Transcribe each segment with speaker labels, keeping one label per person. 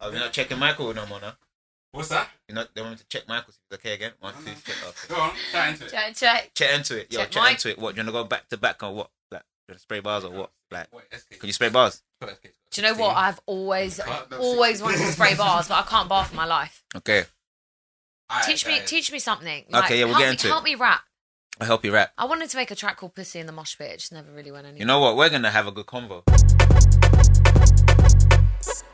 Speaker 1: Oh, you're not checking Michael no more now.
Speaker 2: What's that?
Speaker 1: You're not. They want me to check Michael's. He's okay again. One, two, check. Okay.
Speaker 2: Go on, try into it.
Speaker 3: Check, check.
Speaker 1: Check into it. Yo,
Speaker 3: Check
Speaker 1: check,
Speaker 3: Mike.
Speaker 1: into it. What? You wanna go back to back or what? Like, you wanna spray bars or what? Like,
Speaker 2: Wait, SK.
Speaker 1: can you spray bars?
Speaker 2: Put SK.
Speaker 3: Do you know what? I've always,
Speaker 2: Can't no
Speaker 3: always
Speaker 2: six-
Speaker 3: wanted to spray bars, but I can't bar for my life.
Speaker 1: Okay,
Speaker 2: Alright,
Speaker 3: Teach me,
Speaker 2: guys.
Speaker 3: teach me something.
Speaker 1: Okay, yeah, we'll
Speaker 3: help
Speaker 1: get
Speaker 3: me,
Speaker 1: into it.
Speaker 3: Help me rap.
Speaker 1: I'll help you rap.
Speaker 3: I wanted to make a track called Pussy in the Mosh Pit. It just never really went anywhere.
Speaker 1: You know what? We're gonna have a good convo.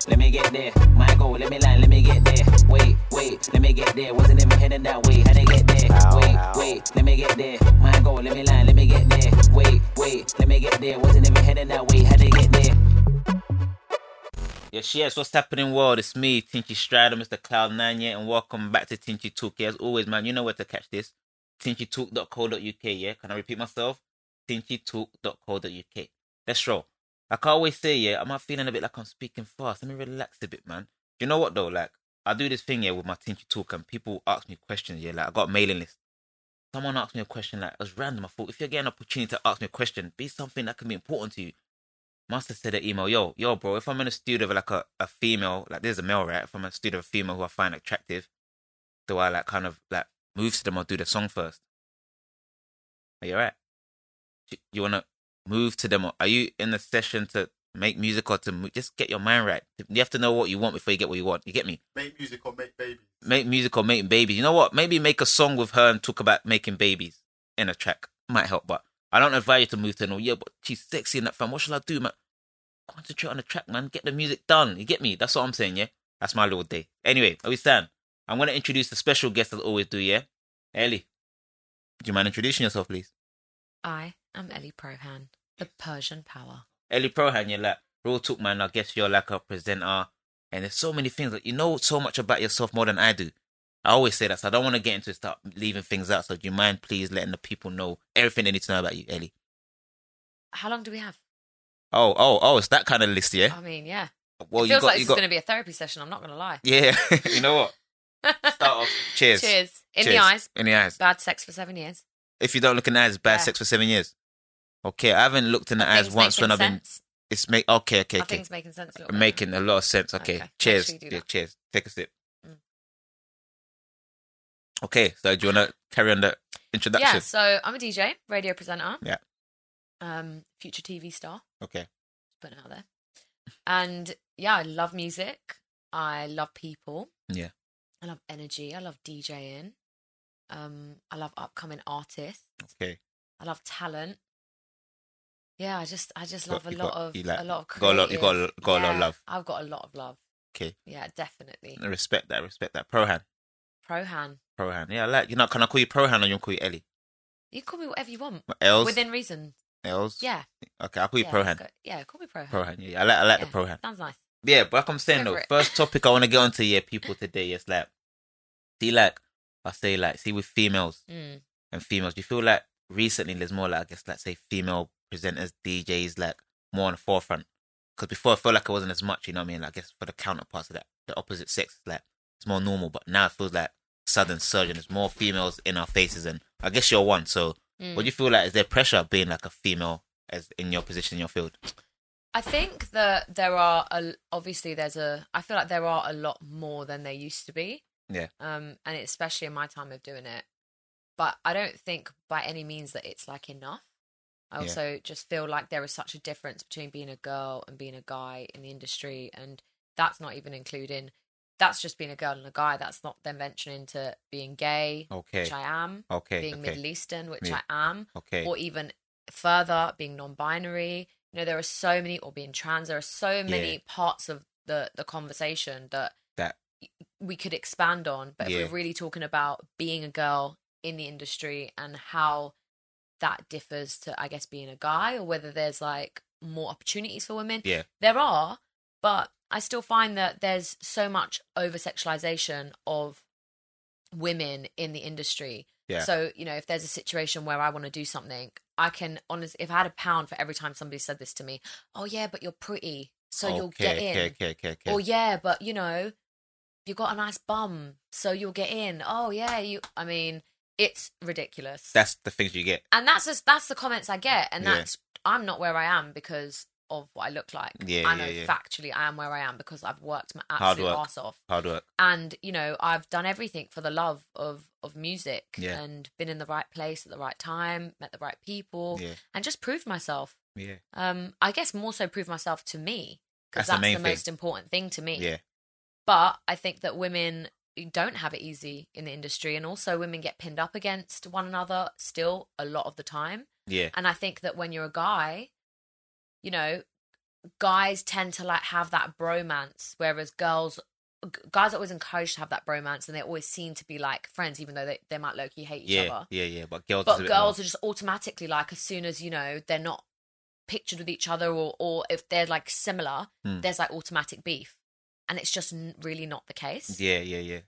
Speaker 4: Let me get there. My goal, let me land, let me get there. Wait, wait, let me get there. Wasn't even heading that way. Had to get there. wait, wait, let me get there. My goal, let me land, let me get there. Wait, wait, let me get there. Wasn't even heading that way. Had to get there.
Speaker 1: Yes, yes, what's happening world? It's me, Tinchy Strider, Mr. Cloud9 yeah, and welcome back to Tinchy Talk. Yeah, as always, man, you know where to catch this. TinchyTalk.co.uk, yeah? Can I repeat myself? TinchyTalk.co.uk. Let's roll. Like I always say, yeah, am I feeling a bit like I'm speaking fast? Let me relax a bit, man. You know what, though? Like, I do this thing, yeah, with my Tinchy Talk, and people ask me questions, yeah? Like, I got a mailing list. Someone asked me a question, like, it was random. I thought, if you're getting an opportunity to ask me a question, be something that can be important to you. Must have said an email, yo, yo, bro, if I'm in a studio with like a, a female, like there's a male, right? If I'm in a studio with a female who I find attractive, do I like kind of like move to them or do the song first? Are you alright? Do You wanna move to them or are you in the session to make music or to mo- just get your mind right? You have to know what you want before you get what you want. You get me?
Speaker 5: Make music or make babies.
Speaker 1: Make music or making babies. You know what? Maybe make a song with her and talk about making babies in a track. Might help, but I don't advise you to move to no, yeah, but she's sexy in that fam. What shall I do, man? concentrate on the track, man. Get the music done. You get me? That's what I'm saying, yeah? That's my little day. Anyway, are we stand? I'm going to introduce the special guest as I always do, yeah? Ellie, do you mind introducing yourself, please?
Speaker 3: I am Ellie Prohan, the Persian power.
Speaker 1: Ellie Prohan, you're like, real talk, man. I guess you're like a presenter. And there's so many things. Like, you know so much about yourself more than I do. I always say that, so I don't want to get into it, start leaving things out. So do you mind please letting the people know everything they need to know about you, Ellie?
Speaker 3: How long do we have?
Speaker 1: Oh, oh, oh, it's that kind of list, yeah?
Speaker 3: I mean, yeah.
Speaker 1: Well,
Speaker 3: Um, it feels like this is going to be a therapy session. I'm not going to lie.
Speaker 1: Yeah, you know what? Start off. Cheers.
Speaker 3: Cheers. In the
Speaker 1: Cheers.
Speaker 3: eyes.
Speaker 1: In the eyes.
Speaker 3: Bad sex for seven years.
Speaker 1: if you don't look in the eyes, bad
Speaker 3: Yeah.
Speaker 1: sex for seven years. Okay, I haven't looked in the eyes
Speaker 3: Things
Speaker 1: once when
Speaker 3: making
Speaker 1: I've been.
Speaker 3: sense.
Speaker 1: It's make okay, okay,
Speaker 3: I
Speaker 1: okay.
Speaker 3: think it's making sense. A little bit.
Speaker 1: Making a lot of sense. Okay,
Speaker 3: Okay,
Speaker 1: cheers,
Speaker 3: actually do
Speaker 1: yeah,
Speaker 3: that.
Speaker 1: cheers. Take a sip.
Speaker 3: Mm.
Speaker 1: Okay, so do you want to carry on the introduction?
Speaker 3: Yeah. So I'm a DJ, radio presenter.
Speaker 1: Yeah.
Speaker 3: Um, future TV star.
Speaker 1: Okay.
Speaker 3: Put it out there. And yeah, I love music. I love people.
Speaker 1: Yeah.
Speaker 3: I love energy. I love DJing. Um, I love upcoming artists.
Speaker 1: Okay.
Speaker 3: I love talent. Yeah, I just I just
Speaker 1: Got-
Speaker 3: love a
Speaker 1: you
Speaker 3: lot
Speaker 1: got-
Speaker 3: of
Speaker 1: you like-
Speaker 3: a lot of
Speaker 1: got a lot- you got a
Speaker 3: creative-
Speaker 1: lo- got a lot of
Speaker 3: Yeah,
Speaker 1: love.
Speaker 3: I've got a lot of love.
Speaker 1: Okay.
Speaker 3: Yeah, definitely.
Speaker 1: Respect that. Respect that. Prohan.
Speaker 3: Prohan.
Speaker 1: Prohan. Yeah, I like. You know, can I call you Prohan or you want to call you Ellie?
Speaker 3: You can call me whatever you want.
Speaker 1: Els.
Speaker 3: Within reason.
Speaker 1: Els.
Speaker 3: Yeah.
Speaker 1: Okay, I'll call you
Speaker 3: yeah, let's
Speaker 1: Prohan.
Speaker 3: go- Yeah, call me Prohan.
Speaker 1: Prohan. Yeah, I like. I like
Speaker 3: Yeah,
Speaker 1: the Prohan.
Speaker 3: Sounds nice.
Speaker 1: yeah, but like I'm saying though,
Speaker 3: Over it.
Speaker 1: first topic I want to get onto yeah, people today is like, see like I say like see with females
Speaker 3: Mm.
Speaker 1: and females, do you feel like recently there's more like I guess like say female presenters, DJs like more on the forefront? Because before I felt like it wasn't as much, you know what I mean? Like, I guess for the counterparts of that, the opposite sex, it's like it's more normal, but now it feels like sudden surge and there's more females in our faces, and I guess you're one. So,
Speaker 3: Mm.
Speaker 1: what do you feel like? Is there pressure being like a female as in your position in your field?
Speaker 3: I think that there are a, obviously there's a I feel like there are a lot more than there used to be.
Speaker 1: Yeah.
Speaker 3: Um, and especially in my time of doing it, but I don't think by any means that it's like enough. I
Speaker 1: Yeah.
Speaker 3: also just feel like there is such a difference between being a girl and being a guy in the industry, and that's not even including that's just being a girl and a guy. That's not them venturing into being gay,
Speaker 1: Okay,
Speaker 3: which I am,
Speaker 1: okay,
Speaker 3: being
Speaker 1: okay,
Speaker 3: Middle Eastern, which
Speaker 1: Yeah.
Speaker 3: I am
Speaker 1: okay.
Speaker 3: or even further being non-binary you know there are so many or being trans there are so many
Speaker 1: Yeah.
Speaker 3: parts of the the conversation that
Speaker 1: That-
Speaker 3: we could expand on but
Speaker 1: Yeah.
Speaker 3: if we're really talking about being a girl in the industry and how that differs to i guess being a guy or whether there's like more opportunities for women
Speaker 1: Yeah.
Speaker 3: there are but i still find that there's so much over sexualization of women in the industry
Speaker 1: Yeah.
Speaker 3: so you know if there's a situation where i want to do something i can honestly if i had a pound for every time somebody said this to me oh yeah but you're pretty so you'll
Speaker 1: okay,
Speaker 3: get in
Speaker 1: okay, okay, okay, okay.
Speaker 3: or yeah but you know you got a nice bum so you'll get in oh yeah you i mean it's ridiculous
Speaker 1: That's the things you get.
Speaker 3: and that's just that's the comments I get, and
Speaker 1: Yeah.
Speaker 3: that's I'm not where I am because of what I look like.
Speaker 1: Yeah,
Speaker 3: I know
Speaker 1: yeah, yeah.
Speaker 3: factually I am where I am because I've worked my
Speaker 1: Hard
Speaker 3: absolute
Speaker 1: work.
Speaker 3: ass off
Speaker 1: Hard work.
Speaker 3: and you know i've done everything for the love of of music
Speaker 1: Yeah.
Speaker 3: and been in the right place at the right time met the right people
Speaker 1: Yeah.
Speaker 3: and just proved myself
Speaker 1: Yeah.
Speaker 3: um i guess more so prove myself to me
Speaker 1: That's
Speaker 3: because
Speaker 1: the
Speaker 3: that's,
Speaker 1: main
Speaker 3: the
Speaker 1: thing.
Speaker 3: most important thing to me
Speaker 1: Yeah.
Speaker 3: but i think that women don't have it easy in the industry and also women get pinned up against one another still a lot of the time
Speaker 1: Yeah.
Speaker 3: and I think that when you're a guy, you know, guys tend to like have that bromance, whereas girls, g- guys are always encouraged to have that bromance and they always seem to be like friends, even though they, they might low key hate each
Speaker 1: Yeah.
Speaker 3: other.
Speaker 1: Yeah. Yeah. But girls. is a
Speaker 3: But
Speaker 1: bit
Speaker 3: girls
Speaker 1: more-
Speaker 3: are just automatically like, as soon as, you know, they're not pictured with each other or, or if they're like similar,
Speaker 1: Hmm.
Speaker 3: there's like automatic beef. And it's just n- really not the case.
Speaker 1: Yeah. Yeah. Yeah.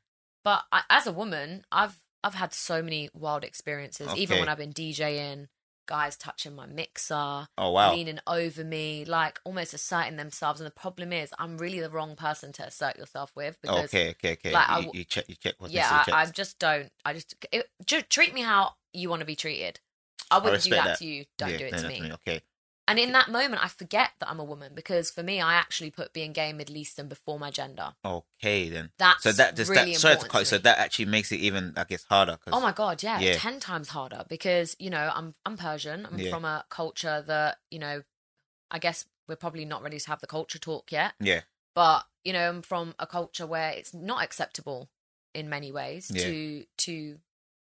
Speaker 3: But I, as a woman, I've I've had so many wild experiences. Even
Speaker 1: Okay.
Speaker 3: when I've been DJing, guys touching my mixer,
Speaker 1: Oh wow.
Speaker 3: leaning over me, like almost asserting themselves. And the problem is, I'm really the wrong person to assert yourself with because,
Speaker 1: okay. Okay. Okay.
Speaker 3: like, I
Speaker 1: you,
Speaker 3: w-
Speaker 1: you check. You check. What
Speaker 3: yeah,
Speaker 1: yeah.
Speaker 3: I, I just don't. I just it, ju- treat me how you want to be treated. I wouldn't do
Speaker 1: respect
Speaker 3: that,
Speaker 1: that.
Speaker 3: to you. Don't
Speaker 1: yeah,
Speaker 3: do it
Speaker 1: no,
Speaker 3: to
Speaker 1: no,
Speaker 3: me.
Speaker 1: Okay.
Speaker 3: And in that moment, I forget that I'm a woman because for me, I actually put being gay, Middle Eastern before my gender.
Speaker 1: Okay then.
Speaker 3: That's
Speaker 1: So that just
Speaker 3: really
Speaker 1: that. Sorry to
Speaker 3: important
Speaker 1: cut. you, So
Speaker 3: me.
Speaker 1: that actually makes it even, I guess, harder. 'cause-
Speaker 3: Oh my god, yeah,
Speaker 1: Yeah.
Speaker 3: ten times harder because you know I'm I'm Persian. I'm
Speaker 1: Yeah.
Speaker 3: from a culture that you know, I guess we're probably not ready to have the culture talk yet.
Speaker 1: Yeah.
Speaker 3: But you know, I'm from a culture where it's not acceptable in many ways
Speaker 1: Yeah.
Speaker 3: to to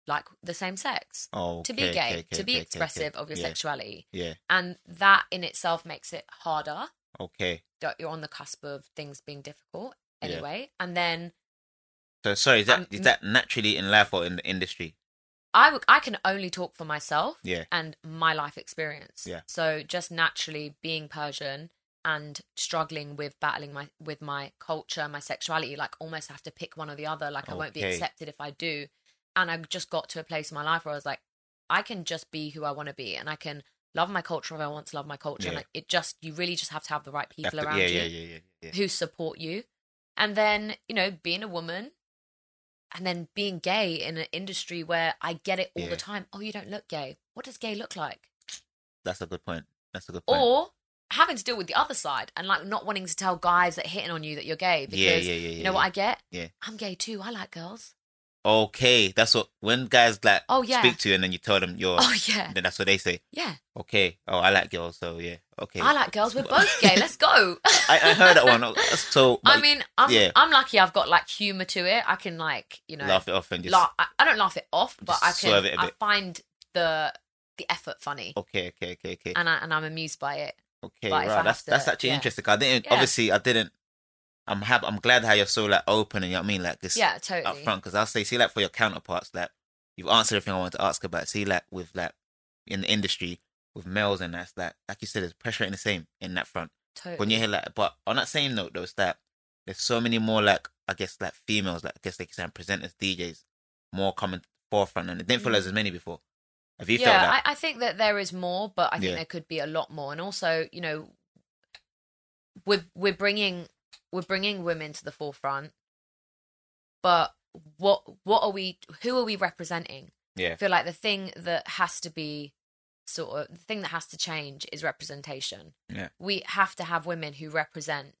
Speaker 3: like the same sex,
Speaker 1: Oh.
Speaker 3: to be gay,
Speaker 1: okay, okay,
Speaker 3: to be
Speaker 1: okay, okay,
Speaker 3: expressive
Speaker 1: okay.
Speaker 3: of your
Speaker 1: yeah.
Speaker 3: sexuality,
Speaker 1: Yeah.
Speaker 3: and that in itself makes it harder
Speaker 1: Okay.
Speaker 3: that you're on the cusp of things being difficult
Speaker 1: Yeah.
Speaker 3: anyway. And then
Speaker 1: So sorry. Is that is
Speaker 3: Um,
Speaker 1: that naturally in life or in the industry?
Speaker 3: I w- I can only talk for myself.
Speaker 1: Yeah.
Speaker 3: and my life experience.
Speaker 1: Yeah.
Speaker 3: So just naturally being Persian and struggling with battling my with my culture, my sexuality, like almost have to pick one or the other. Like I won't be
Speaker 1: Okay.
Speaker 3: accepted if I do. And I just got to a place in my life where I was like, I can just be who I want to be, and I can love my culture if I want to love my culture. And
Speaker 1: Yeah.
Speaker 3: like, it just you really just have to have the right
Speaker 1: You have
Speaker 3: people
Speaker 1: to-
Speaker 3: around
Speaker 1: yeah,
Speaker 3: you
Speaker 1: yeah. Yeah. Yeah. Yeah.
Speaker 3: who support you. And then, you know, being a woman and then being gay in an industry where I get it all
Speaker 1: Yeah.
Speaker 3: the time. Oh, you don't look gay. What does gay look like?
Speaker 1: That's a good point. That's a good point.
Speaker 3: Or having to deal with the other side and like not wanting to tell guys that are hitting on you that you're gay because
Speaker 1: yeah, yeah, yeah, yeah.
Speaker 3: you know what I get?
Speaker 1: Yeah.
Speaker 3: I'm gay too. I like girls.
Speaker 1: Okay, that's what when guys like
Speaker 3: Oh, yeah.
Speaker 1: speak to you and then you tell them you're,
Speaker 3: Oh yeah.
Speaker 1: then that's what they say.
Speaker 3: Yeah.
Speaker 1: Okay, oh I like girls, so yeah, okay.
Speaker 3: I like girls. We're both gay. Let's go.
Speaker 1: I, I heard that one. oh, that's So
Speaker 3: I
Speaker 1: but
Speaker 3: mean, I'm
Speaker 1: yeah.
Speaker 3: I'm lucky I've got like humor to it. I can like, you know,
Speaker 1: laugh it off and just
Speaker 3: laugh. I, I don't laugh it off, but
Speaker 1: Just
Speaker 3: I can.
Speaker 1: swerve it a
Speaker 3: I
Speaker 1: bit.
Speaker 3: find the the effort funny,
Speaker 1: okay, okay, okay, okay,
Speaker 3: and I and I'm amused by it.
Speaker 1: okay.
Speaker 3: but if I
Speaker 1: Right,
Speaker 3: have
Speaker 1: that's that's
Speaker 3: to-
Speaker 1: actually
Speaker 3: yeah.
Speaker 1: interesting. 'cause I didn't
Speaker 3: Yeah.
Speaker 1: obviously I didn't. I'm happy. I'm glad how you're so like open and you know what I mean, like this
Speaker 3: Yeah,
Speaker 1: up
Speaker 3: totally.
Speaker 1: front. Because I'll say, see, like for your counterparts, like you've answered everything I wanted to ask about. See, like with like in the industry with males and that's like like you said, there's pressure ain't the same in that front.
Speaker 3: Totally.
Speaker 1: when you hear like but on that same note though it's that there's so many more like i guess like females like i guess they can say presenters djs more coming forefront and it didn't feel as many before have you felt
Speaker 3: Mm. yeah,
Speaker 1: that
Speaker 3: I, I think that there is more, but I think
Speaker 1: Yeah.
Speaker 3: there could be a lot more. And also, you know, we're we're bringing we're bringing women to the forefront, but what what are we? Who are we representing?
Speaker 1: Yeah.
Speaker 3: I feel like the thing that has to be sort of the thing that has to change is representation.
Speaker 1: Yeah.
Speaker 3: we have to have women who represent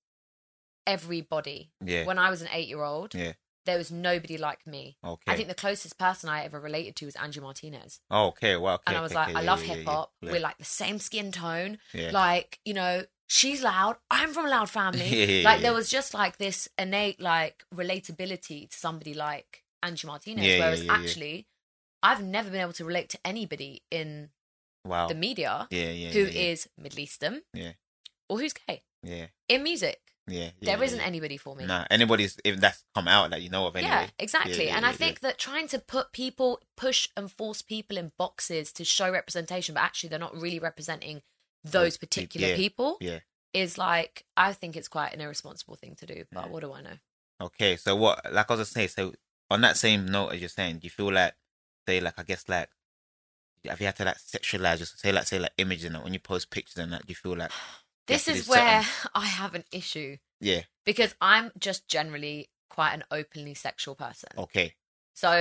Speaker 3: everybody.
Speaker 1: yeah
Speaker 3: When I was an eight year old,
Speaker 1: Yeah.
Speaker 3: there was nobody like me.
Speaker 1: okay
Speaker 3: I think the closest person I ever related to was Angie Martinez
Speaker 1: oh, okay wow okay,
Speaker 3: and I was
Speaker 1: okay,
Speaker 3: like,
Speaker 1: okay,
Speaker 3: I
Speaker 1: yeah,
Speaker 3: love
Speaker 1: yeah, yeah,
Speaker 3: hip hop.
Speaker 1: yeah,
Speaker 3: We're like the same skin tone.
Speaker 1: yeah.
Speaker 3: Like, you know, she's loud. I'm from a loud family.
Speaker 1: Yeah, yeah,
Speaker 3: like,
Speaker 1: yeah,
Speaker 3: there
Speaker 1: yeah.
Speaker 3: was just like this innate like relatability to somebody like Angie Martinez.
Speaker 1: Yeah, yeah,
Speaker 3: whereas
Speaker 1: yeah, yeah.
Speaker 3: actually, I've never been able to relate to anybody in
Speaker 1: wow
Speaker 3: the media
Speaker 1: Oh. yeah yeah
Speaker 3: who is
Speaker 1: yeah, yeah.
Speaker 3: Middle Eastern
Speaker 1: Yeah.
Speaker 3: or who's gay
Speaker 1: yeah
Speaker 3: in music.
Speaker 1: yeah
Speaker 3: there isn't anybody for me.
Speaker 1: nah anybody's if that's come out that you know of anyway
Speaker 3: Yeah, exactly.
Speaker 1: yeah,
Speaker 3: and
Speaker 1: yeah,
Speaker 3: I
Speaker 1: yeah.
Speaker 3: think that trying to put people, push and force people in boxes to show representation, but actually they're not really representing those
Speaker 1: Those peop-
Speaker 3: particular
Speaker 1: yeah,
Speaker 3: people,
Speaker 1: yeah.
Speaker 3: is like, I think it's quite an irresponsible thing to do, but
Speaker 1: Yeah.
Speaker 3: what do I know?
Speaker 1: Okay, so what? Like I was saying, so on that same note as you're saying, do you feel like, say, like I guess, like, have you had to like sexualize yourself? Say, like, say, like, images and that when you post pictures and that, do you feel like, you have
Speaker 3: This
Speaker 1: to do
Speaker 3: is
Speaker 1: certain-
Speaker 3: where I have an issue
Speaker 1: yeah,
Speaker 3: because I'm just generally quite an openly sexual person.
Speaker 1: okay,
Speaker 3: So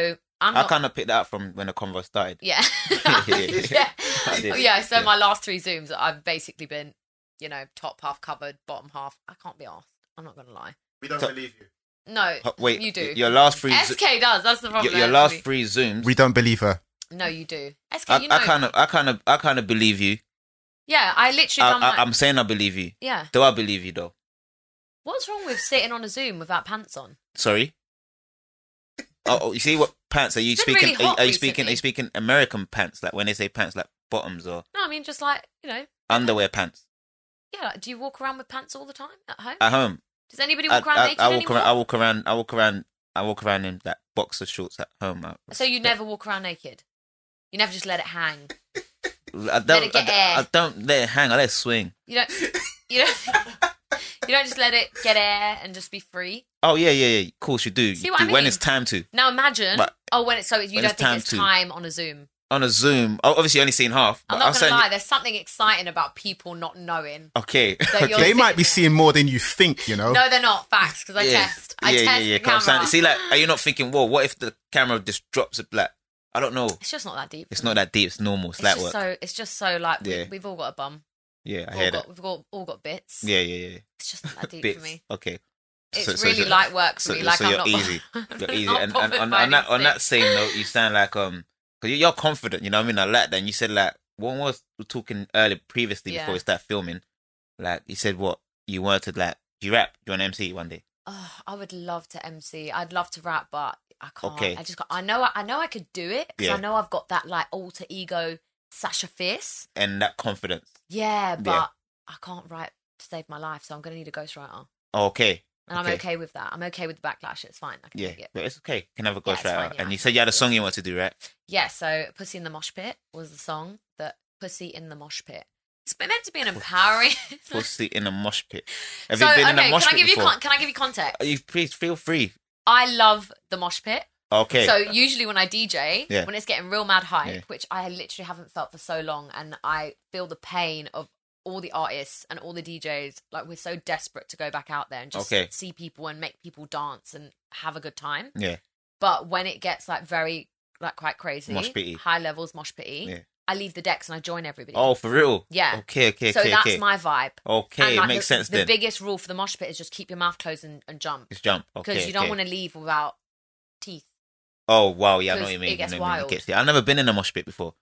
Speaker 3: I'm
Speaker 1: I
Speaker 3: not.
Speaker 1: kind of picked that up from when the convo started.
Speaker 3: Yeah.
Speaker 1: Yeah.
Speaker 3: yeah.
Speaker 1: I did.
Speaker 3: Yeah. So
Speaker 1: Yeah.
Speaker 3: my last three Zooms, I've basically been you know, top half covered, bottom half. I can't be asked. I'm not gonna lie.
Speaker 5: We don't
Speaker 1: So-
Speaker 5: believe you.
Speaker 3: No,
Speaker 1: Ho- Wait,
Speaker 3: you do.
Speaker 1: Your last three, zo-
Speaker 3: SK does. That's the problem.
Speaker 1: your, your last
Speaker 3: actually.
Speaker 1: three zooms.
Speaker 5: We don't believe her.
Speaker 3: No, you do. SK,
Speaker 1: I,
Speaker 3: you know.
Speaker 1: I kind of, I kind of, I kind of believe you.
Speaker 3: yeah, I literally.
Speaker 1: I,
Speaker 3: done
Speaker 1: I,
Speaker 3: my-
Speaker 1: I'm saying I believe you.
Speaker 3: yeah.
Speaker 1: Do I believe you though?
Speaker 3: What's wrong with sitting on a Zoom without pants on?
Speaker 1: Sorry. Oh, oh, you see what pants are you
Speaker 3: It's been
Speaker 1: speaking?
Speaker 3: really
Speaker 1: are,
Speaker 3: hot
Speaker 1: are you speaking? Are
Speaker 3: recently.
Speaker 1: you speaking American pants? Like when they say pants, like bottoms or
Speaker 3: No, I mean just like you know.
Speaker 1: underwear pants
Speaker 3: Yeah, like, do you walk around with pants all the time at home?
Speaker 1: at home.
Speaker 3: Does anybody
Speaker 1: I,
Speaker 3: walk around
Speaker 1: I-
Speaker 3: naked
Speaker 1: I walk
Speaker 3: anymore?
Speaker 1: around. I walk around. I walk around. I walk around in that boxer shorts at home. I,
Speaker 3: so you never walk around naked. You never just let it hang.
Speaker 1: I don't.
Speaker 3: it get
Speaker 1: I,
Speaker 3: air.
Speaker 1: I don't let it hang. I let it swing.
Speaker 3: You don't. You don't. you don't just let it get air and just be free.
Speaker 1: Oh yeah, yeah, yeah. Of course you do.
Speaker 3: See
Speaker 1: You
Speaker 3: what I
Speaker 1: do when
Speaker 3: mean?
Speaker 1: it's time to
Speaker 3: Now imagine.
Speaker 1: But-
Speaker 3: oh, when it's so you
Speaker 1: when
Speaker 3: don't
Speaker 1: it's
Speaker 3: think
Speaker 1: time
Speaker 3: it's
Speaker 1: to.
Speaker 3: time on a Zoom.
Speaker 1: on a Zoom. Oh, obviously, you only seen half. But
Speaker 3: I'm not gonna
Speaker 1: saying,
Speaker 3: lie. There's something exciting about people not knowing.
Speaker 1: Okay.
Speaker 3: That you're
Speaker 5: They might be
Speaker 3: sitting
Speaker 5: seeing more than you think, you know.
Speaker 3: there. No, they're not facts because I test. I
Speaker 1: yeah,
Speaker 3: test
Speaker 1: yeah, yeah.
Speaker 3: the
Speaker 1: Come on,
Speaker 3: camera.
Speaker 1: Sandy. See, like, are you not thinking, whoa, what if the camera just drops it? Like, I don't know.
Speaker 3: it's just not that deep.
Speaker 1: It's not that deep. It's normal. It's,
Speaker 3: It's
Speaker 1: light
Speaker 3: just
Speaker 1: work.
Speaker 3: so. It's just so like
Speaker 1: Yeah.
Speaker 3: we, we've all got a bum.
Speaker 1: yeah, I
Speaker 3: We've all
Speaker 1: hear that.
Speaker 3: got, we've all, all got bits.
Speaker 1: Yeah, yeah, yeah.
Speaker 3: It's just not that deep
Speaker 1: Bits.
Speaker 3: for me.
Speaker 1: Okay.
Speaker 3: It's
Speaker 1: So- so
Speaker 3: really
Speaker 1: you're-
Speaker 3: light work for
Speaker 1: so-
Speaker 3: me. Like
Speaker 1: so
Speaker 3: I'm
Speaker 1: you're
Speaker 3: not
Speaker 1: easy. You're easy.
Speaker 3: not
Speaker 1: And, and,
Speaker 3: bothered
Speaker 1: and
Speaker 3: by
Speaker 1: on that on that
Speaker 3: anything.
Speaker 1: same note, you sound like um, because you're confident. You know what I mean? I like that. And you said like, when was we were talking earlier previously
Speaker 3: Yeah.
Speaker 1: before we start filming, like you said what you wanted like. Do you rap? Do you want to MC one day?
Speaker 3: Oh, I would love to MC. I'd love to rap, but I can't.
Speaker 1: Okay.
Speaker 3: I just got, I know I, I know I could do it because
Speaker 1: Yeah.
Speaker 3: I know I've got that like alter ego Sasha Fierce.
Speaker 1: And that confidence.
Speaker 3: Yeah, but
Speaker 1: Yeah.
Speaker 3: I can't write to save my life, so I'm gonna need a ghostwriter.
Speaker 1: oh, Okay.
Speaker 3: And
Speaker 1: Okay.
Speaker 3: I'm okay with that. I'm okay with the backlash. It's fine. I can
Speaker 1: Yeah,
Speaker 3: take it.
Speaker 1: but it's okay. Can have a
Speaker 3: Yeah,
Speaker 1: ghost
Speaker 3: it's
Speaker 1: right
Speaker 3: fine,
Speaker 1: out.
Speaker 3: yeah.
Speaker 1: And you said you had a song you want to do, right?
Speaker 3: Yeah. So "Pussy in the Mosh Pit" was the song that "Pussy in the Mosh Pit." It's meant to be an empowering.
Speaker 1: Pussy in a mosh pit. Have
Speaker 3: so
Speaker 1: you been
Speaker 3: okay,
Speaker 1: in a mosh
Speaker 3: can I
Speaker 1: pit
Speaker 3: give you
Speaker 1: before?
Speaker 3: con- can I give you context?
Speaker 1: Are you please feel free.
Speaker 3: I love the mosh pit.
Speaker 1: Okay.
Speaker 3: So usually when I DJ,
Speaker 1: Yeah.
Speaker 3: when it's getting real mad hype,
Speaker 1: Yeah.
Speaker 3: which I literally haven't felt for so long, and I feel the pain of all the artists and all the DJs. Like we're so desperate to go back out there and just
Speaker 1: Okay.
Speaker 3: see people and make people dance and have a good time.
Speaker 1: Yeah.
Speaker 3: But when it gets like very like quite crazy,
Speaker 1: Mosh pity.
Speaker 3: high levels mosh pity,
Speaker 1: Yeah.
Speaker 3: I leave the decks and I join everybody.
Speaker 1: oh, for real?
Speaker 3: Yeah.
Speaker 1: Okay, okay,
Speaker 3: so
Speaker 1: okay,
Speaker 3: that's
Speaker 1: okay.
Speaker 3: my vibe.
Speaker 1: okay,
Speaker 3: like,
Speaker 1: makes
Speaker 3: the,
Speaker 1: sense
Speaker 3: The
Speaker 1: then.
Speaker 3: biggest rule for the mosh pit is just keep your mouth closed and, and jump
Speaker 1: Just jump. Okay.
Speaker 3: because you don't
Speaker 1: okay.
Speaker 3: want to leave without teeth.
Speaker 1: Oh wow, yeah, I know what
Speaker 3: because
Speaker 1: you
Speaker 3: it
Speaker 1: mean. I know
Speaker 3: gets
Speaker 1: what you mean. It
Speaker 3: wild.
Speaker 1: gets- yeah, I've never been in a mosh pit before.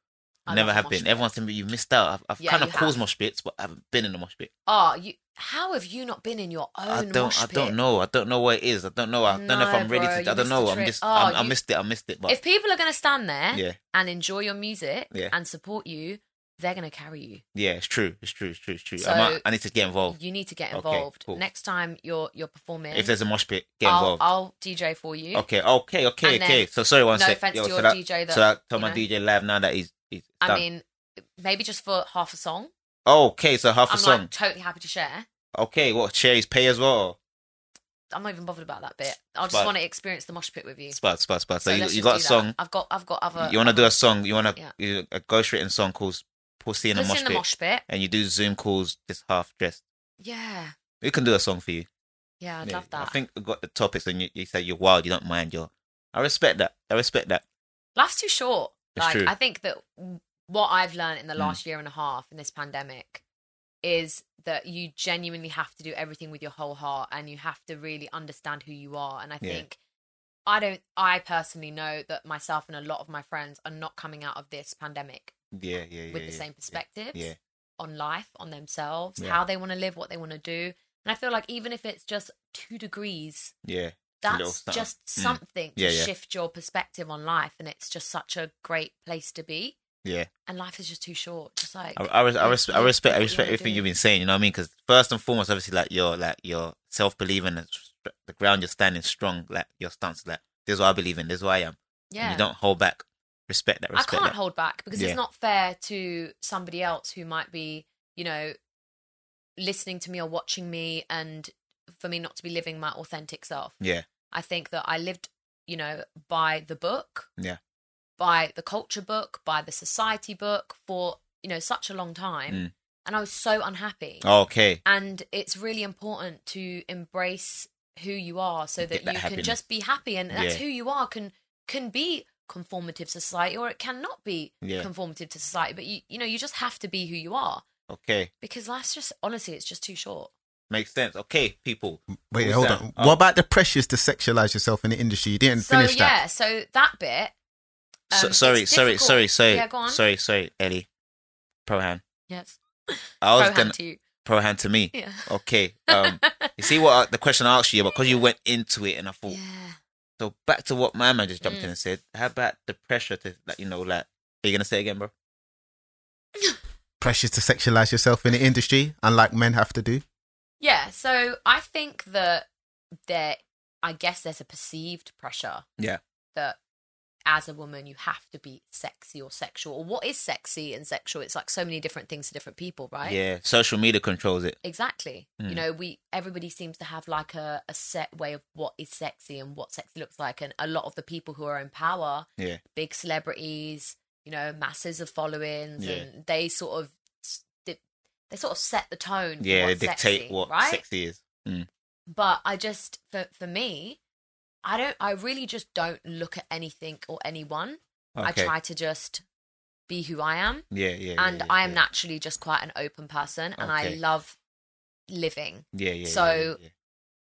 Speaker 3: I
Speaker 1: never
Speaker 3: love
Speaker 1: have
Speaker 3: mosh
Speaker 1: been.
Speaker 3: pit.
Speaker 1: Everyone's telling me you missed out. I've, I've
Speaker 3: Yeah,
Speaker 1: kind of
Speaker 3: you
Speaker 1: caused
Speaker 3: have.
Speaker 1: mosh pits, but I haven't been in a mosh pit.
Speaker 3: Oh, you how have you not been Oh, in your own
Speaker 1: I don't.
Speaker 3: mosh
Speaker 1: I
Speaker 3: pit?
Speaker 1: don't know. I don't know what it is. I don't know. I don't know if
Speaker 3: No,
Speaker 1: I'm ready
Speaker 3: bro,
Speaker 1: to.
Speaker 3: you
Speaker 1: I don't
Speaker 3: missed the
Speaker 1: know. I'm
Speaker 3: trick.
Speaker 1: just.
Speaker 3: Oh,
Speaker 1: I'm, I
Speaker 3: you-
Speaker 1: missed it. I missed it. But
Speaker 3: If eh? people are going to stand there
Speaker 1: yeah,
Speaker 3: and enjoy your music
Speaker 1: Yeah.
Speaker 3: and support you, they're going to carry you.
Speaker 1: yeah, it's true. It's true. It's true. It's true.
Speaker 3: So-
Speaker 1: I, might, I need to get involved.
Speaker 3: You need to get
Speaker 1: Okay,
Speaker 3: involved.
Speaker 1: cool.
Speaker 3: Next time you're you're performing,
Speaker 1: If there's a mosh pit, get
Speaker 3: I'll,
Speaker 1: involved.
Speaker 3: I'll DJ for you.
Speaker 1: Okay, okay, okay,
Speaker 3: And
Speaker 1: okay.
Speaker 3: then,
Speaker 1: So sorry, one
Speaker 3: no
Speaker 1: sec.
Speaker 3: offense
Speaker 1: Yo,
Speaker 3: to your
Speaker 1: so that,
Speaker 3: DJ that-
Speaker 1: so I tell
Speaker 3: you
Speaker 1: my
Speaker 3: know.
Speaker 1: DJ live now that he's he's
Speaker 3: I
Speaker 1: done. Oh,
Speaker 3: mean, maybe just for half a song.
Speaker 1: okay, so half a
Speaker 3: I'm
Speaker 1: song.
Speaker 3: like totally happy to share.
Speaker 1: okay, what share his pay as well?
Speaker 3: I'm not even bothered about that bit. I just
Speaker 1: But-
Speaker 3: want to experience the mosh pit with you.
Speaker 1: Spot, spot, spot. So, you,
Speaker 3: let's
Speaker 1: you
Speaker 3: just
Speaker 1: got a
Speaker 3: do that.
Speaker 1: song.
Speaker 3: I've got I've got other.
Speaker 1: You want to do a song? You want to
Speaker 3: um, Yeah.
Speaker 1: you a ghostwritten song called "Pussy in a
Speaker 3: Pussy
Speaker 1: Mosh
Speaker 3: in the
Speaker 1: Pit,"
Speaker 3: mosh pit.
Speaker 1: and you do Zoom calls just half dressed.
Speaker 3: Yeah,
Speaker 1: We can do a song for you.
Speaker 3: yeah, I'd
Speaker 1: Yeah,
Speaker 3: love that.
Speaker 1: I think we got the topics, and you, you say you're wild. You don't mind. You're. I respect that. I respect that.
Speaker 3: Life's too short.
Speaker 1: It's
Speaker 3: like
Speaker 1: true. Mm.
Speaker 3: I think that what I've learned in the last year and a half in this pandemic is that you genuinely have to do everything with your whole heart and you have to really understand who you are. And I
Speaker 1: Yeah.
Speaker 3: think I don't I personally know that myself and a lot of my friends are not coming out of this pandemic
Speaker 1: Yeah, yeah, yeah.
Speaker 3: with the
Speaker 1: yeah,
Speaker 3: same perspectives
Speaker 1: Yeah.
Speaker 3: on life, on themselves,
Speaker 1: Yeah.
Speaker 3: how they want to live, what they want to do. And I feel like even if it's just two degrees
Speaker 1: Yeah. little
Speaker 3: that's
Speaker 1: something.
Speaker 3: just
Speaker 1: Mm.
Speaker 3: something to
Speaker 1: Yeah, yeah.
Speaker 3: shift your perspective on life and it's just such a great place to be
Speaker 1: Yeah.
Speaker 3: and life is just too short just like
Speaker 1: I, I, res- I,
Speaker 3: Like,
Speaker 1: res- I
Speaker 3: like,
Speaker 1: respect, I
Speaker 3: what you
Speaker 1: respect
Speaker 3: wanna
Speaker 1: everything
Speaker 3: do.
Speaker 1: you've been saying. You know what I mean? Because first and foremost, obviously, like your, like your self believing, the ground you're standing strong, like your stance, like this is what I believe in, this is what I am. And
Speaker 3: yeah
Speaker 1: you don't hold back. Respect that.
Speaker 3: i
Speaker 1: Respect
Speaker 3: can't
Speaker 1: that.
Speaker 3: hold back because
Speaker 1: Yeah.
Speaker 3: it's not fair to somebody else who might be you know listening to me or watching me and for me not to be living my authentic self
Speaker 1: yeah,
Speaker 3: i think that i lived you know by the book
Speaker 1: Yeah.
Speaker 3: by the culture book by the society book for you know such a long time
Speaker 1: Mm.
Speaker 3: and i was so unhappy
Speaker 1: okay,
Speaker 3: and it's really important to embrace who you are so that,
Speaker 1: Get that
Speaker 3: you
Speaker 1: happiness.
Speaker 3: can just be happy and that's
Speaker 1: Yeah.
Speaker 3: who you are can can be conformative to society or it cannot be
Speaker 1: Yeah.
Speaker 3: conformative to society but you you know you just have to be who you are
Speaker 1: Okay,
Speaker 3: because life's just honestly, it's just too short.
Speaker 1: makes sense. Okay, people.
Speaker 5: Wait,
Speaker 1: Who's
Speaker 5: hold
Speaker 1: that?
Speaker 5: on.
Speaker 1: Oh.
Speaker 5: What about the pressures to sexualize yourself in the industry? You didn't
Speaker 3: so
Speaker 5: finish
Speaker 3: yeah,
Speaker 5: that.
Speaker 3: so that bit.
Speaker 1: So,
Speaker 3: um,
Speaker 1: sorry,
Speaker 3: it's
Speaker 1: sorry,
Speaker 3: difficult.
Speaker 1: sorry, sorry,
Speaker 3: Yeah, go on.
Speaker 1: sorry, sorry, Ellie. Prohan.
Speaker 3: Yes.
Speaker 1: I was
Speaker 3: Pro
Speaker 1: gonna
Speaker 3: hand to you.
Speaker 1: Prohan to me.
Speaker 3: Yeah.
Speaker 1: Okay. Um, you see what I, the question I asked you, but because you went into it, and I thought.
Speaker 3: Yeah.
Speaker 1: So back to what my man just jumped
Speaker 3: Mm.
Speaker 1: in and said. How about the pressure to, like, you know, like, are you gonna say it again, bro?
Speaker 5: Pressures to sexualize yourself in the industry, unlike men have to do.
Speaker 3: Yeah. So I think that there, I guess there's a perceived pressure.
Speaker 1: Yeah.
Speaker 3: That as a woman you have to be sexy or sexual. Or what is sexy and sexual? It's like so many different things to different people, right?
Speaker 1: Yeah. Social media controls it.
Speaker 3: Exactly.
Speaker 1: Mm.
Speaker 3: You know, we everybody seems to have like a, a set way of what is sexy and what sexy looks like, and a lot of the people who are in power,
Speaker 1: Yeah.
Speaker 3: big celebrities, you know, masses of followings,
Speaker 1: Yeah.
Speaker 3: and they sort of s- they, they sort of set the tone. For
Speaker 1: Yeah. They
Speaker 3: what's
Speaker 1: dictate
Speaker 3: sexy,
Speaker 1: what
Speaker 3: right.
Speaker 1: sexy is.
Speaker 3: But I just for for me, I don't. I really just don't look at anything or anyone. I
Speaker 1: Okay.
Speaker 3: try to just be who I am
Speaker 1: Yeah. Yeah.
Speaker 3: and
Speaker 1: yeah,
Speaker 3: I am
Speaker 1: yeah.
Speaker 3: naturally just quite an open person, and I
Speaker 1: Okay.
Speaker 3: love living.
Speaker 1: Yeah. Yeah. yeah,
Speaker 3: So-
Speaker 1: yeah,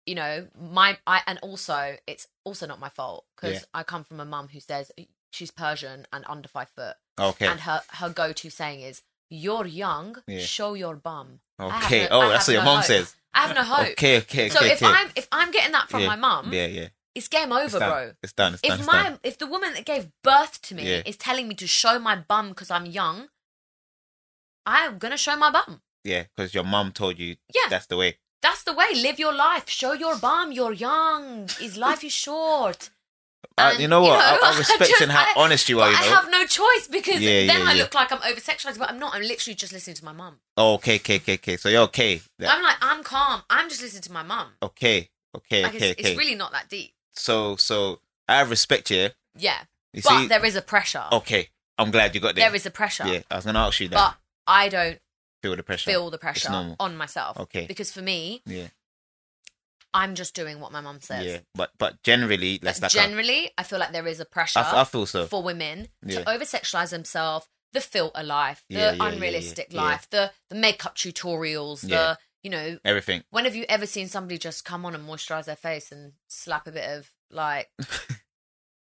Speaker 3: You know, my I and also it's also not my fault because
Speaker 1: Yeah.
Speaker 3: I come from a mum who says she's Persian and under five foot,
Speaker 1: yeah. Okay.
Speaker 3: and her her go to saying is "You're young,
Speaker 1: Yeah.
Speaker 3: show your bum." I have
Speaker 1: Okay.
Speaker 3: no- I
Speaker 1: oh, that's
Speaker 3: have
Speaker 1: what your
Speaker 3: no
Speaker 1: mom
Speaker 3: hope.
Speaker 1: says.
Speaker 3: I have no hope.
Speaker 1: Okay. Okay. Okay.
Speaker 3: so if
Speaker 1: okay.
Speaker 3: I'm if I'm getting that from
Speaker 1: Yeah,
Speaker 3: my mum,
Speaker 1: Yeah. Yeah.
Speaker 3: it's game
Speaker 1: It's
Speaker 3: over,
Speaker 1: done.
Speaker 3: bro.
Speaker 1: It's done. It's done.
Speaker 3: If
Speaker 1: It's
Speaker 3: my
Speaker 1: done.
Speaker 3: if the woman that gave birth to me
Speaker 1: Yeah.
Speaker 3: is telling me to show my bum because I'm young, I'm gonna show my bum.
Speaker 1: Yeah, because your mom told you
Speaker 3: Yeah.
Speaker 1: that's the way.
Speaker 3: That's the way. Live your life. Show your bum. You're young. Is life is short.
Speaker 1: I,
Speaker 3: And,
Speaker 1: Uh, you know what? I, I'm
Speaker 3: just-
Speaker 1: respecting how
Speaker 3: I-
Speaker 1: honest you are. You
Speaker 3: but
Speaker 1: know.
Speaker 3: I have no choice because
Speaker 1: Yeah,
Speaker 3: then
Speaker 1: yeah,
Speaker 3: I
Speaker 1: yeah.
Speaker 3: look like I'm over sexualized, but I'm not. I'm literally just listening to my mum.
Speaker 1: Oh, okay, okay, okay, okay. So you're okay. Yeah.
Speaker 3: I'm like, I'm calm. I'm just listening to my mum.
Speaker 1: Okay, okay,
Speaker 3: Like
Speaker 1: okay,
Speaker 3: it's,
Speaker 1: okay.
Speaker 3: it's really not that deep.
Speaker 1: so, so I respect you.
Speaker 3: Yeah,
Speaker 1: You
Speaker 3: but
Speaker 1: see?
Speaker 3: there is a pressure.
Speaker 1: Okay, I'm glad you got there.
Speaker 3: there is a pressure.
Speaker 1: Yeah, I was gonna ask you that.
Speaker 3: But I don't
Speaker 1: feel the pressure.
Speaker 3: feel the pressure Oh,
Speaker 1: normal.
Speaker 3: on myself.
Speaker 1: Okay.
Speaker 3: Because for me,
Speaker 1: yeah,
Speaker 3: I'm just doing what my mum says.
Speaker 1: yeah. But but generally, let's like a-
Speaker 3: Generally, I feel like there is a pressure.
Speaker 1: I, I feel so.
Speaker 3: for women
Speaker 1: Yeah.
Speaker 3: to over sexualize themselves, the filter life, the
Speaker 1: Yeah, yeah, yeah,
Speaker 3: unrealistic
Speaker 1: yeah.
Speaker 3: life, the the makeup tutorials,
Speaker 1: Yeah.
Speaker 3: the you know,
Speaker 1: Everything.
Speaker 3: when have you ever seen somebody just come on and moisturize their face and slap a bit of like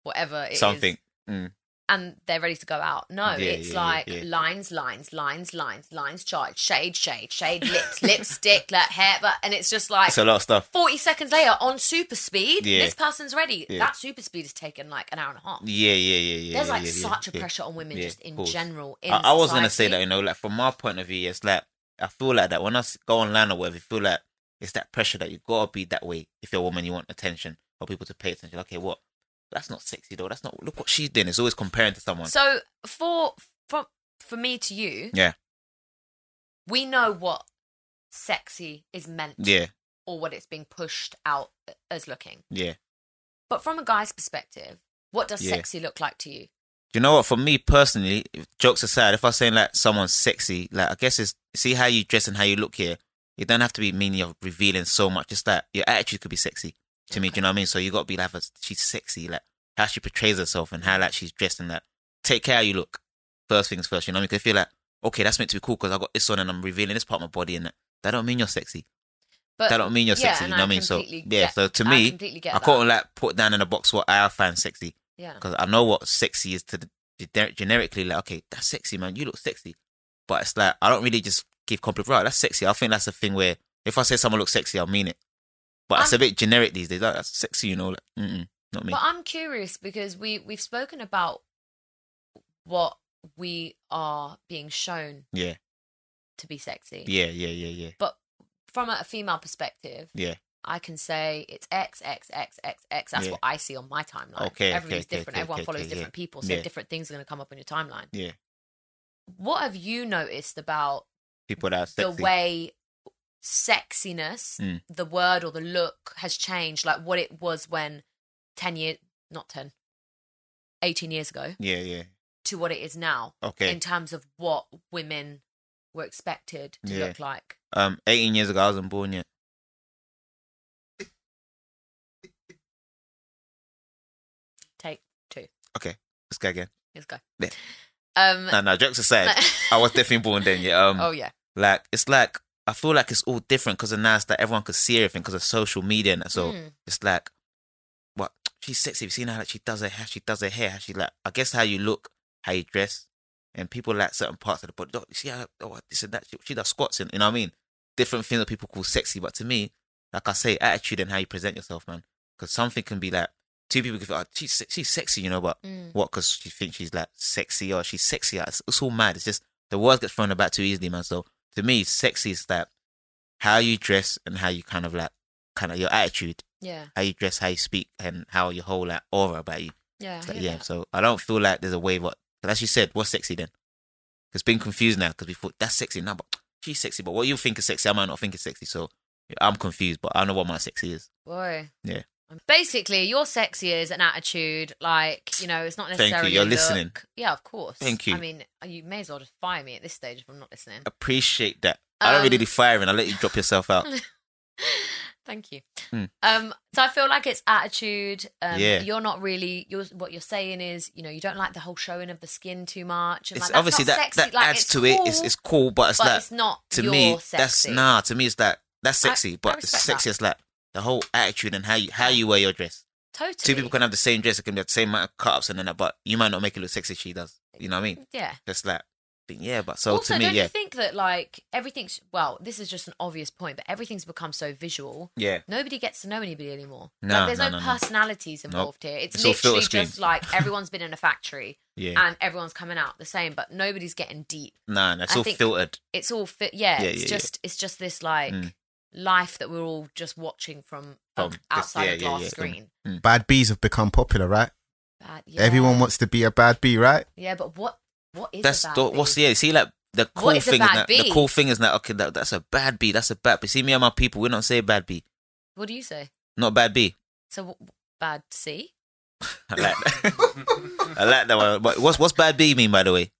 Speaker 3: whatever it is,
Speaker 1: Something.
Speaker 3: and they're ready to go out? No,
Speaker 1: Yeah,
Speaker 3: it's
Speaker 1: yeah, yeah,
Speaker 3: like
Speaker 1: yeah.
Speaker 3: lines, lines, lines, lines, lines, chart, shade, shade, shade, lips, lipstick, like hair, but and it's just like
Speaker 1: It's a lot of stuff.
Speaker 3: 40 seconds later on super speed,
Speaker 1: Yeah.
Speaker 3: this person's ready.
Speaker 1: Yeah.
Speaker 3: That super speed has taken like an hour and a half
Speaker 1: Yeah, yeah, yeah, yeah.
Speaker 3: there's
Speaker 1: yeah,
Speaker 3: like
Speaker 1: yeah, yeah,
Speaker 3: such a
Speaker 1: yeah.
Speaker 3: pressure on women
Speaker 1: Yeah,
Speaker 3: just
Speaker 1: of
Speaker 3: in
Speaker 1: course.
Speaker 3: general. In
Speaker 1: I, I was gonna say that,
Speaker 3: society.
Speaker 1: you know, like from my point of view, it's like I feel like that when I s- go online or whatever, you feel like it's that pressure that you gotta be that way if you're a woman, you want attention or people to pay attention. Okay, what? That's not sexy though. That's not. Look what she's doing. It's always comparing to someone.
Speaker 3: So for from for me to you,
Speaker 1: Yeah.
Speaker 3: we know what sexy is meant
Speaker 1: yeah,
Speaker 3: or what it's being pushed out as looking.
Speaker 1: yeah.
Speaker 3: But from a guy's perspective, what does
Speaker 1: Yeah.
Speaker 3: sexy look like to you?
Speaker 1: You know what? For me personally, if- jokes aside, if I'm saying like someone's sexy, like I guess it's see how you dress and how you look here. You don't have to be meaning of revealing so much. Just that your attitude could be sexy to me. Do you know what I mean? So you got to be like, a, she's sexy, like how she portrays herself and how like she's dressed and that. Take care how you look. First things first. You know what I mean? 'Cause I feel like okay, that's meant to be cool because I got this on and I'm revealing this part of my body and that. That don't mean you're sexy.
Speaker 3: But
Speaker 1: that don't mean you're
Speaker 3: Uh, yeah,
Speaker 1: sexy.
Speaker 3: and
Speaker 1: You know what I
Speaker 3: I
Speaker 1: mean? So
Speaker 3: completely
Speaker 1: yeah.
Speaker 3: get-
Speaker 1: So to
Speaker 3: I
Speaker 1: me,
Speaker 3: completely get
Speaker 1: I
Speaker 3: that.
Speaker 1: can't like put down in a box what I find sexy
Speaker 3: yeah.
Speaker 1: because I know what sexy is to the gener- generically. Like, okay, that's sexy, man. You look sexy, but it's like I don't really just give compliments. Right, that's sexy. I think that's the thing where if I say someone looks sexy, I mean it. But it's a
Speaker 3: I'm-
Speaker 1: bit generic these days. Like, that's sexy, you know. Like, mm-mm, not me.
Speaker 3: Um, But I'm curious because we we've spoken about what we are being shown
Speaker 1: Yeah.
Speaker 3: to be sexy.
Speaker 1: yeah, yeah, yeah, yeah.
Speaker 3: But from a female perspective,
Speaker 1: Yeah.
Speaker 3: I can say it's X, X, X, X, X. That's
Speaker 1: Yeah.
Speaker 3: what I see on my timeline.
Speaker 1: Okay, okay,
Speaker 3: Everybody's
Speaker 1: okay,
Speaker 3: different.
Speaker 1: okay,
Speaker 3: Everyone
Speaker 1: okay,
Speaker 3: follows
Speaker 1: okay,
Speaker 3: different people. So
Speaker 1: Yeah.
Speaker 3: different things are going to come up on your timeline.
Speaker 1: Yeah.
Speaker 3: What have you noticed about
Speaker 1: People that are sexy.
Speaker 3: the way sexiness,
Speaker 1: Mm.
Speaker 3: the word or the look has changed? Like what it was when 10 years, not 10, 18 years ago
Speaker 1: yeah, yeah.
Speaker 3: to what it is now
Speaker 1: Okay.
Speaker 3: in terms of what women were expected to
Speaker 1: Yeah.
Speaker 3: look like.
Speaker 1: um, 18 years ago, I wasn't born yet.
Speaker 3: Take two.
Speaker 1: Let's go again.
Speaker 3: Let's go.
Speaker 1: Yeah.
Speaker 3: Um,
Speaker 1: No, no, jokes aside, I was definitely born then. Yeah. Um,
Speaker 3: oh yeah.
Speaker 1: Like it's like I feel like it's all different because now it's like everyone could see everything because of social media and that. So
Speaker 3: Mm.
Speaker 1: it's like, what she's sexy. Have you seen how like she does her hair? She does her hair. How she like? I guess how you look, how you dress, and people like certain parts of the body. Oh, you see how oh this and that. She, she does squats and you know what I mean. Different things that people call sexy, but to me, like I say, attitude and how you present yourself, man. Because something can be like two people can feel, oh, she's se- she's sexy, you know, but
Speaker 3: Mm.
Speaker 1: what? Because she thinks she's like sexy or she's sexy. Like, It's, it's all mad. It's just the words get thrown about too easily, man. So to me, sexy is that how you dress and how you kind of like kind of your attitude,
Speaker 3: Yeah.
Speaker 1: how you dress, how you speak, and how your whole like aura about you.
Speaker 3: Yeah. I
Speaker 1: It's like,
Speaker 3: hear
Speaker 1: yeah.
Speaker 3: that.
Speaker 1: So I don't feel like there's a way. What? But as you said, what's sexy then? It's been confused now because we thought that's sexy now, but she's sexy. But what you think is sexy, I might not think is sexy. So I'm confused, but I know what my sexy is.
Speaker 3: Boy. Um,
Speaker 1: Yeah.
Speaker 3: Basically, your sexy is an attitude. Like you know, it's not
Speaker 1: Thank you,
Speaker 3: necessarily.
Speaker 1: you're
Speaker 3: look.
Speaker 1: listening.
Speaker 3: Yeah, of course.
Speaker 1: Thank you.
Speaker 3: I mean, you may as well just fire me at this stage if I'm not listening.
Speaker 1: Appreciate that. I don't really
Speaker 3: Um,
Speaker 1: do firing. I let you drop yourself out.
Speaker 3: Thank you.
Speaker 1: Mm.
Speaker 3: Um, so I feel like it's attitude. Um,
Speaker 1: Yeah.
Speaker 3: You're not really. You're what you're saying is you know you don't like the whole showing of the skin too much. And
Speaker 1: it's
Speaker 3: like, that's
Speaker 1: obviously
Speaker 3: not
Speaker 1: that
Speaker 3: sexy.
Speaker 1: that
Speaker 3: like,
Speaker 1: adds
Speaker 3: it's
Speaker 1: to
Speaker 3: cool,
Speaker 1: it. It's it's cool, but it's
Speaker 3: but
Speaker 1: like
Speaker 3: it's not
Speaker 1: to
Speaker 3: your
Speaker 1: me that's
Speaker 3: sexy.
Speaker 1: nah. To me, it's that that's
Speaker 3: I-
Speaker 1: sexy,
Speaker 3: I
Speaker 1: but it's
Speaker 3: respect
Speaker 1: sexy
Speaker 3: that.
Speaker 1: is like the whole attitude and how you how you wear your dress.
Speaker 3: totally.
Speaker 1: Two people can have the same dress, it can be the same amount of cut ups and then that, but you might not make it look sexy. as She does. You know what I mean?
Speaker 3: Yeah.
Speaker 1: Just like but yeah, but so
Speaker 3: also,
Speaker 1: to me,
Speaker 3: don't
Speaker 1: yeah,
Speaker 3: you think that like everything's well, this is just an obvious point, but everything's become so visual.
Speaker 1: yeah.
Speaker 3: Nobody gets to know anybody anymore.
Speaker 1: No,
Speaker 3: like, there's
Speaker 1: no,
Speaker 3: no,
Speaker 1: no, no.
Speaker 3: personalities involved here. It's,
Speaker 1: It's all filter
Speaker 3: literally just
Speaker 1: screens.
Speaker 3: like everyone's been in a factory
Speaker 1: Yeah,
Speaker 3: and everyone's coming out the same, but nobody's getting deep.
Speaker 1: nah, nah, it's
Speaker 3: I
Speaker 1: all
Speaker 3: think-
Speaker 1: filtered.
Speaker 3: It's all fit. Yeah,
Speaker 1: Yeah,
Speaker 3: it's
Speaker 1: yeah, yeah.
Speaker 3: just it's just this like
Speaker 1: Mm.
Speaker 3: life that we're all just watching from,
Speaker 1: From
Speaker 3: from
Speaker 1: just-
Speaker 3: outside
Speaker 1: yeah,
Speaker 3: a
Speaker 1: yeah,
Speaker 3: glass
Speaker 1: yeah, mm.
Speaker 3: screen.
Speaker 5: Bad bees have become popular, right?
Speaker 3: But, yeah.
Speaker 5: Everyone wants to be a bad bee, right?
Speaker 3: Yeah, but what what is
Speaker 1: That's
Speaker 3: a bad
Speaker 1: the, what's
Speaker 3: thing?
Speaker 1: yeah. See, like the cool
Speaker 3: What is a
Speaker 1: thing is
Speaker 3: bad
Speaker 1: that the
Speaker 3: bee?
Speaker 1: cool thing is that okay, that, that's a bad B. That's a bad. But see, me and my people, we don't say bad B,
Speaker 3: What do you say?
Speaker 1: not bad B.
Speaker 3: So w- bad C?
Speaker 1: I like that. I like that one. But what's what's bad B mean by the way?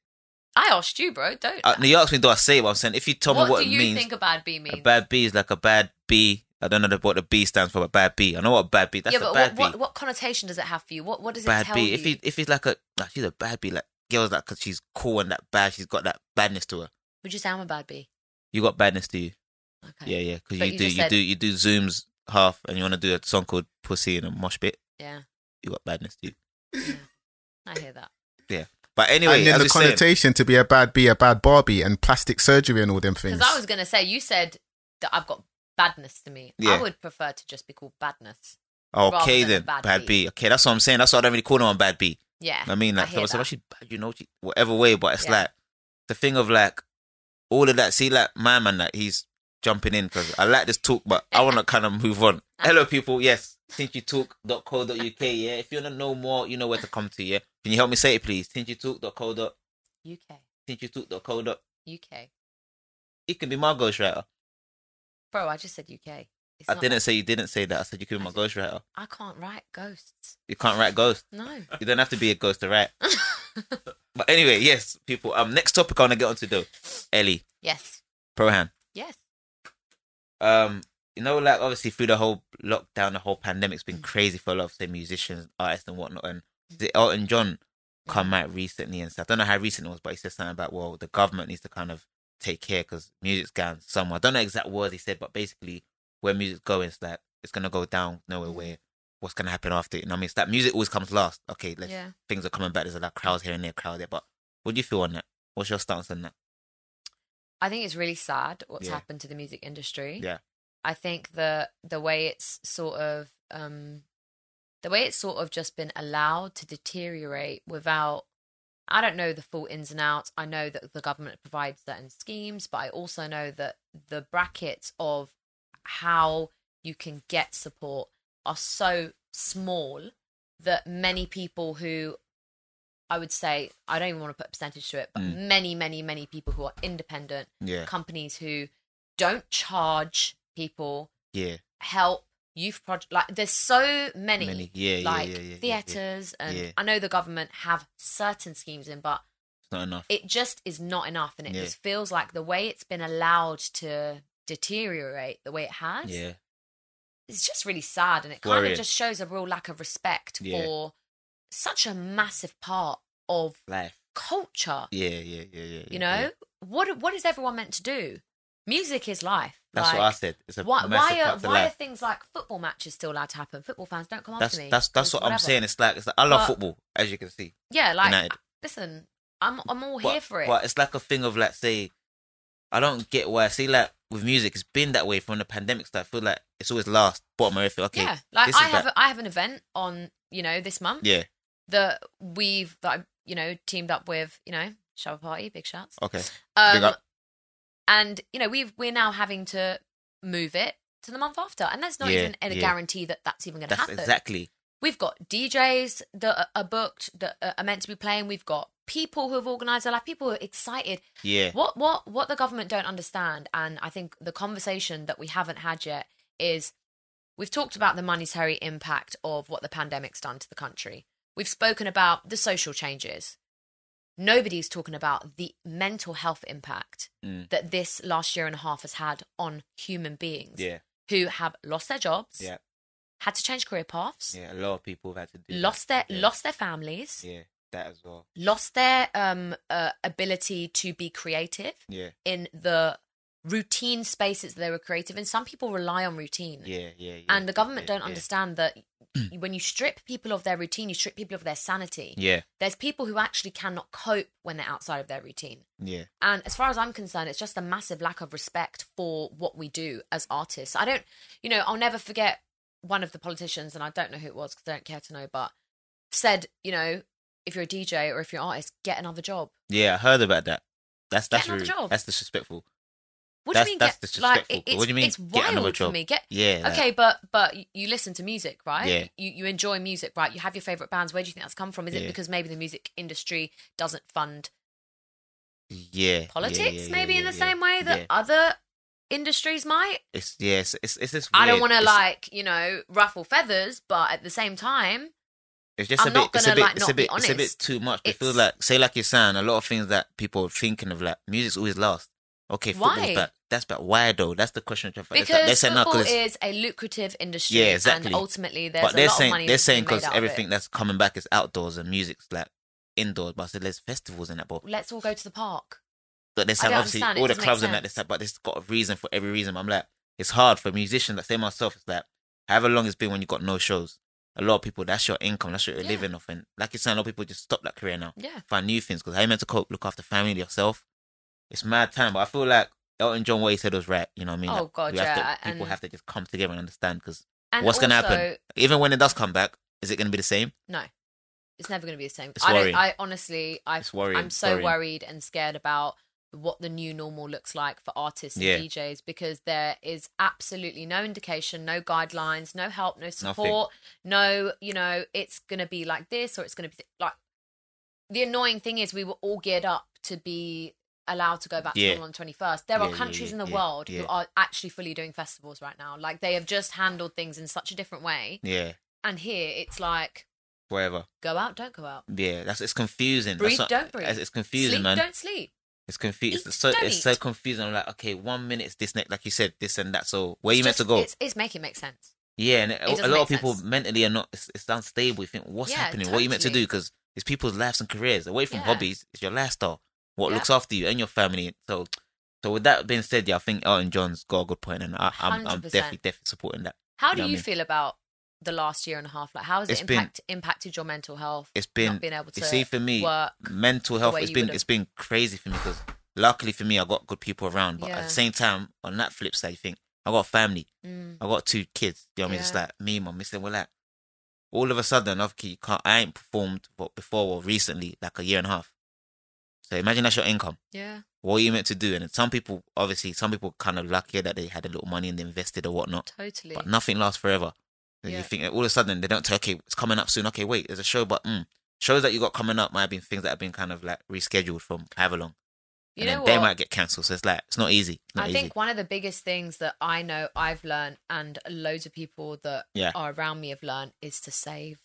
Speaker 3: I asked you, bro. Don't.
Speaker 1: Uh, you asked me, do I say it? But I'm saying if you tell me what
Speaker 3: do
Speaker 1: it
Speaker 3: you
Speaker 1: means,
Speaker 3: think a bad B means?
Speaker 1: a bad B is like a bad B. I don't know the- what the B stands for, but bad B. I know what a bad B. That's
Speaker 3: yeah, but
Speaker 1: a bad
Speaker 3: what,
Speaker 1: B.
Speaker 3: what what connotation does it have for you? What what does it
Speaker 1: bad
Speaker 3: tell
Speaker 1: B.
Speaker 3: you?
Speaker 1: If you if it's like a like, she's a bad B, like girls like because she's cool and that bad, she's got that badness to her.
Speaker 3: Would you say I'm a bad B?
Speaker 1: You got badness to you.
Speaker 3: Okay.
Speaker 1: Yeah, yeah. Because
Speaker 3: But
Speaker 1: you,
Speaker 3: you
Speaker 1: do
Speaker 3: just
Speaker 1: you
Speaker 3: said-
Speaker 1: do you do zooms half, and you want to do a song called Pussy in a mosh bit.
Speaker 3: Yeah,
Speaker 1: You got badness to you.
Speaker 3: I hear that.
Speaker 1: But anyway,
Speaker 5: and then
Speaker 1: as
Speaker 5: the
Speaker 1: you're saying-
Speaker 5: connotation to be a bad bee, a bad Barbie, and plastic surgery and all them things.
Speaker 3: Because I was gonna say you said that I've got badness to me.
Speaker 1: Yeah.
Speaker 3: I would prefer to just be called badness.
Speaker 1: okay
Speaker 3: rather than
Speaker 1: then,
Speaker 3: a bad
Speaker 1: bad
Speaker 3: B.
Speaker 1: B. Okay, that's what I'm saying. That's why I don't really call them a bad B.
Speaker 3: Yeah.
Speaker 1: I mean, like,
Speaker 3: I
Speaker 1: someone
Speaker 3: hear
Speaker 1: said,
Speaker 3: that.
Speaker 1: well, she, bad, you know, she, whatever way, but it's
Speaker 3: Yeah.
Speaker 1: like the thing of like all of that. See, like, my man, like, he's jumping in because I like this talk, but I want to kind of move on. Hello, people. Yes, tintytalk.co.uk. Yeah, if you want to know more, you know where to come to. Yeah, can you help me say it, please? tintytalk.co.
Speaker 3: UK.
Speaker 1: tintytalk.co.
Speaker 3: UK.
Speaker 1: It can be my ghostwriter.
Speaker 3: Bro, I just said UK. It's
Speaker 1: I
Speaker 3: not-
Speaker 1: didn't say you didn't say that. I said you could be my ghostwriter.
Speaker 3: I can't write ghosts.
Speaker 1: You can't write ghosts.
Speaker 3: No.
Speaker 1: You don't have to be a ghost to write. But anyway, yes, people. Um, next topic I want to get onto though, Ellie
Speaker 3: yes.
Speaker 1: Prohan.
Speaker 3: Yes.
Speaker 1: um you know like obviously through the whole lockdown the whole pandemic's been crazy for a lot of say musicians artists and whatnot and
Speaker 3: Mm.
Speaker 1: the elton john come out recently and stuff i don't know how recent it was but he said something about well the government needs to kind of take care because music's gone somewhere i don't know exact words he said but basically where music's going it's like it's gonna go down
Speaker 3: Mm.
Speaker 1: nowhere where what's gonna happen after it you know what i mean it's like music always comes last okay let's,
Speaker 3: Yeah.
Speaker 1: things are coming back there's a lot of crowds here and there crowd there but what do you feel on that what's your stance on that
Speaker 3: I think it's really sad what's
Speaker 1: Yeah.
Speaker 3: happened to the music industry.
Speaker 1: Yeah.
Speaker 3: I think the the way it's sort of um the way it's sort of just been allowed to deteriorate without I don't know the full ins and outs. I know that the government provides certain schemes, but I also know that the brackets of how you can get support are so small that many people who I would say I don't even want to put a percentage to it, but
Speaker 1: Mm.
Speaker 3: many, many, many people who are independent
Speaker 1: yeah
Speaker 3: companies who don't charge people
Speaker 1: yeah
Speaker 3: help youth project like there's so many,
Speaker 1: Many. Yeah, yeah,
Speaker 3: like
Speaker 1: yeah, yeah, yeah, yeah.
Speaker 3: theaters and
Speaker 1: Yeah.
Speaker 3: i know the government have certain schemes in but
Speaker 1: it's not enough
Speaker 3: it just is not enough and it
Speaker 1: Yeah.
Speaker 3: just feels like the way it's been allowed to deteriorate the way it has
Speaker 1: yeah
Speaker 3: it's just really sad and it kind
Speaker 1: Worrying.
Speaker 3: of just shows a real lack of respect
Speaker 1: Yeah.
Speaker 3: for such a massive part of
Speaker 1: life
Speaker 3: culture
Speaker 1: Yeah, yeah, yeah, yeah. yeah,
Speaker 3: you know
Speaker 1: yeah.
Speaker 3: what what is everyone meant to do Music is life.
Speaker 1: That's
Speaker 3: like,
Speaker 1: what I said. It's a
Speaker 3: Why,
Speaker 1: massive
Speaker 3: why, are,
Speaker 1: part to
Speaker 3: why are
Speaker 1: life.
Speaker 3: things like football matches still allowed to happen? Football fans don't come
Speaker 1: That's
Speaker 3: after me.
Speaker 1: that's that's
Speaker 3: because
Speaker 1: what I'm
Speaker 3: whatever.
Speaker 1: saying. It's like it's like I love
Speaker 3: But-
Speaker 1: football, as you can see.
Speaker 3: Yeah, like
Speaker 1: United.
Speaker 3: listen, I'm I'm all here
Speaker 1: but,
Speaker 3: for it.
Speaker 1: But it's like a thing of like say, I don't get why. See, like with music, it's been that way from the pandemic. So I feel like it's always last bottom of everything. Okay,
Speaker 3: yeah, like
Speaker 1: this is
Speaker 3: I have
Speaker 1: that-
Speaker 3: a, I have an event on you know this month
Speaker 1: yeah,
Speaker 3: that we've that I, you know teamed up with you know shower party big shots.
Speaker 1: okay. Oh, Big
Speaker 3: Um,
Speaker 1: up.
Speaker 3: and you know we've we're now having to move it to the month after, and that's not
Speaker 1: Yeah,
Speaker 3: even a
Speaker 1: yeah.
Speaker 3: guarantee that that's even going to
Speaker 1: That's
Speaker 3: happen.
Speaker 1: exactly
Speaker 3: We've got DJs that are- are booked that are are meant to be playing. We've got people who have organised their life. People who are excited.
Speaker 1: yeah.
Speaker 3: What what what the government don't understand, and I think the conversation that we haven't had yet is we've talked about the monetary impact of what the pandemic's done to the country. We've spoken about the social changes. Nobody's talking about the mental health impact
Speaker 1: Mm.
Speaker 3: that this last year and a half has had on human beings
Speaker 1: Yeah,
Speaker 3: who have lost their jobs,
Speaker 1: yeah,
Speaker 3: had to change career paths,
Speaker 1: yeah. A lot of people have had to do that.
Speaker 3: lost their
Speaker 1: yeah.
Speaker 3: lost their families,
Speaker 1: Yeah, that as well.
Speaker 3: lost their um, uh, ability to be creative
Speaker 1: Yeah,
Speaker 3: in the routine spaces that they were creative in. Some people rely on routine.
Speaker 1: yeah, yeah. yeah
Speaker 3: and the government
Speaker 1: yeah,
Speaker 3: don't
Speaker 1: yeah.
Speaker 3: understand that when you strip people of their routine, you strip people of their sanity.
Speaker 1: Yeah,
Speaker 3: There's people who actually cannot cope when they're outside of their routine.
Speaker 1: yeah.
Speaker 3: And as far as I'm concerned, it's just a massive lack of respect for what we do as artists. I don't, you know, I'll never forget one of the politicians, and I don't know who it was because I don't care to know, but said, you know, if you're a DJ or if you're an artist, get another job.
Speaker 1: Yeah, I heard about that. That's that's
Speaker 3: another
Speaker 1: rude.
Speaker 3: job.
Speaker 1: That's disrespectful.
Speaker 3: What
Speaker 1: that's
Speaker 3: do you mean?
Speaker 1: that's
Speaker 3: get, like,
Speaker 1: disrespectful.
Speaker 3: it- it's,
Speaker 1: what do you mean?
Speaker 3: It's wild
Speaker 1: get another
Speaker 3: for
Speaker 1: job.
Speaker 3: me. Get
Speaker 1: Yeah. like,
Speaker 3: Okay, but but y- you listen to music, right?
Speaker 1: Yeah.
Speaker 3: You you enjoy music, right? You have your favorite bands. Where do you think that's come from? Is it
Speaker 1: Yeah.
Speaker 3: because maybe the music industry doesn't fund
Speaker 1: yeah. yeah,
Speaker 3: politics,
Speaker 1: yeah, yeah,
Speaker 3: maybe in
Speaker 1: yeah,
Speaker 3: the
Speaker 1: yeah.
Speaker 3: same way that
Speaker 1: Yeah.
Speaker 3: other industries might?
Speaker 1: It's yeah. It's it's, it's this.
Speaker 3: I don't
Speaker 1: weird-
Speaker 3: want to
Speaker 1: it's-
Speaker 3: like you know ruffle feathers, but at the same time,
Speaker 1: It's just
Speaker 3: I'm
Speaker 1: a bit.
Speaker 3: not
Speaker 1: It's a
Speaker 3: gonna,
Speaker 1: bit.
Speaker 3: like,
Speaker 1: It's a
Speaker 3: not be
Speaker 1: bit. It's a bit
Speaker 3: honest.
Speaker 1: too much. It feels
Speaker 3: It's-
Speaker 1: like say like you're saying a lot of things that people are thinking of like music's always last. Okay, football's
Speaker 3: Why?
Speaker 1: back. That's back. Why though? That's the question. Because
Speaker 3: because
Speaker 1: they said no,
Speaker 3: football
Speaker 1: 'cause-
Speaker 3: is a lucrative industry,
Speaker 1: Yeah, exactly.
Speaker 3: and ultimately there's
Speaker 1: but
Speaker 3: a
Speaker 1: they're
Speaker 3: lot
Speaker 1: saying
Speaker 3: of money.
Speaker 1: they're
Speaker 3: that's
Speaker 1: saying
Speaker 3: being made
Speaker 1: because
Speaker 3: out of it.
Speaker 1: everything that's coming back is outdoors and music's like indoors. But I said there's festivals in that ball.
Speaker 3: Let's all go to the park.
Speaker 1: But they're
Speaker 3: I
Speaker 1: saying
Speaker 3: don't
Speaker 1: obviously
Speaker 3: understand, it
Speaker 1: all the
Speaker 3: doesn't make
Speaker 1: clubs and that. They
Speaker 3: sense.
Speaker 1: said, but it's got a reason for every reason. I'm like, it's hard for musicians. Like say myself, it's like however long it's been when you got no shows. A lot of people, that's your income. That's what you're
Speaker 3: Yeah.
Speaker 1: living off. And like you're saying, a lot of people just stop that career now.
Speaker 3: Yeah,
Speaker 1: find new things because how you meant to cope, look after family, yourself. It's mad time, but I feel like Elton John, what he said was right. You know what I mean?
Speaker 3: Oh,
Speaker 1: Like,
Speaker 3: God,
Speaker 1: we have
Speaker 3: yeah,
Speaker 1: To, people
Speaker 3: and-
Speaker 1: have to just come together and understand because
Speaker 3: and
Speaker 1: what's going to
Speaker 3: also-
Speaker 1: happen? Even when it does come back, is it going to be the same?
Speaker 3: No, it's never going to be the same.
Speaker 1: It's
Speaker 3: I don't.
Speaker 1: worrying.
Speaker 3: I honestly, I,
Speaker 1: It's worrying,
Speaker 3: I'm so
Speaker 1: worrying.
Speaker 3: worried and scared about what the new normal looks like for artists and
Speaker 1: Yeah.
Speaker 3: DJs because there is absolutely no indication, no guidelines, no help, no support, no. You know, it's going to be like this or it's going to be like. The annoying thing is, we were all geared up to be allowed to go back
Speaker 1: Yeah.
Speaker 3: to normal on the 21st. There
Speaker 1: Yeah,
Speaker 3: are
Speaker 1: yeah,
Speaker 3: countries
Speaker 1: yeah,
Speaker 3: in the
Speaker 1: yeah,
Speaker 3: world
Speaker 1: yeah.
Speaker 3: who are actually fully doing festivals right now. Like they have just handled things in such a different way.
Speaker 1: Yeah,
Speaker 3: And here it's like
Speaker 1: whatever.
Speaker 3: go out, don't go out.
Speaker 1: Yeah, that's it's confusing.
Speaker 3: Breathe,
Speaker 1: that's what-
Speaker 3: don't breathe.
Speaker 1: It's, it's confusing,
Speaker 3: sleep,
Speaker 1: man.
Speaker 3: don't sleep.
Speaker 1: It's confusing.
Speaker 3: eat,
Speaker 1: It's so
Speaker 3: don't
Speaker 1: it's so
Speaker 3: eat.
Speaker 1: confusing. I'm like, okay, one minute it's this next, like you said, this and that. So where you
Speaker 3: It's
Speaker 1: meant to
Speaker 3: just-
Speaker 1: go?
Speaker 3: It's, it's making it make sense.
Speaker 1: Yeah, and a- a
Speaker 3: doesn't
Speaker 1: lot
Speaker 3: make
Speaker 1: of people
Speaker 3: sense.
Speaker 1: mentally are not. It's, it's unstable. You think, what's
Speaker 3: Yeah,
Speaker 1: happening? What are you meant to do?
Speaker 3: totally.
Speaker 1: Because it's people's lives and careers. Away from
Speaker 3: Yeah.
Speaker 1: hobbies, it's your lifestyle. What
Speaker 3: Yeah.
Speaker 1: looks after you and your family. So, so with that being said, yeah, I think Elton John's got a good point, and I, I'm, I'm
Speaker 3: 100%.
Speaker 1: definitely, definitely supporting that.
Speaker 3: How do
Speaker 1: know what I
Speaker 3: you
Speaker 1: mean?
Speaker 3: feel about the last year and a half? Like, how has
Speaker 1: It's
Speaker 3: it
Speaker 1: been-
Speaker 3: impact, impacted your mental health?
Speaker 1: It's been,
Speaker 3: not being able to
Speaker 1: you see, for me,
Speaker 3: work.
Speaker 1: mental health.
Speaker 3: way
Speaker 1: It's
Speaker 3: you
Speaker 1: been,
Speaker 3: would've-
Speaker 1: it's been crazy for me because luckily for me, I got good people around. But at
Speaker 3: Yeah.
Speaker 1: the same time, on that flip side, you think I got a family.
Speaker 3: Mm,
Speaker 1: I got two kids. You know what I mean? It's
Speaker 3: Yeah.
Speaker 1: like me, and my miss, and we're like, all of a sudden, obviously, you can't, I ain't performed what before or recently, like a year and a half. So imagine that's your income.
Speaker 3: yeah,
Speaker 1: What are you meant to do? And some people, obviously, some people kind of lucky that they had a little money and they invested or whatnot,
Speaker 3: totally.
Speaker 1: but nothing lasts forever. And
Speaker 3: Yeah.
Speaker 1: You think all of a sudden they don't tell, okay, it's coming up soon. Okay, wait, there's a show, but mm, shows that you got coming up might have been things that have been kind of like rescheduled from however long. and
Speaker 3: you know
Speaker 1: then
Speaker 3: what?
Speaker 1: they might get cancelled. So it's like, it's not easy. It's not
Speaker 3: I
Speaker 1: easy.
Speaker 3: think one of the biggest things that I know I've learned, and loads of people that
Speaker 1: Yeah.
Speaker 3: are around me have learned, is to save.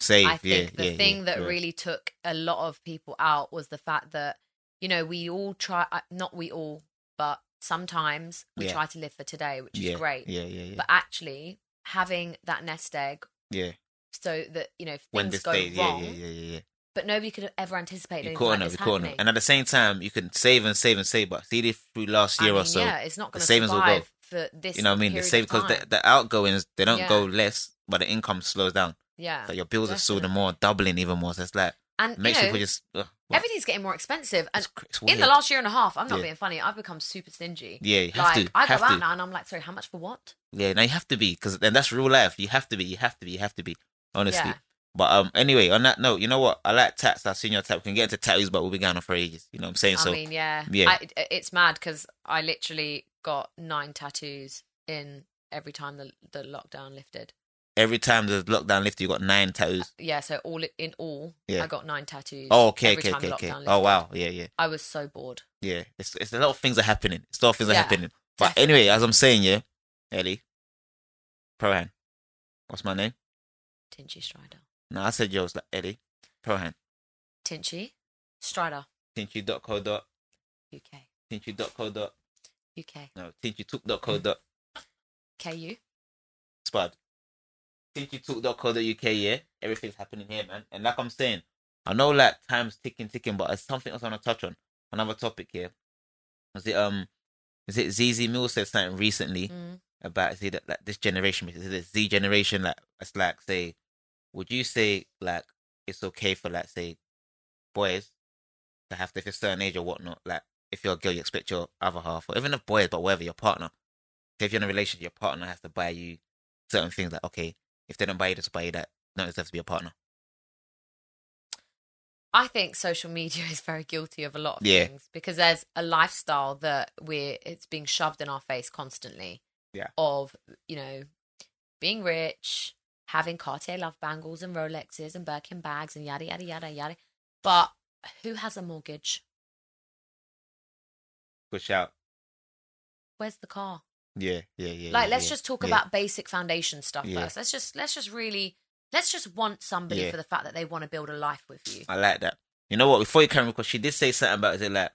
Speaker 1: Save,
Speaker 3: I
Speaker 1: yeah,
Speaker 3: think the
Speaker 1: yeah,
Speaker 3: thing
Speaker 1: yeah,
Speaker 3: that
Speaker 1: yeah.
Speaker 3: really took a lot of people out was the fact that, you know, we all try, uh, not we all, but sometimes we
Speaker 1: Yeah.
Speaker 3: try to live for today, which is
Speaker 1: yeah,
Speaker 3: great.
Speaker 1: Yeah, yeah, yeah.
Speaker 3: but actually having that nest egg
Speaker 1: yeah.
Speaker 3: so that you know if
Speaker 1: when
Speaker 3: things
Speaker 1: this
Speaker 3: go
Speaker 1: day, yeah,
Speaker 3: wrong
Speaker 1: yeah, yeah, yeah, yeah.
Speaker 3: but nobody could have ever anticipated
Speaker 1: You
Speaker 3: anything
Speaker 1: caught
Speaker 3: like
Speaker 1: on him,
Speaker 3: this
Speaker 1: you caught on
Speaker 3: happening.
Speaker 1: him. And at the same time, you can save and save and save, but see this through last
Speaker 3: I
Speaker 1: year
Speaker 3: mean,
Speaker 1: or so.
Speaker 3: yeah, it's not going
Speaker 1: the
Speaker 3: to
Speaker 1: savings
Speaker 3: survive
Speaker 1: will go.
Speaker 3: for this.
Speaker 1: you know what I mean? The
Speaker 3: period of
Speaker 1: save because the,
Speaker 3: time.
Speaker 1: the outgoings they don't
Speaker 3: Yeah.
Speaker 1: go less, but the income slows down.
Speaker 3: yeah,
Speaker 1: Like your bills are still the more doubling even more. So it's like
Speaker 3: and
Speaker 1: makes
Speaker 3: you know,
Speaker 1: people just ugh, well,
Speaker 3: everything's getting more expensive. And
Speaker 1: it's cr- it's
Speaker 3: in the
Speaker 1: weird.
Speaker 3: last year and a half, I'm not
Speaker 1: Yeah.
Speaker 3: being funny. I've become super stingy.
Speaker 1: yeah, you have
Speaker 3: like
Speaker 1: to,
Speaker 3: I go
Speaker 1: have
Speaker 3: out
Speaker 1: to.
Speaker 3: now and I'm like, sorry, how much for what?
Speaker 1: Yeah, now you have to be because then that's real life. You have to be. You have to be. You have to be. Honestly.
Speaker 3: Yeah.
Speaker 1: But um, anyway, on that note, you know what? I like tats. I've seen your tat. We can get into tattoos, but we'll be going on for ages. You know what I'm saying? so
Speaker 3: I mean, yeah,
Speaker 1: yeah.
Speaker 3: I, it- it's mad because I literally got nine tattoos in every time the the lockdown lifted.
Speaker 1: every time there's lockdown lifted, you got nine tattoos.
Speaker 3: Yeah, so all in all,
Speaker 1: Yeah.
Speaker 3: I got nine tattoos.
Speaker 1: Oh, okay,
Speaker 3: every
Speaker 1: okay,
Speaker 3: time
Speaker 1: okay,
Speaker 3: the
Speaker 1: okay.
Speaker 3: lockdown
Speaker 1: Oh
Speaker 3: lifted.
Speaker 1: wow, yeah, yeah,
Speaker 3: I was so bored.
Speaker 1: yeah. It's it's a lot of things are happening. It's a lot of things are
Speaker 3: Yeah,
Speaker 1: happening. But anyway, as I'm saying, yeah, Ellie, Prohan, what's my name?
Speaker 3: Tinchy Strider.
Speaker 1: No, I said yours, like Ellie, Prohan,
Speaker 3: Tinchy Strider.
Speaker 1: Tinchy dot co dot
Speaker 3: UK.
Speaker 1: Tinchy dot co dot
Speaker 3: UK.
Speaker 1: no Tinchy Talk dot co dot
Speaker 3: KU.
Speaker 1: Spud. TinkyTalk.co.uk, yeah. Everything's happening here, man. And like I'm saying, I know like time's ticking, ticking, but there's something else I want to touch on. Another topic here. Was it um is it ZZ Mills said something recently
Speaker 3: Mm.
Speaker 1: about see that like this generation, is it Z generation like it's like say would you say like it's okay for like say boys to have to if you're a certain age or whatnot, like if you're a girl you expect your other half or even if boys, but whatever, your partner. say If you're in a relationship, your partner has to buy you certain things like okay, if they don't buy you this, buy you that, don't deserve to be a partner.
Speaker 3: I think social media is very guilty of a lot of
Speaker 1: Yeah.
Speaker 3: things because there's a lifestyle that we're it's being shoved in our face constantly.
Speaker 1: Yeah.
Speaker 3: Of you know, being rich, having Cartier love bangles and Rolexes and Birkin bags and yada yada yada yada. But who has a mortgage?
Speaker 1: Good shout.
Speaker 3: Where's the car?
Speaker 1: Yeah, yeah, yeah.
Speaker 3: like
Speaker 1: yeah,
Speaker 3: let's
Speaker 1: yeah,
Speaker 3: just talk
Speaker 1: yeah.
Speaker 3: about basic foundation stuff
Speaker 1: Yeah.
Speaker 3: first. Let's just let's just really let's just want somebody
Speaker 1: Yeah.
Speaker 3: for the fact that they want to build a life with you.
Speaker 1: I like that. You know what? Before you carry on, because she did say something about is it like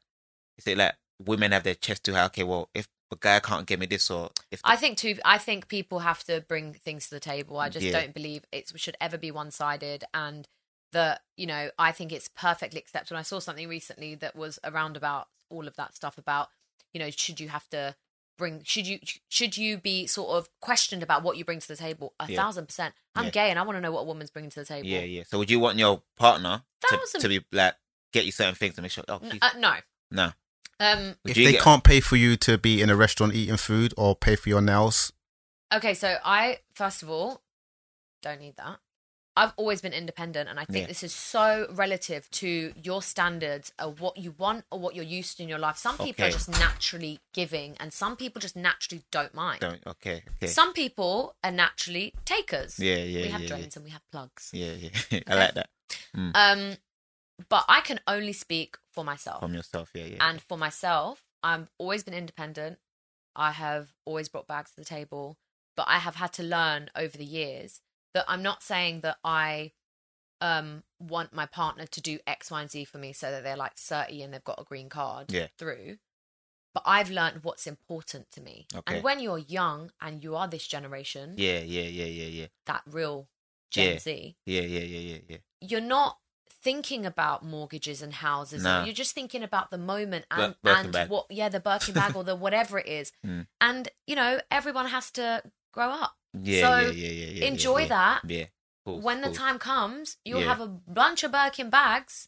Speaker 1: is it like women have their chest too high? Okay, well if a guy can't get me this or if
Speaker 3: I think too. I think people have to bring things to the table. I just
Speaker 1: Yeah.
Speaker 3: don't believe it should ever be one sided, and that you know, I think it's perfectly acceptable. I saw something recently that was around about all of that stuff about you know, should you have to bring? Should you should you be sort of questioned about what you bring to the table? A
Speaker 1: Yeah.
Speaker 3: thousand percent. I'm
Speaker 1: Yeah.
Speaker 3: gay, and I want to know what a woman's bringing to the table.
Speaker 1: Yeah, yeah. So would you want your partner to,
Speaker 3: Thousand-
Speaker 1: to be like get you certain things to make sure oh
Speaker 3: N-
Speaker 1: geez,
Speaker 3: uh, no.
Speaker 1: no.
Speaker 3: Um.
Speaker 1: Would
Speaker 5: if
Speaker 1: you
Speaker 5: they
Speaker 1: get-
Speaker 5: can't pay for you to be in a restaurant eating food or pay for your nails,
Speaker 3: Okay, so I first of all don't need that. I've always been independent, and I think
Speaker 1: Yeah.
Speaker 3: this is so relative to your standards of what you want or what you're used to in your life. Some people are
Speaker 1: Okay.
Speaker 3: just naturally giving, and some people just naturally don't mind.
Speaker 1: don't okay, okay.
Speaker 3: Some people are naturally takers.
Speaker 1: yeah, yeah,
Speaker 3: we have
Speaker 1: yeah, Mm. yeah.
Speaker 3: drains and we have plugs.
Speaker 1: Yeah, yeah. I like that.
Speaker 3: Um, but I can only speak for myself.
Speaker 1: From yourself, yeah, yeah.
Speaker 3: And for myself, I've always been independent. I have always brought bags to the table, but I have had to learn over the years that I'm not saying that I um want my partner to do X, Y, and Z for me so that they're like 30 and they've got a green card
Speaker 1: Yeah.
Speaker 3: through. But I've learned what's important to me.
Speaker 1: Okay.
Speaker 3: And when you're young and you are this generation,
Speaker 1: yeah, yeah, yeah, yeah, yeah.
Speaker 3: that real Gen
Speaker 1: Yeah.
Speaker 3: Z,
Speaker 1: Yeah, yeah, yeah, yeah, yeah.
Speaker 3: you're not thinking about mortgages and houses.
Speaker 1: No.
Speaker 3: You're just thinking about the moment
Speaker 1: Bir-
Speaker 3: and,
Speaker 1: Birkin
Speaker 3: and
Speaker 1: bag.
Speaker 3: what, yeah, the Birkin bag or the whatever it is.
Speaker 1: Mm.
Speaker 3: And, you know, everyone has to grow up.
Speaker 1: Yeah,
Speaker 3: So,
Speaker 1: yeah, yeah, yeah, yeah.
Speaker 3: Enjoy
Speaker 1: yeah,
Speaker 3: that.
Speaker 1: Yeah. yeah. Cool,
Speaker 3: when the
Speaker 1: cool.
Speaker 3: time comes, you'll
Speaker 1: Yeah.
Speaker 3: have a bunch of Birkin bags.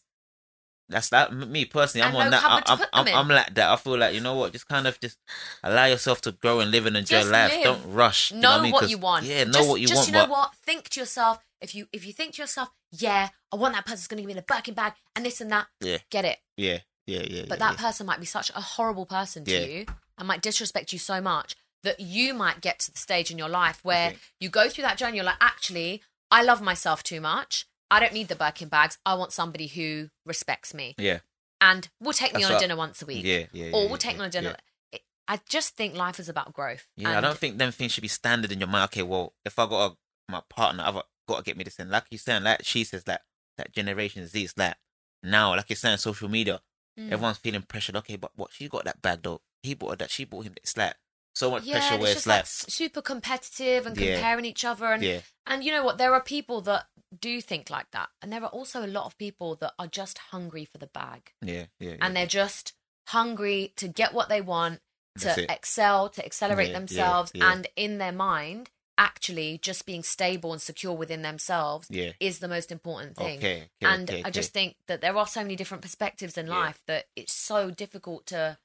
Speaker 1: That's that. m- Me personally, I'm
Speaker 3: And
Speaker 1: on
Speaker 3: no
Speaker 1: that.
Speaker 3: cupboard
Speaker 1: I-
Speaker 3: to
Speaker 1: I'm,
Speaker 3: put them
Speaker 1: I'm,
Speaker 3: in.
Speaker 1: I'm like that. I feel like you know what? Just kind of just allow yourself to grow and live and enjoy
Speaker 3: Just
Speaker 1: life.
Speaker 3: live.
Speaker 1: Don't rush. you
Speaker 3: Know
Speaker 1: I mean?
Speaker 3: what
Speaker 1: 'Cause-
Speaker 3: you want.
Speaker 1: Yeah, know
Speaker 3: just,
Speaker 1: what you
Speaker 3: just
Speaker 1: want.
Speaker 3: you know
Speaker 1: but
Speaker 3: what? Think to yourself, if you if you think to yourself, yeah, I want that person's gonna give me the Birkin bag and this and that,
Speaker 1: Yeah.
Speaker 3: get it.
Speaker 1: Yeah, yeah, yeah.
Speaker 3: But
Speaker 1: yeah,
Speaker 3: that person might be such a horrible person to
Speaker 1: Yeah.
Speaker 3: you and might disrespect you so much that you might get to the stage in your life where
Speaker 1: think-
Speaker 3: you go through that journey. You're like, actually, I love myself too much. I don't need the Birkin bags. I want somebody who respects me
Speaker 1: yeah,
Speaker 3: and will take me
Speaker 1: That's
Speaker 3: on a
Speaker 1: what-
Speaker 3: dinner once a
Speaker 1: yeah,
Speaker 3: week,
Speaker 1: yeah, yeah.
Speaker 3: or
Speaker 1: yeah,
Speaker 3: will take me
Speaker 1: yeah,
Speaker 3: on a dinner.
Speaker 1: yeah.
Speaker 3: It- I just think life is about growth.
Speaker 1: Yeah, I
Speaker 3: and
Speaker 1: don't think them things should be standard in your mind. Okay, well, if I got a, my partner, I've got to get me this. And like you're saying, like she says, like that Generation Z, it's like now, like you're saying, social media,
Speaker 3: Mm.
Speaker 1: everyone's feeling pressured. Okay, but what she got that bag though? He bought her that. She bought him. that. It's like so much
Speaker 3: yeah,
Speaker 1: pressure
Speaker 3: and
Speaker 1: where
Speaker 3: it's
Speaker 1: it's
Speaker 3: just
Speaker 1: like,
Speaker 3: like, s- super competitive and
Speaker 1: Yeah.
Speaker 3: comparing each other, and
Speaker 1: yeah,
Speaker 3: and you know what? There are people that do think like that. And there are also a lot of people that are just hungry for the bag
Speaker 1: Yeah, yeah. yeah.
Speaker 3: and they're just hungry to get what they want,
Speaker 1: That's it.
Speaker 3: to excel, to accelerate
Speaker 1: Yeah, yeah,
Speaker 3: themselves,
Speaker 1: yeah.
Speaker 3: and in their mind, actually just being stable and secure within themselves
Speaker 1: yeah.
Speaker 3: is the most important thing.
Speaker 1: Okay, okay.
Speaker 3: and
Speaker 1: okay,
Speaker 3: I just think that there are so many different perspectives in
Speaker 1: Yeah.
Speaker 3: life that it's so difficult to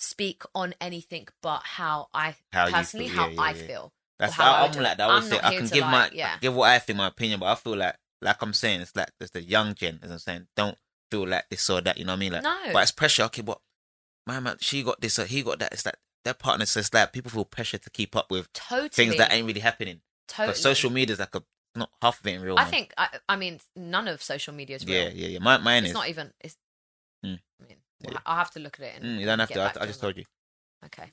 Speaker 3: speak on anything but how I
Speaker 1: How you
Speaker 3: personally
Speaker 1: feel,
Speaker 3: how
Speaker 1: yeah, yeah,
Speaker 3: I
Speaker 1: yeah.
Speaker 3: feel.
Speaker 1: That's
Speaker 3: how I
Speaker 1: how I'm
Speaker 3: do-
Speaker 1: like that. I would
Speaker 3: I'm
Speaker 1: say
Speaker 3: not
Speaker 1: I
Speaker 3: here
Speaker 1: can
Speaker 3: to,
Speaker 1: give
Speaker 3: like,
Speaker 1: my
Speaker 3: yeah.
Speaker 1: give what I think my opinion, but I feel like like I'm saying it's like it's the young gen. As I'm saying, don't feel like this or that. You know what I mean? Like,
Speaker 3: No.
Speaker 1: but it's pressure. Okay, but my man, she got this or he got that. It's like their partner says that people feel pressure to keep up with
Speaker 3: Totally.
Speaker 1: things that ain't really happening.
Speaker 3: totally.
Speaker 1: But social media is like a not half of it in real.
Speaker 3: I
Speaker 1: man.
Speaker 3: think I, I mean none of social media is real.
Speaker 1: Yeah, yeah, yeah. My, mine
Speaker 3: it's
Speaker 1: is.
Speaker 3: not even. It's,
Speaker 1: Mm.
Speaker 3: I mean, we'll
Speaker 1: Yeah.
Speaker 3: ha- I'll have to look at it. And
Speaker 1: Mm, you don't have
Speaker 3: get
Speaker 1: to. I,
Speaker 3: back
Speaker 1: I just
Speaker 3: on
Speaker 1: told you.
Speaker 3: that.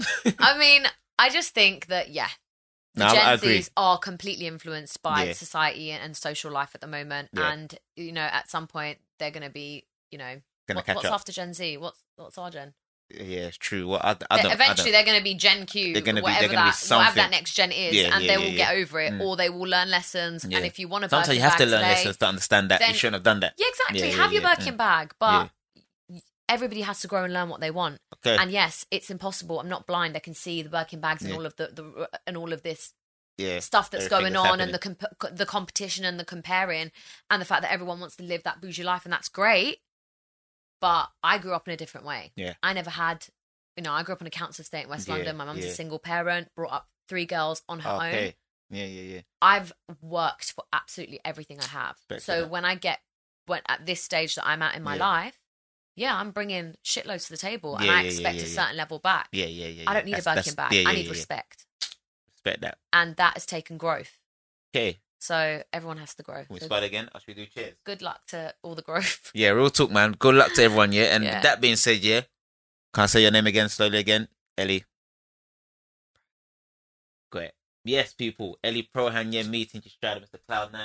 Speaker 3: Okay. I mean, I just think that yeah, the
Speaker 1: No, I,
Speaker 3: Gen
Speaker 1: I agree.
Speaker 3: Zs are completely influenced by
Speaker 1: Yeah.
Speaker 3: society and, and social life at the moment,
Speaker 1: Yeah.
Speaker 3: and you know, at some point they're going to be, you know,
Speaker 1: Gonna
Speaker 3: what-
Speaker 1: catch
Speaker 3: what's
Speaker 1: up.
Speaker 3: after Gen Z? What's what's our gen?
Speaker 1: Yeah, it's true. Well, I, I
Speaker 3: They-
Speaker 1: don't.
Speaker 3: eventually,
Speaker 1: I
Speaker 3: they're going to be Gen Q,
Speaker 1: They're gonna be-
Speaker 3: whatever
Speaker 1: they're gonna be
Speaker 3: that whatever that
Speaker 1: something.
Speaker 3: next gen is,
Speaker 1: Yeah,
Speaker 3: and
Speaker 1: yeah,
Speaker 3: they
Speaker 1: yeah,
Speaker 3: will
Speaker 1: yeah.
Speaker 3: get over it,
Speaker 1: Mm.
Speaker 3: or they will learn lessons.
Speaker 1: Yeah.
Speaker 3: And if you want to,
Speaker 1: don't. Sometimes you have to learn
Speaker 3: today,
Speaker 1: lessons to understand that
Speaker 3: then-
Speaker 1: you shouldn't have done that.
Speaker 3: Yeah, exactly.
Speaker 1: Yeah,
Speaker 3: Have
Speaker 1: yeah,
Speaker 3: your
Speaker 1: yeah.
Speaker 3: Birkin bag, but everybody has to grow and learn what they want.
Speaker 1: Okay.
Speaker 3: And yes, it's impossible. I'm not blind. I can see the Birkin bags and
Speaker 1: Yeah.
Speaker 3: all of the, the and all of this
Speaker 1: yeah.
Speaker 3: stuff that's
Speaker 1: Everything
Speaker 3: going
Speaker 1: that's
Speaker 3: on and the comp- co- the competition and the comparing and the fact that everyone wants to live that bougie life and that's great. But I grew up in a different way.
Speaker 1: Yeah.
Speaker 3: I never had, you know, I grew up in a council estate in West
Speaker 1: Yeah,
Speaker 3: London. My mum's a
Speaker 1: yeah.
Speaker 3: single parent, brought up three girls on her own.
Speaker 1: Okay. Yeah, yeah, yeah.
Speaker 3: I've worked for absolutely everything I have.
Speaker 1: Respect for
Speaker 3: so
Speaker 1: that.
Speaker 3: when I get when at this stage that I'm at in my
Speaker 1: Yeah.
Speaker 3: life, yeah, I'm bringing shitloads to the table, and
Speaker 1: Yeah,
Speaker 3: I
Speaker 1: yeah, yeah,
Speaker 3: expect
Speaker 1: yeah,
Speaker 3: a
Speaker 1: yeah.
Speaker 3: certain level back.
Speaker 1: Yeah, yeah, yeah.
Speaker 3: I don't need
Speaker 1: yeah. That's-
Speaker 3: a
Speaker 1: that's-
Speaker 3: Birkin back.
Speaker 1: yeah,
Speaker 3: I
Speaker 1: yeah,
Speaker 3: need
Speaker 1: yeah.
Speaker 3: respect,
Speaker 1: Respect that.
Speaker 3: and that has taken growth.
Speaker 1: Okay.
Speaker 3: So everyone has to grow.
Speaker 1: Can we
Speaker 3: So
Speaker 1: start again? Or should we do cheers?
Speaker 3: good luck to all the growth.
Speaker 1: Yeah, real talk, man. Good luck to everyone, yeah? And
Speaker 3: Yeah.
Speaker 1: that being said, yeah, can I say your name again slowly again? Ellie. Great. Yes, people. Ellie Prohan, yeah, meeting Strada, Mr. Cloud9.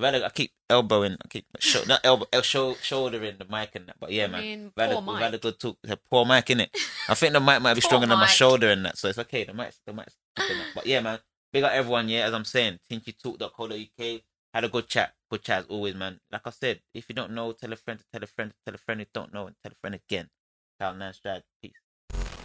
Speaker 1: Rather, I keep elbowing, I keep sho- not elbow, el- sho- shouldering the mic and that, but yeah,
Speaker 3: I
Speaker 1: man.
Speaker 3: mean,
Speaker 1: We've had,
Speaker 3: poor
Speaker 1: a, we've
Speaker 3: Mike.
Speaker 1: had a good talk. It's a poor mic, innit? I think the mic might be
Speaker 3: Poor
Speaker 1: stronger than my
Speaker 3: mic.
Speaker 1: shoulder and that, so it's okay. The mic's, the mic's picking up. But yeah, man, big up everyone, yeah, as I'm saying, tinkytalk.co.uk. Had a good chat. Good chat as always, man. Like I said, if you don't know, tell a friend to tell a friend to tell a friend who don't know and tell a friend again. Count nine stride. Peace.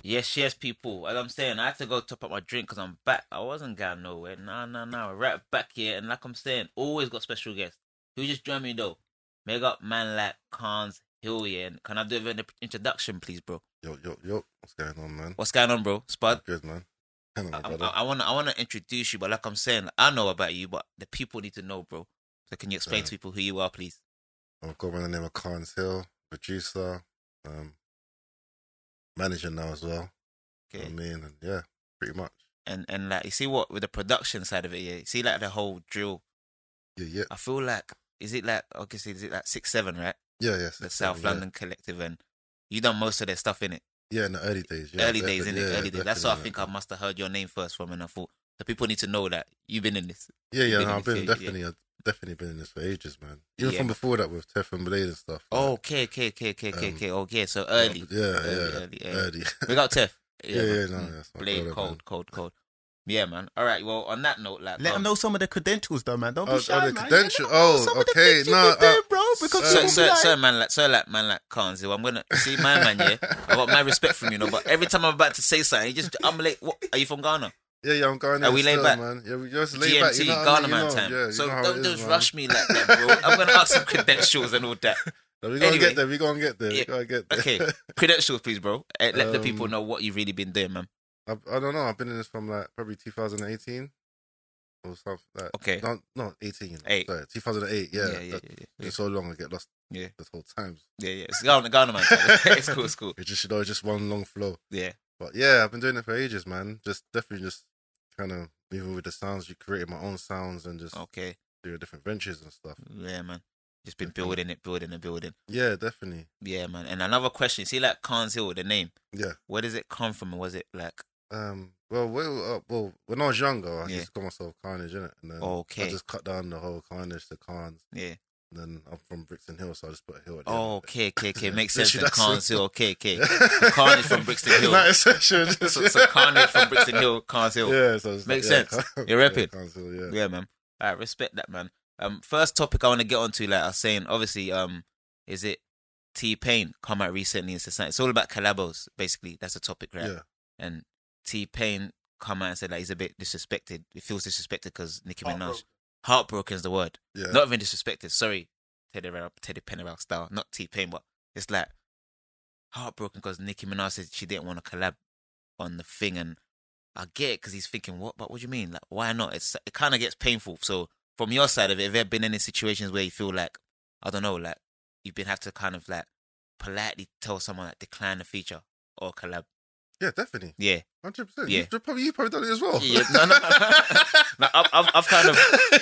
Speaker 1: Yes, yes, people. As I'm saying, I had to go top up my drink because I'm back. I wasn't going nowhere. Nah, nah, nah. We're right back here. And like I'm saying, always got special guests. Who just joined me though? Make up man like Khan's Hill, yeah. And can I do a bit of an introduction, please, bro?
Speaker 6: Yo, yo, yo. What's going on, man?
Speaker 1: What's going on, bro? Spud?
Speaker 6: Good, man. Hello, my
Speaker 1: I,
Speaker 6: brother.
Speaker 1: I want to I want to introduce you, but like I'm saying, I know about you, but the people need to know, bro. So can you explain
Speaker 6: Yeah.
Speaker 1: to people who you are, please?
Speaker 6: I'm a guy by the name of Carnes Hill, producer, um, manager now as well.
Speaker 1: Okay.
Speaker 6: You know what I mean, and yeah, pretty much.
Speaker 1: And and like you see what with the production side of it, yeah. You see like the whole drill.
Speaker 6: Yeah, yeah,
Speaker 1: I feel like is it like obviously is it like six seven right?
Speaker 6: yeah, yeah.
Speaker 1: The
Speaker 6: six,
Speaker 1: South
Speaker 6: seven,
Speaker 1: London Collective and you done most of their stuff in it.
Speaker 6: Yeah. yeah, in the early days. Yeah,
Speaker 1: early days in
Speaker 6: definitely,
Speaker 1: it,
Speaker 6: yeah,
Speaker 1: early days. That's what I
Speaker 6: definitely,
Speaker 1: think
Speaker 6: man.
Speaker 1: I must have heard your name first from, and I thought the people need to know that you've been in this.
Speaker 6: Yeah, yeah,
Speaker 1: been
Speaker 6: no,
Speaker 1: in
Speaker 6: I've
Speaker 1: this
Speaker 6: been
Speaker 1: for- yeah.
Speaker 6: definitely, I've definitely been in this for ages, man. Even
Speaker 1: Yeah.
Speaker 6: from before that with Tef and Blade and stuff. like,
Speaker 1: Oh, okay, okay, okay, okay, okay,
Speaker 6: Um,
Speaker 1: okay. Oh, yeah. So early.
Speaker 6: Yeah,
Speaker 1: early,
Speaker 6: yeah,
Speaker 1: early, early.
Speaker 6: early.
Speaker 1: We got Tiff.
Speaker 6: Yeah, yeah,
Speaker 1: man.
Speaker 6: no,
Speaker 1: Mm.
Speaker 6: that's my
Speaker 1: Blade,
Speaker 6: brother,
Speaker 1: cold,
Speaker 6: man.
Speaker 1: cold, cold. Yeah, man. All right. Well, on that note, like,
Speaker 5: Let them
Speaker 1: um,
Speaker 5: know some of the credentials, though, man. Don't be
Speaker 6: Oh,
Speaker 5: shy,
Speaker 6: oh, the
Speaker 5: man.
Speaker 6: credential-
Speaker 5: Yeah, let 'em know
Speaker 6: oh,
Speaker 5: some of the
Speaker 6: okay,
Speaker 5: things you
Speaker 6: no,
Speaker 5: could do,
Speaker 6: uh,
Speaker 5: bro. Because
Speaker 6: so-
Speaker 5: people
Speaker 1: So,
Speaker 5: be
Speaker 1: so,
Speaker 5: like,
Speaker 1: so, man, like, so, like, man, like, Khan's. I'm gonna see my man. Yeah, I got my respect from you, know. But every time I'm about to say something, you just, I'm like, what? Are you from Ghana?
Speaker 6: Yeah, yeah, I'm going
Speaker 1: Are
Speaker 6: in
Speaker 1: we laid
Speaker 6: still,
Speaker 1: back?
Speaker 6: man. Yeah, we just laid back.
Speaker 1: GMT,
Speaker 6: You know what I
Speaker 1: Ghana
Speaker 6: mean?
Speaker 1: man
Speaker 6: You know,
Speaker 1: time.
Speaker 6: Yeah, you
Speaker 1: so
Speaker 6: know how it
Speaker 1: don't
Speaker 6: is,
Speaker 1: just
Speaker 6: man.
Speaker 1: rush me like that, bro. I'm gonna ask some credentials and all that.
Speaker 6: We're gonna
Speaker 1: Anyway.
Speaker 6: get there. We're gonna get there.
Speaker 1: Yeah.
Speaker 6: We're gonna get there.
Speaker 1: Okay, credentials, please, bro. Eh, Let the people
Speaker 6: Um,
Speaker 1: know what you've really been doing, man.
Speaker 6: I, I don't know. I've been in this from like probably 2018 or something. Like,
Speaker 1: Okay.
Speaker 6: Not not 18. you know,
Speaker 1: Eight.
Speaker 6: Sorry, 2008. Yeah.
Speaker 1: yeah, yeah,
Speaker 6: that-
Speaker 1: yeah, yeah.
Speaker 6: It's so long. I get lost.
Speaker 1: Yeah.
Speaker 6: This whole time.
Speaker 1: yeah, yeah. It's Ghana, Ghana man. time. it's cool, it's cool.
Speaker 6: It's just you know, it's just one long flow.
Speaker 1: Yeah,
Speaker 6: But yeah, I've been doing it for ages, man. Just definitely just kind of moving with the sounds. You created my own sounds and just
Speaker 1: okay,
Speaker 6: doing different ventures and stuff.
Speaker 1: yeah, man. Just been building it, building it, building.
Speaker 6: Yeah, definitely.
Speaker 1: Yeah, man. And another question. See, like Khan's Hill, the name.
Speaker 6: Yeah.
Speaker 1: Where does it come from? And was it like
Speaker 6: Um. Well, well, uh, well when I was younger, I
Speaker 1: Yeah.
Speaker 6: used to call myself Carnage, innit? And then
Speaker 1: Okay.
Speaker 6: I just cut down the whole Carnage to Carnes.
Speaker 1: yeah?
Speaker 6: And then I'm from Brixton Hill, so I just put a hill at the
Speaker 1: Oh,
Speaker 6: end.
Speaker 1: okay, okay, okay.
Speaker 6: Yeah.
Speaker 1: Makes sense. Then
Speaker 6: Literally, that's
Speaker 1: Khan's
Speaker 6: it.
Speaker 1: Hill. Okay, okay. The Carnage from Brixton Hill.
Speaker 6: That essential.
Speaker 1: so, so Carnage from Brixton Hill, Khan's Hill.
Speaker 6: Yeah, so it's
Speaker 1: Makes
Speaker 6: yeah,
Speaker 1: sense.
Speaker 6: Carnes-
Speaker 1: You're repping.
Speaker 6: Yeah, Carnes Hill, yeah.
Speaker 1: Yeah, man. I respect that, man. Um, first topic I want to get onto, like I was saying, obviously, um, is it T Pain come out recently in society? It's all about collabos, basically. That's the topic, right?
Speaker 6: Yeah.
Speaker 1: And T Pain come out and said like he's a bit disrespected. It feels disrespected because Nicki Minaj
Speaker 2: Heartbroken.
Speaker 1: heartbroken is the word.
Speaker 6: Yeah.
Speaker 1: Not even disrespected. Sorry, Teddy Pennerell, Teddy Pennerell style, not T Pain, but it's like heartbroken because Nicki Minaj said she didn't want to collab on the thing, and I get it because he's thinking, what? But what do you mean? Like, why not? It's it kind of gets painful. So from your side of it, have there been any situations where you feel like I don't know, like you've been have to kind of like politely tell someone like decline a feature or collab?
Speaker 6: yeah, definitely.
Speaker 1: Yeah,
Speaker 6: 100%.
Speaker 1: Yeah.
Speaker 6: You've probably, you've probably done it as well.
Speaker 1: Yeah, no, no. No, I've- I've- I've kind of-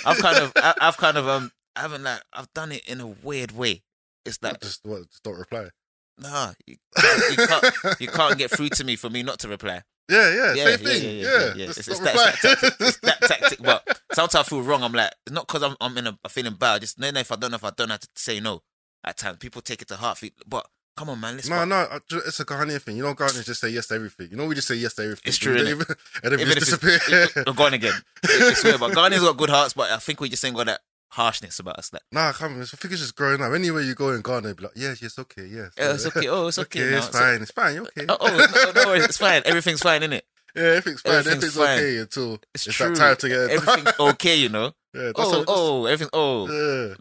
Speaker 1: I've kind of, I, I've kind of, um, I haven't like I've done it in a weird way. It's like
Speaker 6: Just, what, just don't reply.
Speaker 1: nah, you, you can't, you can't get through to me for me not to reply.
Speaker 6: Yeah, yeah,
Speaker 1: Yeah,
Speaker 6: same
Speaker 1: yeah,
Speaker 6: thing.
Speaker 1: yeah,
Speaker 6: Yeah,
Speaker 1: yeah, yeah, yeah.
Speaker 6: Just
Speaker 1: It's-
Speaker 6: not
Speaker 1: it's that- it's that
Speaker 6: reply.
Speaker 1: That tactic, but sometimes I feel wrong. I'm like, it's not because I'm, I'm in a I'm feeling bad. I Just no, no. If I don't know, if I don't, I have to say no. At times, people take it to heart. feel- But come on, man, let's.
Speaker 6: No, no, I uh, ju- it's a Ghanaian thing. You know, Ghanaians just say yes to everything. You know, we just say yes to everything.
Speaker 1: It's
Speaker 6: We
Speaker 1: true,
Speaker 6: don't
Speaker 1: innit?
Speaker 6: Even, and then we
Speaker 1: Even
Speaker 6: just
Speaker 1: if
Speaker 6: disappear.
Speaker 1: we're going again. It's weird, but Ghanaians got good hearts, but I think we just ain't got that harshness about us. Like,
Speaker 6: nah, come on. I think it's just growing up. Anywhere you go in Ghana, they be like, yes, yes, okay, yes.
Speaker 1: oh, it's okay. Oh, it's okay. now.
Speaker 6: it's fine. It's fine. you're Okay.
Speaker 1: Oh, oh, no, no, worries, it's fine. Everything's fine, innit?
Speaker 6: yeah, everything's fine.
Speaker 1: everything's
Speaker 6: Everything's,
Speaker 1: fine.
Speaker 6: okay until
Speaker 1: It's,
Speaker 6: it's,
Speaker 1: true.
Speaker 6: that time to get it.
Speaker 1: Everything's okay, you know.
Speaker 6: yeah, that's
Speaker 1: Oh,
Speaker 6: how
Speaker 1: oh, everything.
Speaker 6: it
Speaker 1: Oh,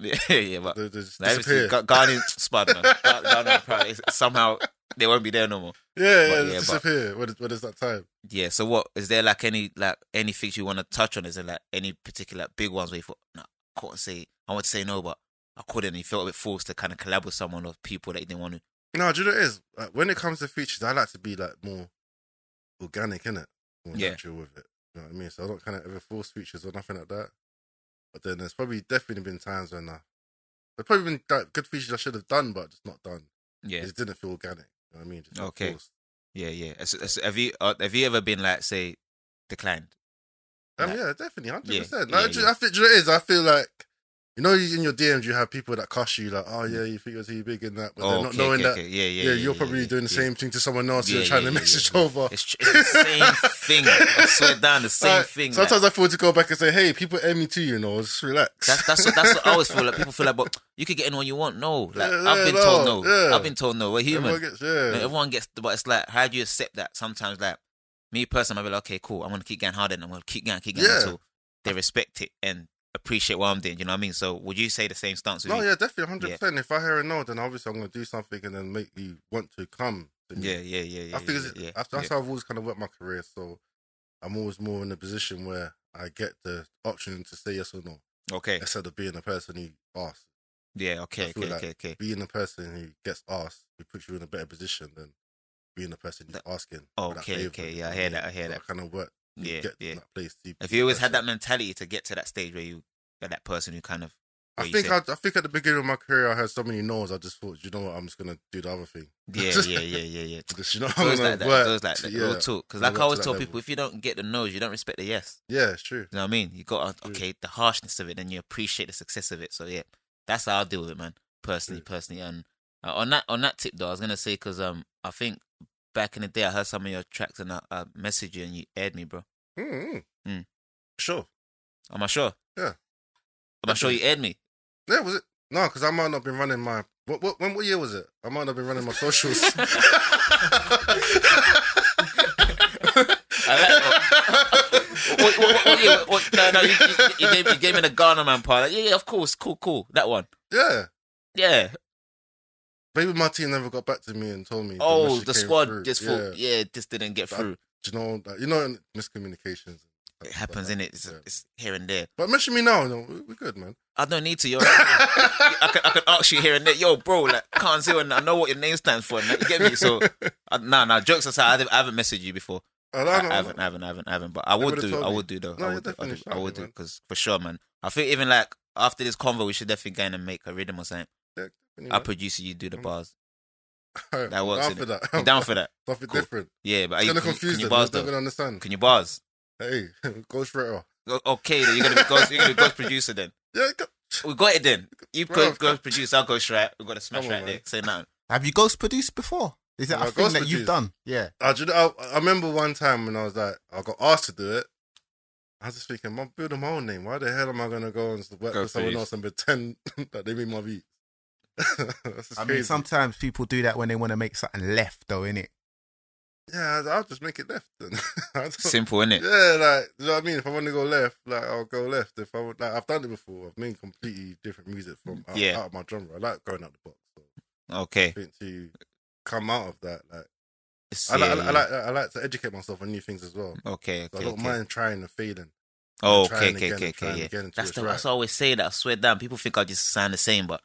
Speaker 6: is.
Speaker 1: yeah, yeah, but
Speaker 6: Yeah. They- they just
Speaker 1: Like, obviously,
Speaker 6: disappear.
Speaker 1: Ga- Ghanaian spud, man. Ga- Ghanaian pride. It's- Somehow they won't be there no more.
Speaker 6: yeah, yeah,
Speaker 1: but yeah,
Speaker 6: they
Speaker 1: but-
Speaker 6: disappear when, it's- when it's that time.
Speaker 1: Yeah. So what is there like any like any things you want to touch on? Is there like any particular big ones where you thought, no, I couldn't say, I want to say no, but I couldn't. And you felt a bit forced to kind of collab with someone or people that you didn't want to.
Speaker 6: No, do you know what it is? Like, when it comes to features, I like to be like more organic, innit? More
Speaker 1: Yeah.
Speaker 6: natural with it. You know what I mean? So I don't kind of ever force features or nothing like that. But then there's probably definitely been times when uh, there's probably been like, good features I should have done, but just not done. It
Speaker 1: Yeah.
Speaker 6: just didn't feel organic. You know what I mean? Just not
Speaker 1: Okay.
Speaker 6: forced.
Speaker 1: Yeah, yeah. As- as- have you uh, have you ever been like say declined?
Speaker 6: Um,
Speaker 1: Like-
Speaker 6: yeah, definitely, hundred percent.
Speaker 1: Yeah,
Speaker 6: I
Speaker 1: yeah,
Speaker 6: ju-
Speaker 1: yeah.
Speaker 6: I think do you know what it is. I feel like you know, in your DMs, you have people that cuss you like,
Speaker 1: Mm.
Speaker 6: "Oh yeah, you think you're too big in that," but
Speaker 1: Oh,
Speaker 6: they're not knowing that.
Speaker 1: Yeah, yeah.
Speaker 6: Yeah, you're probably
Speaker 1: yeah,
Speaker 6: doing the
Speaker 1: yeah.
Speaker 6: same thing to someone else.
Speaker 1: Yeah,
Speaker 6: you're trying
Speaker 1: yeah,
Speaker 6: to
Speaker 1: yeah,
Speaker 6: message
Speaker 1: yeah.
Speaker 6: over.
Speaker 1: It's, tr- it's the same thing. I swear down, the same
Speaker 6: Like,
Speaker 1: thing. like-
Speaker 6: Sometimes I feel to go back and say, "Hey, people aim me too," you know. Just relax.
Speaker 1: That's that's what, that's what I always feel like. People feel like, but you could get anyone you want. No, like
Speaker 6: Yeah,
Speaker 1: I've
Speaker 6: yeah,
Speaker 1: been
Speaker 6: no,
Speaker 1: told no.
Speaker 6: yeah.
Speaker 1: I've been told no. We're human.
Speaker 6: Everyone gets, yeah.
Speaker 1: Like, everyone gets, but it's like, how do you accept that? Sometimes, like me personally, i be like, okay, cool. I'm gonna keep getting harder, and I'm gonna keep going, keep going
Speaker 6: Yeah.
Speaker 1: until they respect it and appreciate what I'm doing. You know what I mean? So, would you say the same stance? With
Speaker 6: no,
Speaker 1: me?
Speaker 6: yeah, definitely, hundred percent. If I hear a no, then obviously I'm going to do something and then make you want to come. To me.
Speaker 1: yeah, yeah, yeah, yeah.
Speaker 6: I think
Speaker 1: yeah,
Speaker 6: it's,
Speaker 1: yeah,
Speaker 6: that's,
Speaker 1: yeah.
Speaker 6: that's how I've always kind of worked my career. So I'm always more in a position where I get the option to say yes or no
Speaker 1: okay.
Speaker 6: instead of being the person who asks.
Speaker 1: Yeah, okay,
Speaker 6: I feel
Speaker 1: okay,
Speaker 6: like
Speaker 1: okay, okay.
Speaker 6: Being the person who gets asked, it puts you in a better position than being the person who's
Speaker 1: That-
Speaker 6: asking.
Speaker 1: Oh, Okay, okay, yeah, I hear that, I hear that.
Speaker 6: Kind of work. you
Speaker 1: Yeah,
Speaker 6: get to
Speaker 1: yeah.
Speaker 6: That place to
Speaker 1: If
Speaker 6: be
Speaker 1: you always had
Speaker 6: person.
Speaker 1: that mentality to get to that stage where you are that person who kind of, what
Speaker 6: I
Speaker 1: you
Speaker 6: think I,
Speaker 1: said.
Speaker 6: I think at the beginning of my career, I had so many no's. I just thought, you know what, I'm just gonna do the other thing.
Speaker 1: yeah, yeah, yeah, yeah, yeah.
Speaker 6: Just, you know, I'm
Speaker 1: Those
Speaker 6: gonna
Speaker 1: like that,
Speaker 6: work.
Speaker 1: those like
Speaker 6: to-
Speaker 1: that,
Speaker 6: yeah,
Speaker 1: real talk. Because like
Speaker 6: I'm
Speaker 1: I
Speaker 6: gonna
Speaker 1: always
Speaker 6: work to
Speaker 1: tell
Speaker 6: that
Speaker 1: people,
Speaker 6: level.
Speaker 1: if you don't get the no's, you don't respect the yes.
Speaker 6: yeah, it's true.
Speaker 1: You know what I mean? You got to,
Speaker 6: True.
Speaker 1: okay the harshness of it, and you appreciate the success of it. So yeah, that's how I deal with it, man. Personally, personally, and uh, on that on that tip though, I was gonna say because um I think back in the day I heard some of your tracks and I, I messaged you and you aired me, bro.
Speaker 6: mm
Speaker 1: Mm.
Speaker 6: Sure.
Speaker 1: Am I sure?
Speaker 6: Yeah.
Speaker 1: Am I sure you aired me?
Speaker 6: Yeah, was it? No, because I might not been running my. What, what, when, what year was it? I might not been running my socials.
Speaker 1: What- what- what- yeah, what- no, no, you, you, you gave, you gave me the Ghana man part. Like, yeah, yeah, of course, cool, cool, that one.
Speaker 6: yeah.
Speaker 1: Yeah.
Speaker 6: Baby, my team never got back to me and told me.
Speaker 1: Oh,
Speaker 6: message
Speaker 1: the
Speaker 6: came
Speaker 1: squad
Speaker 6: through.
Speaker 1: just
Speaker 6: yeah.
Speaker 1: thought, yeah, this didn't get
Speaker 6: That-
Speaker 1: through.
Speaker 6: Do you know, like, you know, miscommunications.
Speaker 1: It happens,
Speaker 6: in
Speaker 1: in it. It's, it's here and there.
Speaker 6: But mention me now, no, we- we're good, man.
Speaker 1: I don't need to. You're, I can I can ask you here and there. Yo, bro, like can't say when I know what your name stands for. Like, you get me? So, I, nah, nah. Jokes aside, I haven't, I haven't messaged you before.
Speaker 6: I,
Speaker 1: I,
Speaker 6: don't know.
Speaker 1: I haven't, I haven't, I haven't, I haven't. But I would
Speaker 6: would've
Speaker 1: do.
Speaker 6: told
Speaker 1: I
Speaker 6: me.
Speaker 1: would do though.
Speaker 6: No,
Speaker 1: I
Speaker 6: you're
Speaker 1: would, do, I
Speaker 6: definitely
Speaker 1: would, I would
Speaker 6: shouting,
Speaker 1: do
Speaker 6: man.
Speaker 1: because for sure, man. I think even like after this convo, we should definitely go in and make a rhythm or something.
Speaker 6: Anyway,
Speaker 1: I produce it, you do the
Speaker 6: Mm.
Speaker 1: bars.
Speaker 6: alright,
Speaker 1: that works,
Speaker 6: down for
Speaker 1: innit?
Speaker 6: that.
Speaker 1: You down for that?
Speaker 6: Something
Speaker 1: Cool.
Speaker 6: different.
Speaker 1: Yeah, but are
Speaker 6: It's
Speaker 1: you,
Speaker 6: gonna
Speaker 1: can, you-
Speaker 6: confuse
Speaker 1: can you
Speaker 6: them. They're
Speaker 1: bars
Speaker 6: not
Speaker 1: though?
Speaker 6: gonna understand.
Speaker 1: Can you bars?
Speaker 6: Hey, Ghost Ritter.
Speaker 1: O- Okay, then you're gonna be ghost, you're gonna be ghost producer then.
Speaker 6: Yeah, go-
Speaker 1: We got it then. You
Speaker 6: Bruv,
Speaker 1: go
Speaker 6: come-
Speaker 1: ghost producer, I'll ghost right. We got a smash
Speaker 6: Come on,
Speaker 1: right
Speaker 6: man.
Speaker 1: there. Say nothing.
Speaker 5: Have you ghost produced before? Is that
Speaker 6: Yeah,
Speaker 5: a
Speaker 6: I've
Speaker 5: thing that
Speaker 6: ghost
Speaker 5: you've
Speaker 6: produced.
Speaker 5: done? Yeah.
Speaker 6: I, do you know, I, I remember one time when I was like, I got asked to do it, I was just thinking, I'm building my own name. Why the hell am I gonna go and work
Speaker 7: Go
Speaker 6: for someone
Speaker 7: fees.
Speaker 6: else and pretend that they made my beats? That's just
Speaker 5: I
Speaker 6: crazy.
Speaker 5: mean, sometimes people do that when they want to make something left, though, innit?
Speaker 6: Yeah, I'll just make it left then. I don't-
Speaker 7: Simple, innit?
Speaker 6: Yeah, like you know what I mean. If I want to go left, like I'll go left. If I would, like I've done it before. I've made completely different music from out,
Speaker 7: Yeah.
Speaker 6: out of my genre. I like going out the box. So I
Speaker 7: Okay.
Speaker 6: think to come out of that, like
Speaker 7: It's-
Speaker 6: I, like, I,
Speaker 7: yeah,
Speaker 6: like- I like I like to educate myself on new things as well.
Speaker 7: Okay, okay,
Speaker 6: So I don't
Speaker 7: okay.
Speaker 6: mind trying and failing.
Speaker 7: Oh,
Speaker 6: trying
Speaker 7: okay, okay,
Speaker 6: again and
Speaker 7: okay,
Speaker 6: trying
Speaker 7: okay. Yeah.
Speaker 6: again until
Speaker 1: That's
Speaker 6: it's
Speaker 1: the
Speaker 6: right.
Speaker 1: that's why I always say that. I swear down, people think I just sound the same, but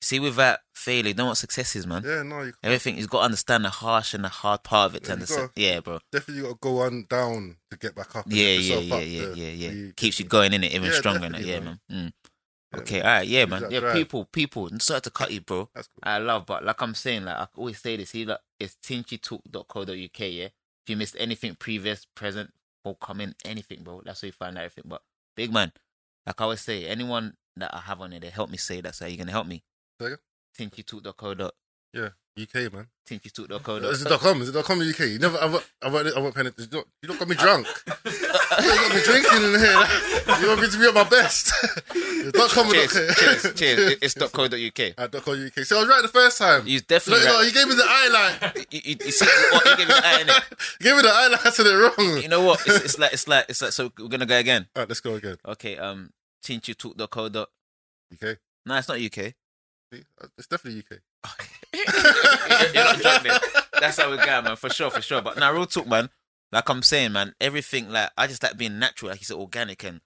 Speaker 1: see, with that fail, you know what success is, man.
Speaker 6: Yeah, no, you
Speaker 1: Everything you've got to understand the harsh and the hard part of it.
Speaker 6: Yeah,
Speaker 1: To
Speaker 6: you
Speaker 1: understand.
Speaker 6: gotta-
Speaker 1: Yeah, bro.
Speaker 6: definitely got to go on down to get back up. and
Speaker 1: Yeah,
Speaker 6: pick
Speaker 1: yeah,
Speaker 6: yourself
Speaker 1: yeah,
Speaker 6: up
Speaker 1: yeah,
Speaker 6: to
Speaker 1: yeah, yeah.
Speaker 6: be-
Speaker 1: Keeps you going in it, even
Speaker 6: Yeah,
Speaker 1: stronger in it. Yeah,
Speaker 6: definitely,
Speaker 1: man.
Speaker 6: man.
Speaker 1: Mm.
Speaker 6: Yeah,
Speaker 1: Okay, all right, yeah,
Speaker 6: Keeps
Speaker 1: man.
Speaker 6: that
Speaker 1: Yeah,
Speaker 6: drive.
Speaker 1: people, people. Sorry to cut you, bro.
Speaker 6: That's cool.
Speaker 1: I love, but like I'm saying, like I always say this, see, like it's tinchytalk.co.uk, yeah. If you missed anything previous, present, or coming, anything, bro, that's where you find out everything. But big man, like I always say, anyone that I have on there, they help me say that's how you're gonna help me.
Speaker 6: Say again?
Speaker 1: Tinchytalk.co.
Speaker 6: UK man. Uh, Is it
Speaker 1: Tinchytalk.co.
Speaker 6: dot com? Is it dot com or UK? You never. I won't. I won't. I won't panic. You don't, you don't got me drunk. you don't got me drinking in here. You want me to be at my best. It's dot com or dot
Speaker 1: Cheers,
Speaker 6: co-
Speaker 1: cheers, cheers. It- It's .co.uk.
Speaker 6: At dot com UK. So I was right the first time.
Speaker 1: You
Speaker 6: Look,
Speaker 1: definitely,
Speaker 6: no,
Speaker 1: right.
Speaker 6: you gave me the eye line.
Speaker 1: you, you, you see, you, you gave me the eye, innit?
Speaker 6: You gave me the eye line. I said it wrong.
Speaker 1: You know what? It's, it's like, it's like, it's like. So we're gonna go again.
Speaker 6: All right, let's go again.
Speaker 1: Okay, um, tinchytalk.co.
Speaker 6: UK.
Speaker 1: No, it's not UK.
Speaker 6: See? Uh, It's definitely UK.
Speaker 1: You're not drunk then. That's how we go, man. For sure, for sure. But now, real talk, man. Like I'm saying, man, everything. Like I just like being natural. Like you said, organic. And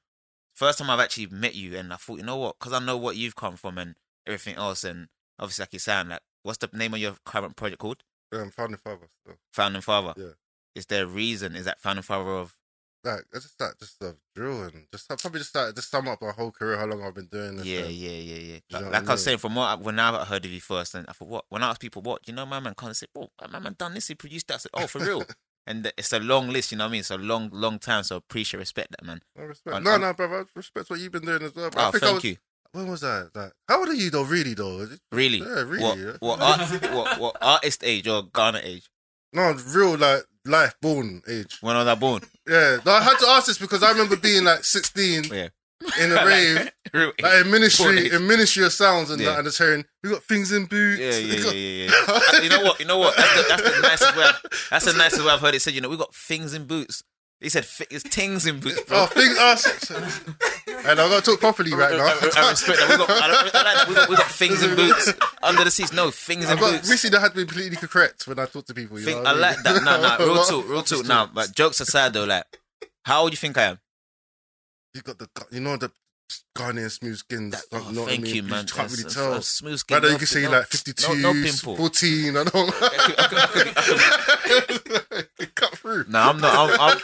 Speaker 1: first time I've actually met you, and I thought, you know what? Because I know what you've come from and everything else. And obviously, like you sound like, what's the name of your current project called?
Speaker 6: Um, founding father. So.
Speaker 1: Founding Father.
Speaker 6: Yeah.
Speaker 1: Is there a reason? Is that Founding Father of?
Speaker 6: Like, I just start just uh, drilling. Just I probably just started to sum up my whole career, how long I've been doing this.
Speaker 1: Yeah,
Speaker 6: and-
Speaker 1: yeah, yeah, yeah.
Speaker 6: know
Speaker 1: Like,
Speaker 6: what
Speaker 1: like
Speaker 6: I
Speaker 1: I was
Speaker 6: mean?
Speaker 1: saying, from what I, when I heard of you first, and I thought, what? When I asked people, what? You know, my man can't say, oh, my man done this, he produced that. I said, oh, for real. and th- it's a long list, you know what I mean? It's a long, long time. So appreciate, respect that, man.
Speaker 6: I respect.
Speaker 1: And-
Speaker 6: no,
Speaker 1: and-
Speaker 6: no, brother. I respect what you've been doing as well. bro.
Speaker 1: Oh,
Speaker 6: I think
Speaker 1: thank
Speaker 6: I was,
Speaker 1: you.
Speaker 6: When was that? Like, how old are you though? Really though?
Speaker 1: Really?
Speaker 6: Yeah, really,
Speaker 1: What,
Speaker 6: yeah.
Speaker 1: what, art, what, what artist age or Ghana age?
Speaker 6: No, real like life born age.
Speaker 1: When was I born?
Speaker 6: Yeah, no, I had to ask this because I remember being like 16
Speaker 1: Yeah.
Speaker 6: in a rave,
Speaker 1: Real age.
Speaker 6: like in
Speaker 1: Born
Speaker 6: ministry,
Speaker 1: age.
Speaker 6: in ministry of sounds, and
Speaker 1: Yeah.
Speaker 6: that, and it's hearing we got things in boots.
Speaker 1: Yeah, yeah,
Speaker 6: we
Speaker 1: yeah,
Speaker 6: got-
Speaker 1: yeah. yeah. you know what? You know what? That's the, that's the nicest way. I've, that's the nicest way I've heard it said. You know, we got things in boots. He said, fi- "It's things in boots, bro."
Speaker 6: Oh, things us. and I got to talk properly right now.
Speaker 1: I, I respect that. We got, I, don't- I like that. We got, we got things and boots under the seats. No, things
Speaker 6: I
Speaker 1: and
Speaker 6: got
Speaker 1: boots.
Speaker 6: recently I had to be politically correct when I talk to people. You
Speaker 1: Think-
Speaker 6: know what
Speaker 1: I
Speaker 6: mean?
Speaker 1: like that. No, no, real
Speaker 6: Well,
Speaker 1: talk, real talk. Now, but jokes aside though, like, how old do you think I am?
Speaker 6: you got the, you know the Ghanaian smooth skins.
Speaker 1: That-
Speaker 6: like,
Speaker 1: oh,
Speaker 6: you know what I
Speaker 1: thank
Speaker 6: mean?
Speaker 1: you, man.
Speaker 6: You can't
Speaker 1: That's-
Speaker 6: really
Speaker 1: that's-
Speaker 6: tell.
Speaker 1: that's smooth skin.
Speaker 6: Right now
Speaker 1: no
Speaker 6: you can
Speaker 1: pi-
Speaker 6: say
Speaker 1: no-
Speaker 6: like 52,
Speaker 1: No, no pimple.
Speaker 6: 14, I don't It Cut through.
Speaker 1: No, I'm not. I'm, I'm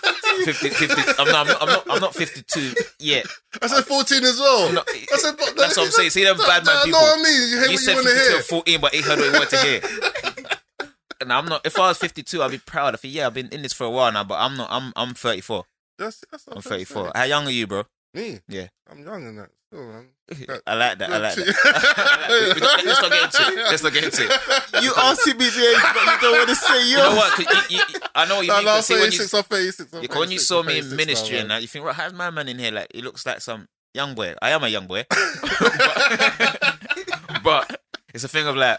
Speaker 1: 50, 50 I'm not. I'm not- I'm not. I'm not 52 yet.
Speaker 6: I said 14 as well.
Speaker 1: No,
Speaker 6: I said, but-
Speaker 1: that's what I'm saying. See them bad man
Speaker 6: I know
Speaker 1: people.
Speaker 6: what I mean. You hear
Speaker 1: You
Speaker 6: what you
Speaker 1: said
Speaker 6: want to
Speaker 1: 52
Speaker 6: hear.
Speaker 1: or 14, but he heard what he wanted to hear. And I'm not. If I was 52, I'd be proud. I think yeah, I've been in this for a while now, but I'm not. I'm I'm 34.
Speaker 6: That's, that's what
Speaker 1: I'm
Speaker 6: saying.
Speaker 1: 34. How young are you, bro?
Speaker 6: Me?
Speaker 1: Yeah.
Speaker 6: I'm young in that. Still, man.
Speaker 1: I like that. I like that.
Speaker 6: that.
Speaker 1: Let's not get into it. Let's not get into it.
Speaker 5: You asking me the age, but you don't want to say
Speaker 1: You know what? 'Cause You, you, you- I know what you
Speaker 6: No,
Speaker 1: mean.
Speaker 6: no,
Speaker 1: 'cause
Speaker 6: I'm
Speaker 1: see, when you,
Speaker 6: 36, I'm 36. I'm
Speaker 1: yeah, 'cause when you
Speaker 6: 36,
Speaker 1: saw
Speaker 6: I'm
Speaker 1: me in
Speaker 6: 36
Speaker 1: ministry
Speaker 6: now,
Speaker 1: and
Speaker 6: man.
Speaker 1: that, you think, right, how's my man in here? Like, he looks like some young boy. I am a young boy. but, but it's a thing of like,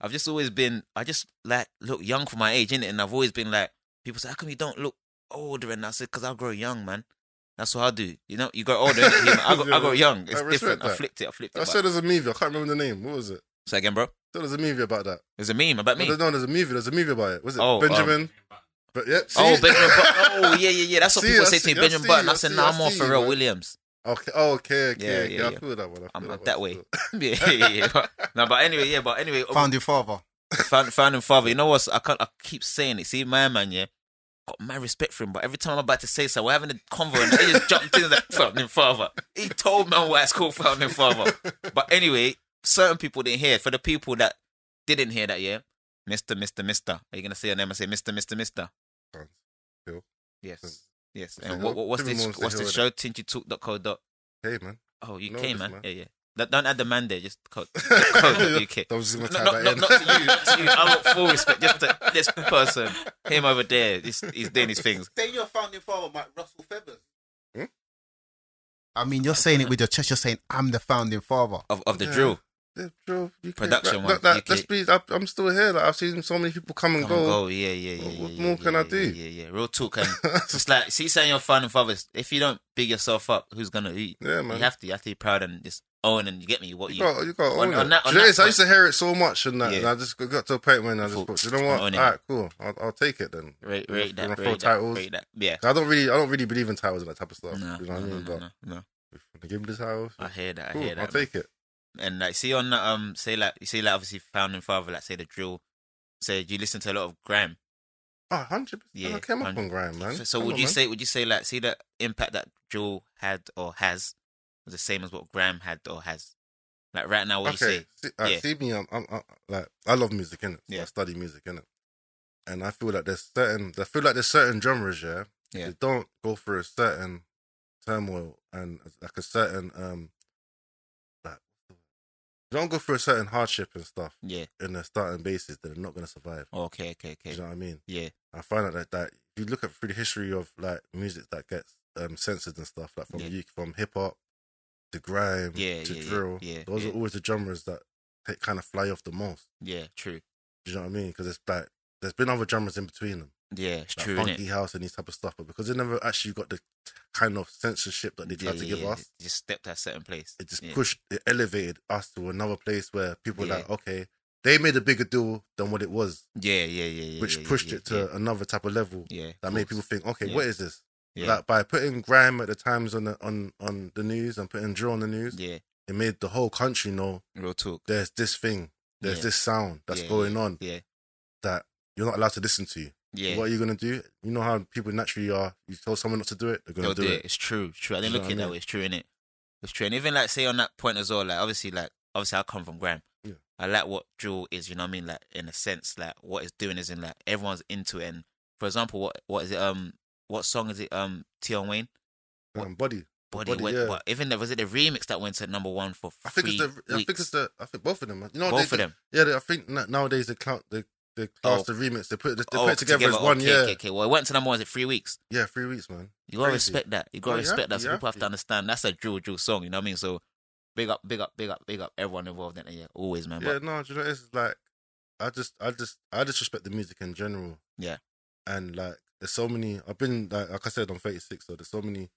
Speaker 1: I've just always been, I just like look young for my age, innit? And I've always been like, people say, how come you don't look older? And I said, because I grow young, man. That's what I do. You know, you grow older. innit? You know, I, go, I grow young. It's
Speaker 6: respect
Speaker 1: different. I
Speaker 6: that.
Speaker 1: flipped it. I flipped it.
Speaker 6: I
Speaker 1: But,
Speaker 6: saw there's a movie. I can't remember the name. What was it?
Speaker 1: say again, bro.
Speaker 6: So there's a movie about that.
Speaker 1: There's a meme about me.
Speaker 6: No, there's a movie. There's a movie about it. Was it
Speaker 1: Oh, um,
Speaker 6: Benjamin? but yeah. See?
Speaker 1: Oh, Benjamin Button. Oh, yeah, yeah, yeah. That's what
Speaker 6: See,
Speaker 1: people
Speaker 6: I
Speaker 1: say to me,
Speaker 6: see, I
Speaker 1: Benjamin
Speaker 6: see,
Speaker 1: Button. I
Speaker 6: I
Speaker 1: said,
Speaker 6: see,
Speaker 1: nah,
Speaker 6: I
Speaker 1: I'm on
Speaker 6: see,
Speaker 1: Pharrell
Speaker 6: man.
Speaker 1: Williams.
Speaker 6: Okay. Oh, okay. Okay.
Speaker 1: Yeah,
Speaker 6: okay.
Speaker 1: yeah,
Speaker 6: I
Speaker 1: yeah.
Speaker 6: feel that one. I feel
Speaker 1: I'm
Speaker 6: that,
Speaker 1: not that
Speaker 6: one.
Speaker 1: way. yeah, yeah, yeah. No, but anyway, yeah, but anyway, um,
Speaker 5: Founding father.
Speaker 1: found, founding father. You know what? I can't. I keep saying it. See, my man, yeah, got my respect for him. But every time I'm about to say so, we're having a convo, and he just jumped in and like founding father. He told man why it's called founding father. But anyway, certain people didn't hear. For the people that didn't hear that, yeah, Mister, Mister, Mister. Are you gonna say your name? I say Mister, Mister, Mister.
Speaker 6: Sounds cool.
Speaker 1: Yes. Yes.
Speaker 6: Say
Speaker 1: And
Speaker 6: hello.
Speaker 1: what, what, what's
Speaker 6: Give me
Speaker 1: this?
Speaker 6: more, say
Speaker 1: What's this show?
Speaker 6: hello.
Speaker 1: Tingytalk.co. dot-
Speaker 6: Hey, man.
Speaker 1: Oh, UK
Speaker 6: No,
Speaker 1: man.
Speaker 6: this
Speaker 1: Yeah,
Speaker 6: man.
Speaker 1: yeah. Don't- Don't add the man there. Just co- code UK.
Speaker 6: I was just gonna
Speaker 1: No, no,
Speaker 6: tie that
Speaker 1: no,
Speaker 6: in.
Speaker 1: not to you, not to you. I want full respect. Just to this person, him over there, he's, he's doing his things.
Speaker 8: Say you're founding father, like Russell Feathers.
Speaker 6: Hmm?
Speaker 5: I mean, you're saying it with your chest. You're saying I'm the founding father.
Speaker 1: of, of the
Speaker 6: Yeah.
Speaker 1: drill.
Speaker 6: Yeah, Joe, you can't
Speaker 1: Production
Speaker 6: rap
Speaker 1: one,
Speaker 6: like that.
Speaker 1: you
Speaker 6: Let's be. I, I'm still here. Like, I've seen so many people come and
Speaker 1: Come
Speaker 6: go.
Speaker 1: and go. Yeah, yeah, yeah.
Speaker 6: What-
Speaker 1: yeah,
Speaker 6: what
Speaker 1: yeah,
Speaker 6: more can
Speaker 1: yeah,
Speaker 6: I do?
Speaker 1: Yeah, yeah, yeah. Real talk. And it's just like, see, saying you're finding fathers. If you don't big yourself up, who's gonna? You,
Speaker 6: Yeah,
Speaker 1: you
Speaker 6: man.
Speaker 1: have to. You have to be proud and just own and you get me. What
Speaker 6: You
Speaker 1: you?
Speaker 6: got, you got to
Speaker 1: On-
Speaker 6: own it.
Speaker 1: on that- on
Speaker 6: Do you know
Speaker 1: that
Speaker 6: this? I used to hear it so much and that,
Speaker 1: Yeah.
Speaker 6: and I just got to a point when I just
Speaker 1: Thought,
Speaker 6: thought, "Do you know what? All
Speaker 1: own it.
Speaker 6: right, cool. I'll, I'll take it then.
Speaker 1: Rate,
Speaker 6: You
Speaker 1: rate that.
Speaker 6: wanna throw
Speaker 1: Rate that.
Speaker 6: titles?
Speaker 1: Rate that. Yeah.
Speaker 6: 'Cause I don't really, I don't really believe in titles and that type of
Speaker 1: No,
Speaker 6: stuff. you know what
Speaker 1: no,
Speaker 6: I mean?
Speaker 1: no,
Speaker 6: but
Speaker 1: no, no.
Speaker 6: if they give me this house,
Speaker 1: I hear that. I
Speaker 6: cool,
Speaker 1: hear
Speaker 6: I'll
Speaker 1: that. man.
Speaker 6: take it.
Speaker 1: and like see on that um say like you see like obviously founding father like say the drill say you listen to a lot of grime
Speaker 6: Oh, 100 percent.
Speaker 1: Yeah,
Speaker 6: I came up
Speaker 1: 100.
Speaker 6: on grind, man.
Speaker 1: so, so
Speaker 6: Come
Speaker 1: would
Speaker 6: on,
Speaker 1: you
Speaker 6: man.
Speaker 1: say would you say like see the impact that drill had or has was the same as what grime had or has like right now what you
Speaker 6: okay,
Speaker 1: say
Speaker 6: see, uh,
Speaker 1: Yeah.
Speaker 6: see me. I'm, I'm, i like I love music innit? So
Speaker 1: Yeah.
Speaker 6: I study music innit? and I feel like there's certain. I feel like there's certain genres, yeah,
Speaker 1: Yeah.
Speaker 6: They don't go through a certain turmoil and like a certain um, like they don't go through a certain hardship and stuff
Speaker 1: yeah Oh,
Speaker 6: in their starting basis. They're not gonna survive.
Speaker 1: okay okay
Speaker 6: Do
Speaker 1: okay
Speaker 6: you know what I mean?
Speaker 1: yeah
Speaker 6: I find out that, that if you look at through the history of like music that gets um, censored and stuff, like from
Speaker 1: Yeah.
Speaker 6: you from hip hop to grime
Speaker 1: Yeah,
Speaker 6: to
Speaker 1: yeah, yeah,
Speaker 6: drill,
Speaker 1: yeah,
Speaker 6: those
Speaker 1: yeah.
Speaker 6: are always the genres that take, kind of fly off the most.
Speaker 1: yeah true
Speaker 6: Do you know what I mean? Because it's like there's been other genres in between them,
Speaker 1: yeah it's
Speaker 6: like
Speaker 1: true
Speaker 6: funky
Speaker 1: innit?
Speaker 6: house and these type of stuff, but because they never actually got the t- kind of censorship that they
Speaker 1: yeah,
Speaker 6: tried
Speaker 1: yeah,
Speaker 6: to give
Speaker 1: yeah.
Speaker 6: us,
Speaker 1: just stepped at a certain place
Speaker 6: it just
Speaker 1: yeah.
Speaker 6: pushed, it elevated us to another place where people
Speaker 1: Yeah.
Speaker 6: are like, okay, they made a bigger deal than what it was,
Speaker 1: yeah yeah yeah yeah
Speaker 6: which
Speaker 1: yeah, yeah,
Speaker 6: pushed
Speaker 1: yeah,
Speaker 6: it to another type of level
Speaker 1: yeah, yeah
Speaker 6: that
Speaker 1: of
Speaker 6: made people
Speaker 1: course.
Speaker 6: think, okay,
Speaker 1: Yeah.
Speaker 6: what is this?
Speaker 1: yeah
Speaker 6: Like by putting grime at the times on the on on the news and putting drill on the news,
Speaker 1: yeah
Speaker 6: it made the whole country know
Speaker 1: real talk
Speaker 6: there's this thing, there's
Speaker 1: Yeah.
Speaker 6: this sound that's
Speaker 1: Yeah,
Speaker 6: going on
Speaker 1: yeah
Speaker 6: that you're not allowed to listen to.
Speaker 1: yeah
Speaker 6: What are you gonna do? You know how people naturally are. You tell someone not to do it, they're gonna
Speaker 1: They'll
Speaker 6: do, it.
Speaker 1: It's true. It's true. I
Speaker 6: You
Speaker 1: didn't
Speaker 6: know
Speaker 1: look at
Speaker 6: what
Speaker 1: it
Speaker 6: I
Speaker 1: that
Speaker 6: mean?
Speaker 1: way. It's true, innit? It's true. And even like say on that point as well, like obviously like obviously I come from Graham.
Speaker 6: Yeah.
Speaker 1: I like what drill is, you know what I mean? Like in a sense, like what it's doing is in like everyone's into it. And for example, what what is it um what song is it um Tion Wayne?
Speaker 6: Um, body.
Speaker 1: Body,
Speaker 6: Body,
Speaker 1: went
Speaker 6: yeah.
Speaker 1: what even the, was it the remix that went to number one for
Speaker 6: I think it's
Speaker 1: three
Speaker 6: the. I
Speaker 1: weeks?
Speaker 6: think it's the. I think both of them. man. You know,
Speaker 1: both
Speaker 6: they,
Speaker 1: of them.
Speaker 6: Yeah, they, I think na- nowadays they count the the class
Speaker 1: Oh.
Speaker 6: the remix. They put they,
Speaker 1: Oh,
Speaker 6: put it together, as one.
Speaker 1: okay,
Speaker 6: yeah,
Speaker 1: okay, okay. Well it went to number one is it three weeks?
Speaker 6: yeah, three weeks, man.
Speaker 1: You gotta
Speaker 6: Crazy.
Speaker 1: respect that. You gotta
Speaker 6: Oh, you have
Speaker 1: respect
Speaker 6: to,
Speaker 1: that. So
Speaker 6: you have
Speaker 1: people have
Speaker 6: to.
Speaker 1: to understand that's a drill drill song, you know what I mean? So big up, big up, big up, big up everyone involved in it, yeah. Always man.
Speaker 6: Yeah,
Speaker 1: But
Speaker 6: no, do you know it's like I just I just I just respect the music in general.
Speaker 1: Yeah.
Speaker 6: And like there's so many I've been like like I said, I'm thirty six, so there's so many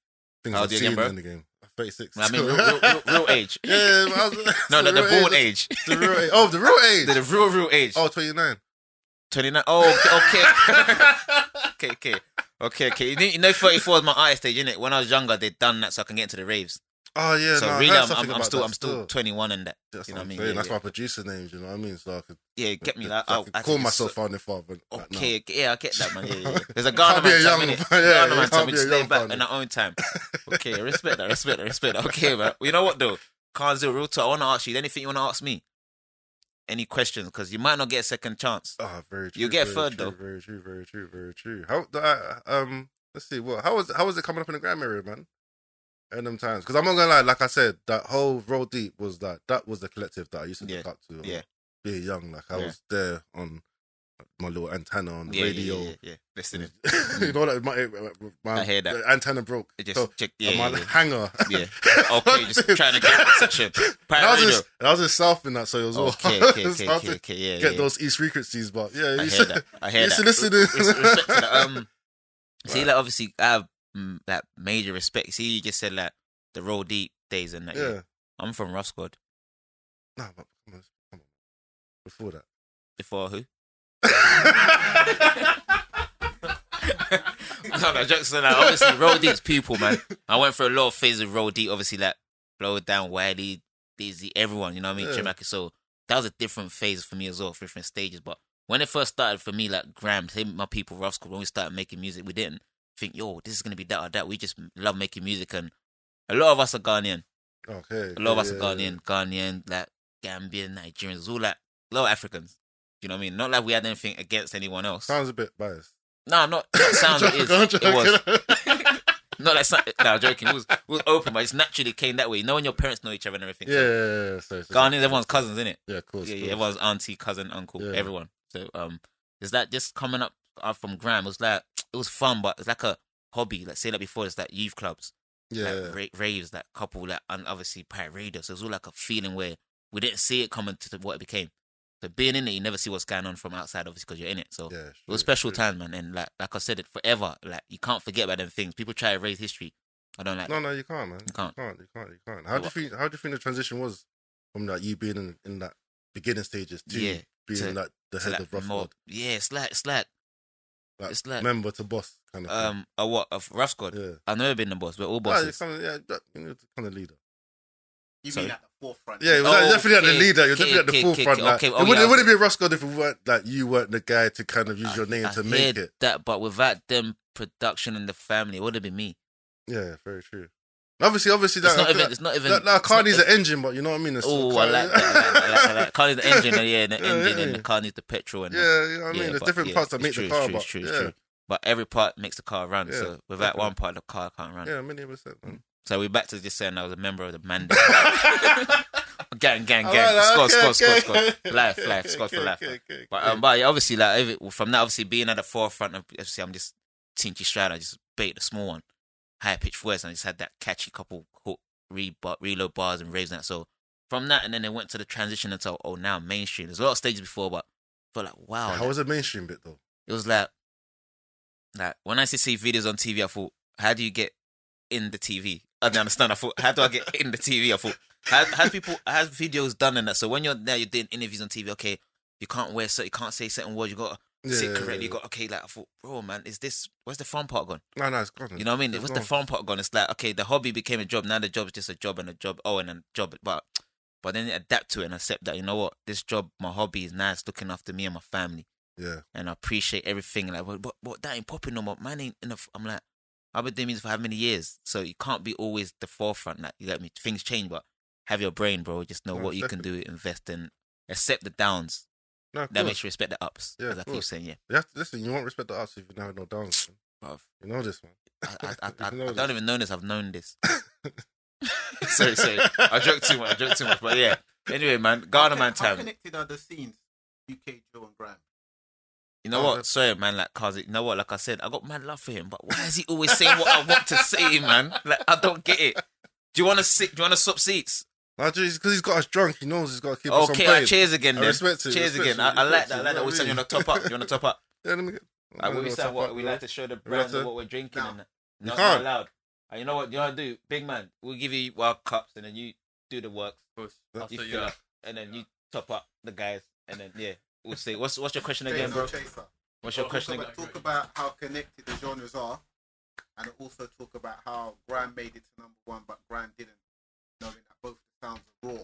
Speaker 6: things
Speaker 1: How old
Speaker 6: I've
Speaker 1: are you
Speaker 6: seen
Speaker 1: again, bro?
Speaker 6: in the game. Thirty six.
Speaker 1: I mean real, real, real, real age.
Speaker 6: Yeah, but I was-
Speaker 1: No, the, the
Speaker 6: real age,
Speaker 1: born age.
Speaker 6: The real age. Oh the real age.
Speaker 1: The, the real, real age.
Speaker 6: Oh, 29.
Speaker 1: 29. Oh, okay, okay. okay, okay. Okay, okay. You, didn't- you know 34 is my eye stage, innit? When I was younger, they'd done that so I can get into the raves.
Speaker 6: Oh yeah,
Speaker 1: so
Speaker 6: no,
Speaker 1: really,
Speaker 6: I heard
Speaker 1: I'm,
Speaker 6: something
Speaker 1: I'm, I'm
Speaker 6: about
Speaker 1: still,
Speaker 6: that
Speaker 1: I'm still 21 and that.
Speaker 6: That's
Speaker 1: you
Speaker 6: what
Speaker 1: know
Speaker 6: I'm
Speaker 1: what I mean?
Speaker 6: saying.
Speaker 1: Yeah,
Speaker 6: That's
Speaker 1: yeah.
Speaker 6: my producer names. You know what I mean? So I could,
Speaker 1: Yeah, get me.
Speaker 6: I,
Speaker 1: Like,
Speaker 6: I
Speaker 1: I'll-
Speaker 6: could
Speaker 1: I,
Speaker 6: call
Speaker 1: think it's
Speaker 6: myself
Speaker 1: so-
Speaker 6: founding father. like, no.
Speaker 1: Okay, yeah, I get that, man. Yeah, yeah. yeah. There's a Ghana
Speaker 6: Can't be
Speaker 1: man
Speaker 6: a
Speaker 1: time,
Speaker 6: young-
Speaker 1: innit?
Speaker 6: yeah, yeah,
Speaker 1: Ghana
Speaker 6: you
Speaker 1: man
Speaker 6: can't
Speaker 1: time.
Speaker 6: be
Speaker 1: We
Speaker 6: a
Speaker 1: just lay
Speaker 6: young
Speaker 1: back
Speaker 6: fan.
Speaker 1: in our own time. Okay, respect that, respect that, respect that. Okay, man. You know what, though? Kanzu, real talk, I want to ask you. Anything you want to ask me? Any questions? Because you might not get a second chance.
Speaker 6: Ah, very true.
Speaker 1: You'll get a
Speaker 6: very
Speaker 1: third,
Speaker 6: true,
Speaker 1: though.
Speaker 6: Very true, very true, very true. How uh, um let's see, what how was how was it coming up in the gram area, man? In them times. Because I'm not gonna lie, like I said, that whole roll deep was that that was the collective that I used to
Speaker 1: Yeah,
Speaker 6: look up to. um,
Speaker 1: yeah.
Speaker 6: Being young. Like I
Speaker 1: Yeah.
Speaker 6: was there on my little antenna on the
Speaker 1: Yeah,
Speaker 6: radio. Mm.
Speaker 1: yeah, yeah, yeah. Listening.
Speaker 6: you know that my, my
Speaker 1: I hear that.
Speaker 6: the antenna broke.
Speaker 1: It just
Speaker 6: So,
Speaker 1: check.
Speaker 6: and
Speaker 1: Yeah,
Speaker 6: my
Speaker 1: yeah, yeah.
Speaker 6: hanger.
Speaker 1: Yeah. Okay, just trying to get the section.
Speaker 6: And I was,
Speaker 1: Paranoid. Oh,
Speaker 6: just, I was just south in that, so it was all
Speaker 1: Okay,
Speaker 6: so
Speaker 1: okay, okay,
Speaker 6: I had
Speaker 1: okay,
Speaker 6: to
Speaker 1: okay. Yeah,
Speaker 6: Get
Speaker 1: yeah.
Speaker 6: those east frequencies, but yeah,
Speaker 1: I
Speaker 6: you
Speaker 1: hear
Speaker 6: said-
Speaker 1: that. I hear
Speaker 6: used to
Speaker 1: that.
Speaker 6: listen to-
Speaker 1: Res- respect to that. Um, see,
Speaker 6: Right.
Speaker 1: like obviously, I have mm, like major respect. See, you just said like the roll deep days and that. Yeah.
Speaker 6: yeah.
Speaker 1: I'm from Rough Squad.
Speaker 6: No, but come on, come on. Before that.
Speaker 1: Before who? no, no, jokes on that. Obviously, roll deep's people, man. I went through a lot of phases of roll deep. Obviously, like blow down, Wiley, Dizzy, everyone. You know what I mean?
Speaker 6: Yeah.
Speaker 1: Chimaki. So that was a different phase for me as well, different stages. But when it first started for me, like Graham, him, my people, Rough School, when we started making music, we didn't think, yo, this is gonna be that or that. We just love making music, and a lot of us are Ghanaian.
Speaker 6: Okay.
Speaker 1: A lot of us
Speaker 6: yeah,
Speaker 1: are Ghanaian, Ghanaian, like Gambian, Nigerians, all that. A lot of Africans. You know what I mean? Not like we had anything against anyone else.
Speaker 6: Sounds a bit biased.
Speaker 1: No, I'm not. That sounds it is. It was. No, that's not. No, I'm joking. It was, it was open, but it's naturally came that way. You know when your parents know each other and everything.
Speaker 6: yeah, yeah, yeah, yeah. Sorry, sorry.
Speaker 1: Ghanaians, everyone's cousins, isn't it?
Speaker 6: Yeah, of course.
Speaker 1: Yeah,
Speaker 6: of
Speaker 1: yeah,
Speaker 6: course.
Speaker 1: everyone's auntie, cousin, uncle,
Speaker 6: Yeah.
Speaker 1: everyone. So, um, is that just coming up uh, from Graham? It was like it was fun, but it's like a hobby. Like say that before, it's like youth clubs.
Speaker 6: Yeah.
Speaker 1: like ra- raves, like couple, like and obviously Pirate Radio. So it was all like a feeling where we didn't see it coming to the- what it became. So being in it, you never see what's going on from outside, obviously, because you're in it. So
Speaker 6: yeah.
Speaker 1: it was
Speaker 6: true,
Speaker 1: special
Speaker 6: true.
Speaker 1: time, man. And like like I said, it forever. Like you can't forget about them things. People try to erase history. I don't like.
Speaker 6: No,
Speaker 1: that.
Speaker 6: no, you can't, man.
Speaker 1: You can't.
Speaker 6: You can't. You can't. You can't. How do you
Speaker 1: What?
Speaker 6: think? How do you think the transition was from that you being in, in that beginning stages to
Speaker 1: Yeah,
Speaker 6: being
Speaker 1: to-
Speaker 6: like the
Speaker 1: So,
Speaker 6: head
Speaker 1: like,
Speaker 6: of Rough
Speaker 1: more-
Speaker 6: Squad,
Speaker 1: Yeah, it's like it's like
Speaker 6: like,
Speaker 1: it's like-
Speaker 6: member to boss kind of
Speaker 1: um a what of rough squad.
Speaker 6: thing? Yeah.
Speaker 1: I've never been the boss. We're all
Speaker 6: Well, you're
Speaker 1: bosses.
Speaker 6: kind of, yeah, that- you know, kind of leader.
Speaker 2: You
Speaker 1: Sorry.
Speaker 2: mean at the forefront?
Speaker 6: Yeah, it was
Speaker 1: Oh,
Speaker 6: like, definitely at
Speaker 1: okay,
Speaker 6: the leader. You're
Speaker 1: okay,
Speaker 6: definitely at the
Speaker 1: okay, okay,
Speaker 6: forefront. like,
Speaker 1: okay,
Speaker 6: it,
Speaker 1: oh,
Speaker 6: wouldn't,
Speaker 1: yeah.
Speaker 6: it wouldn't be Rough Squad if it weren't like you weren't the guy to kind of use your name
Speaker 1: I
Speaker 6: to
Speaker 1: hear
Speaker 6: make it.
Speaker 1: that, but without them production and the family, it would have been me.
Speaker 6: Yeah, very true. Obviously, obviously,
Speaker 1: It's
Speaker 6: that,
Speaker 1: not
Speaker 6: that,
Speaker 1: even. It's not even.
Speaker 6: that, that
Speaker 1: it's not
Speaker 6: Carney's
Speaker 1: even-
Speaker 6: an engine, but you know what I mean. It's
Speaker 1: Oh,
Speaker 6: still
Speaker 1: I
Speaker 6: Carney.
Speaker 1: like that. I like, that, I like, that, I like. Car needs the engine, and yeah, and the
Speaker 6: Yeah,
Speaker 1: engine, and
Speaker 6: yeah.
Speaker 1: the car needs the petrol, and
Speaker 6: Yeah, you know what I mean. There's
Speaker 1: but
Speaker 6: different
Speaker 1: yeah,
Speaker 6: parts that
Speaker 1: it's
Speaker 6: make
Speaker 1: true,
Speaker 6: the car,
Speaker 1: it's true,
Speaker 6: but
Speaker 1: it's true, it's
Speaker 6: yeah,
Speaker 1: true. But every part makes the car run.
Speaker 6: Yeah,
Speaker 1: so without
Speaker 6: definitely.
Speaker 1: one part, the car can't run.
Speaker 6: yeah, many percent, man.
Speaker 1: So we're back to just saying I was a member of the mandate. gang, gang, gang.
Speaker 6: All right,
Speaker 1: score,
Speaker 6: okay,
Speaker 1: score, score,
Speaker 6: okay,
Speaker 1: score.
Speaker 6: okay,
Speaker 1: Life,
Speaker 6: okay,
Speaker 1: life,
Speaker 6: okay,
Speaker 1: score for
Speaker 6: okay,
Speaker 1: life,
Speaker 6: okay,
Speaker 1: man.
Speaker 6: okay,
Speaker 1: But
Speaker 6: okay.
Speaker 1: um, but yeah, obviously, like if it- from that, obviously being at the forefront of, obviously, I'm just Tinchy Strider, I just bait the small one, high pitched voice, and I just had that catchy couple hook, re- bar- reload bars and raves and that. So from that, and then it went to the transition until oh now mainstream. There's a lot of stages before, but but like wow,
Speaker 6: How
Speaker 1: like,
Speaker 6: was the mainstream bit though?
Speaker 1: it was like like when I used to see videos on TV, I thought, how do you get in the TV? I didn't understand. I thought, how do I get in the TV? I thought, how how do people has videos done in that? So when you're there, you're doing interviews on TV. Okay, you can't wear, so you can't say certain words. You got to sit correctly. You got okay. Like I thought, bro, man, is this where's the fun part gone?
Speaker 6: No, no, it's gone.
Speaker 1: You know what I mean?
Speaker 6: It's
Speaker 1: What's the
Speaker 6: gone.
Speaker 1: fun part gone? It's like okay, the hobby became a job. Now the job's just a job and a job. Oh, and a job, but. But then adapt to it and accept that you know what this job, my hobby is nice, looking after me and my family
Speaker 6: Yeah,
Speaker 1: and I appreciate everything. Like, but, but, but that ain't popping no more. Man ain't enough. I'm like, I've been doing this for how many years? So you can't be always the forefront. Like, you get me? Things change, but have your brain, bro. Just know
Speaker 6: No,
Speaker 1: what you can do, invest in, accept the downs.
Speaker 6: no, of
Speaker 1: That
Speaker 6: course.
Speaker 1: makes you respect the ups.
Speaker 6: Yeah,
Speaker 1: as I
Speaker 6: of
Speaker 1: keep
Speaker 6: course.
Speaker 1: saying, yeah.
Speaker 6: You have to listen. You won't respect the ups if you don't have no downs. man.
Speaker 1: Bruv,
Speaker 6: You know this, man.
Speaker 1: I, I, I, I,
Speaker 6: You know
Speaker 1: I
Speaker 6: this.
Speaker 1: don't even know this. I've known this. sorry, sorry. I joke too much. I joke too much. But yeah. Anyway, man, Ghana man
Speaker 2: How
Speaker 1: time.
Speaker 2: connected are the scenes? UK Joe and Graham.
Speaker 1: You know
Speaker 6: Oh,
Speaker 1: what?
Speaker 6: that's-
Speaker 1: Sorry, man. Like, cause you know what? Like I said, I got mad love for him, but why is he always saying what I want to say, man? Like, I don't get it. Do you want to sit? Do you want to swap seats?
Speaker 6: because he's got us drunk. He knows he's got to keep us on
Speaker 1: okay, like,
Speaker 6: plane.
Speaker 1: cheers again.
Speaker 6: I
Speaker 1: Then.
Speaker 6: respect it,
Speaker 1: cheers
Speaker 6: respect
Speaker 1: again.
Speaker 6: it,
Speaker 1: I, I like
Speaker 6: respect
Speaker 1: that. I
Speaker 6: it,
Speaker 1: like that. We
Speaker 6: you
Speaker 1: said you
Speaker 6: know
Speaker 1: want
Speaker 6: what
Speaker 1: to top
Speaker 6: I mean?
Speaker 1: up. You want to top up.
Speaker 6: Yeah, let me get. I
Speaker 1: Like,
Speaker 6: don't
Speaker 1: we
Speaker 6: know
Speaker 1: said
Speaker 6: what's
Speaker 1: what
Speaker 6: up,
Speaker 1: we
Speaker 6: man.
Speaker 1: like to show the brand
Speaker 6: to-
Speaker 1: and what we're drinking.
Speaker 2: No.
Speaker 1: And that. No, it's not
Speaker 6: can't.
Speaker 1: allowed. And you know what? You know what I do, big man. We'll give you our cups, and then you do the works. You
Speaker 2: So
Speaker 1: fill
Speaker 2: you're
Speaker 1: up, and then you top up the guys, and then yeah, we'll see. What's what's your question again,
Speaker 7: Chaser,
Speaker 1: bro?
Speaker 7: Chaser.
Speaker 1: What's your question
Speaker 7: Talk
Speaker 1: again?
Speaker 7: about, talk about how connected the genres are, and also talk about how Grime made it to number one, but Grime didn't, knowing that both the sounds are raw.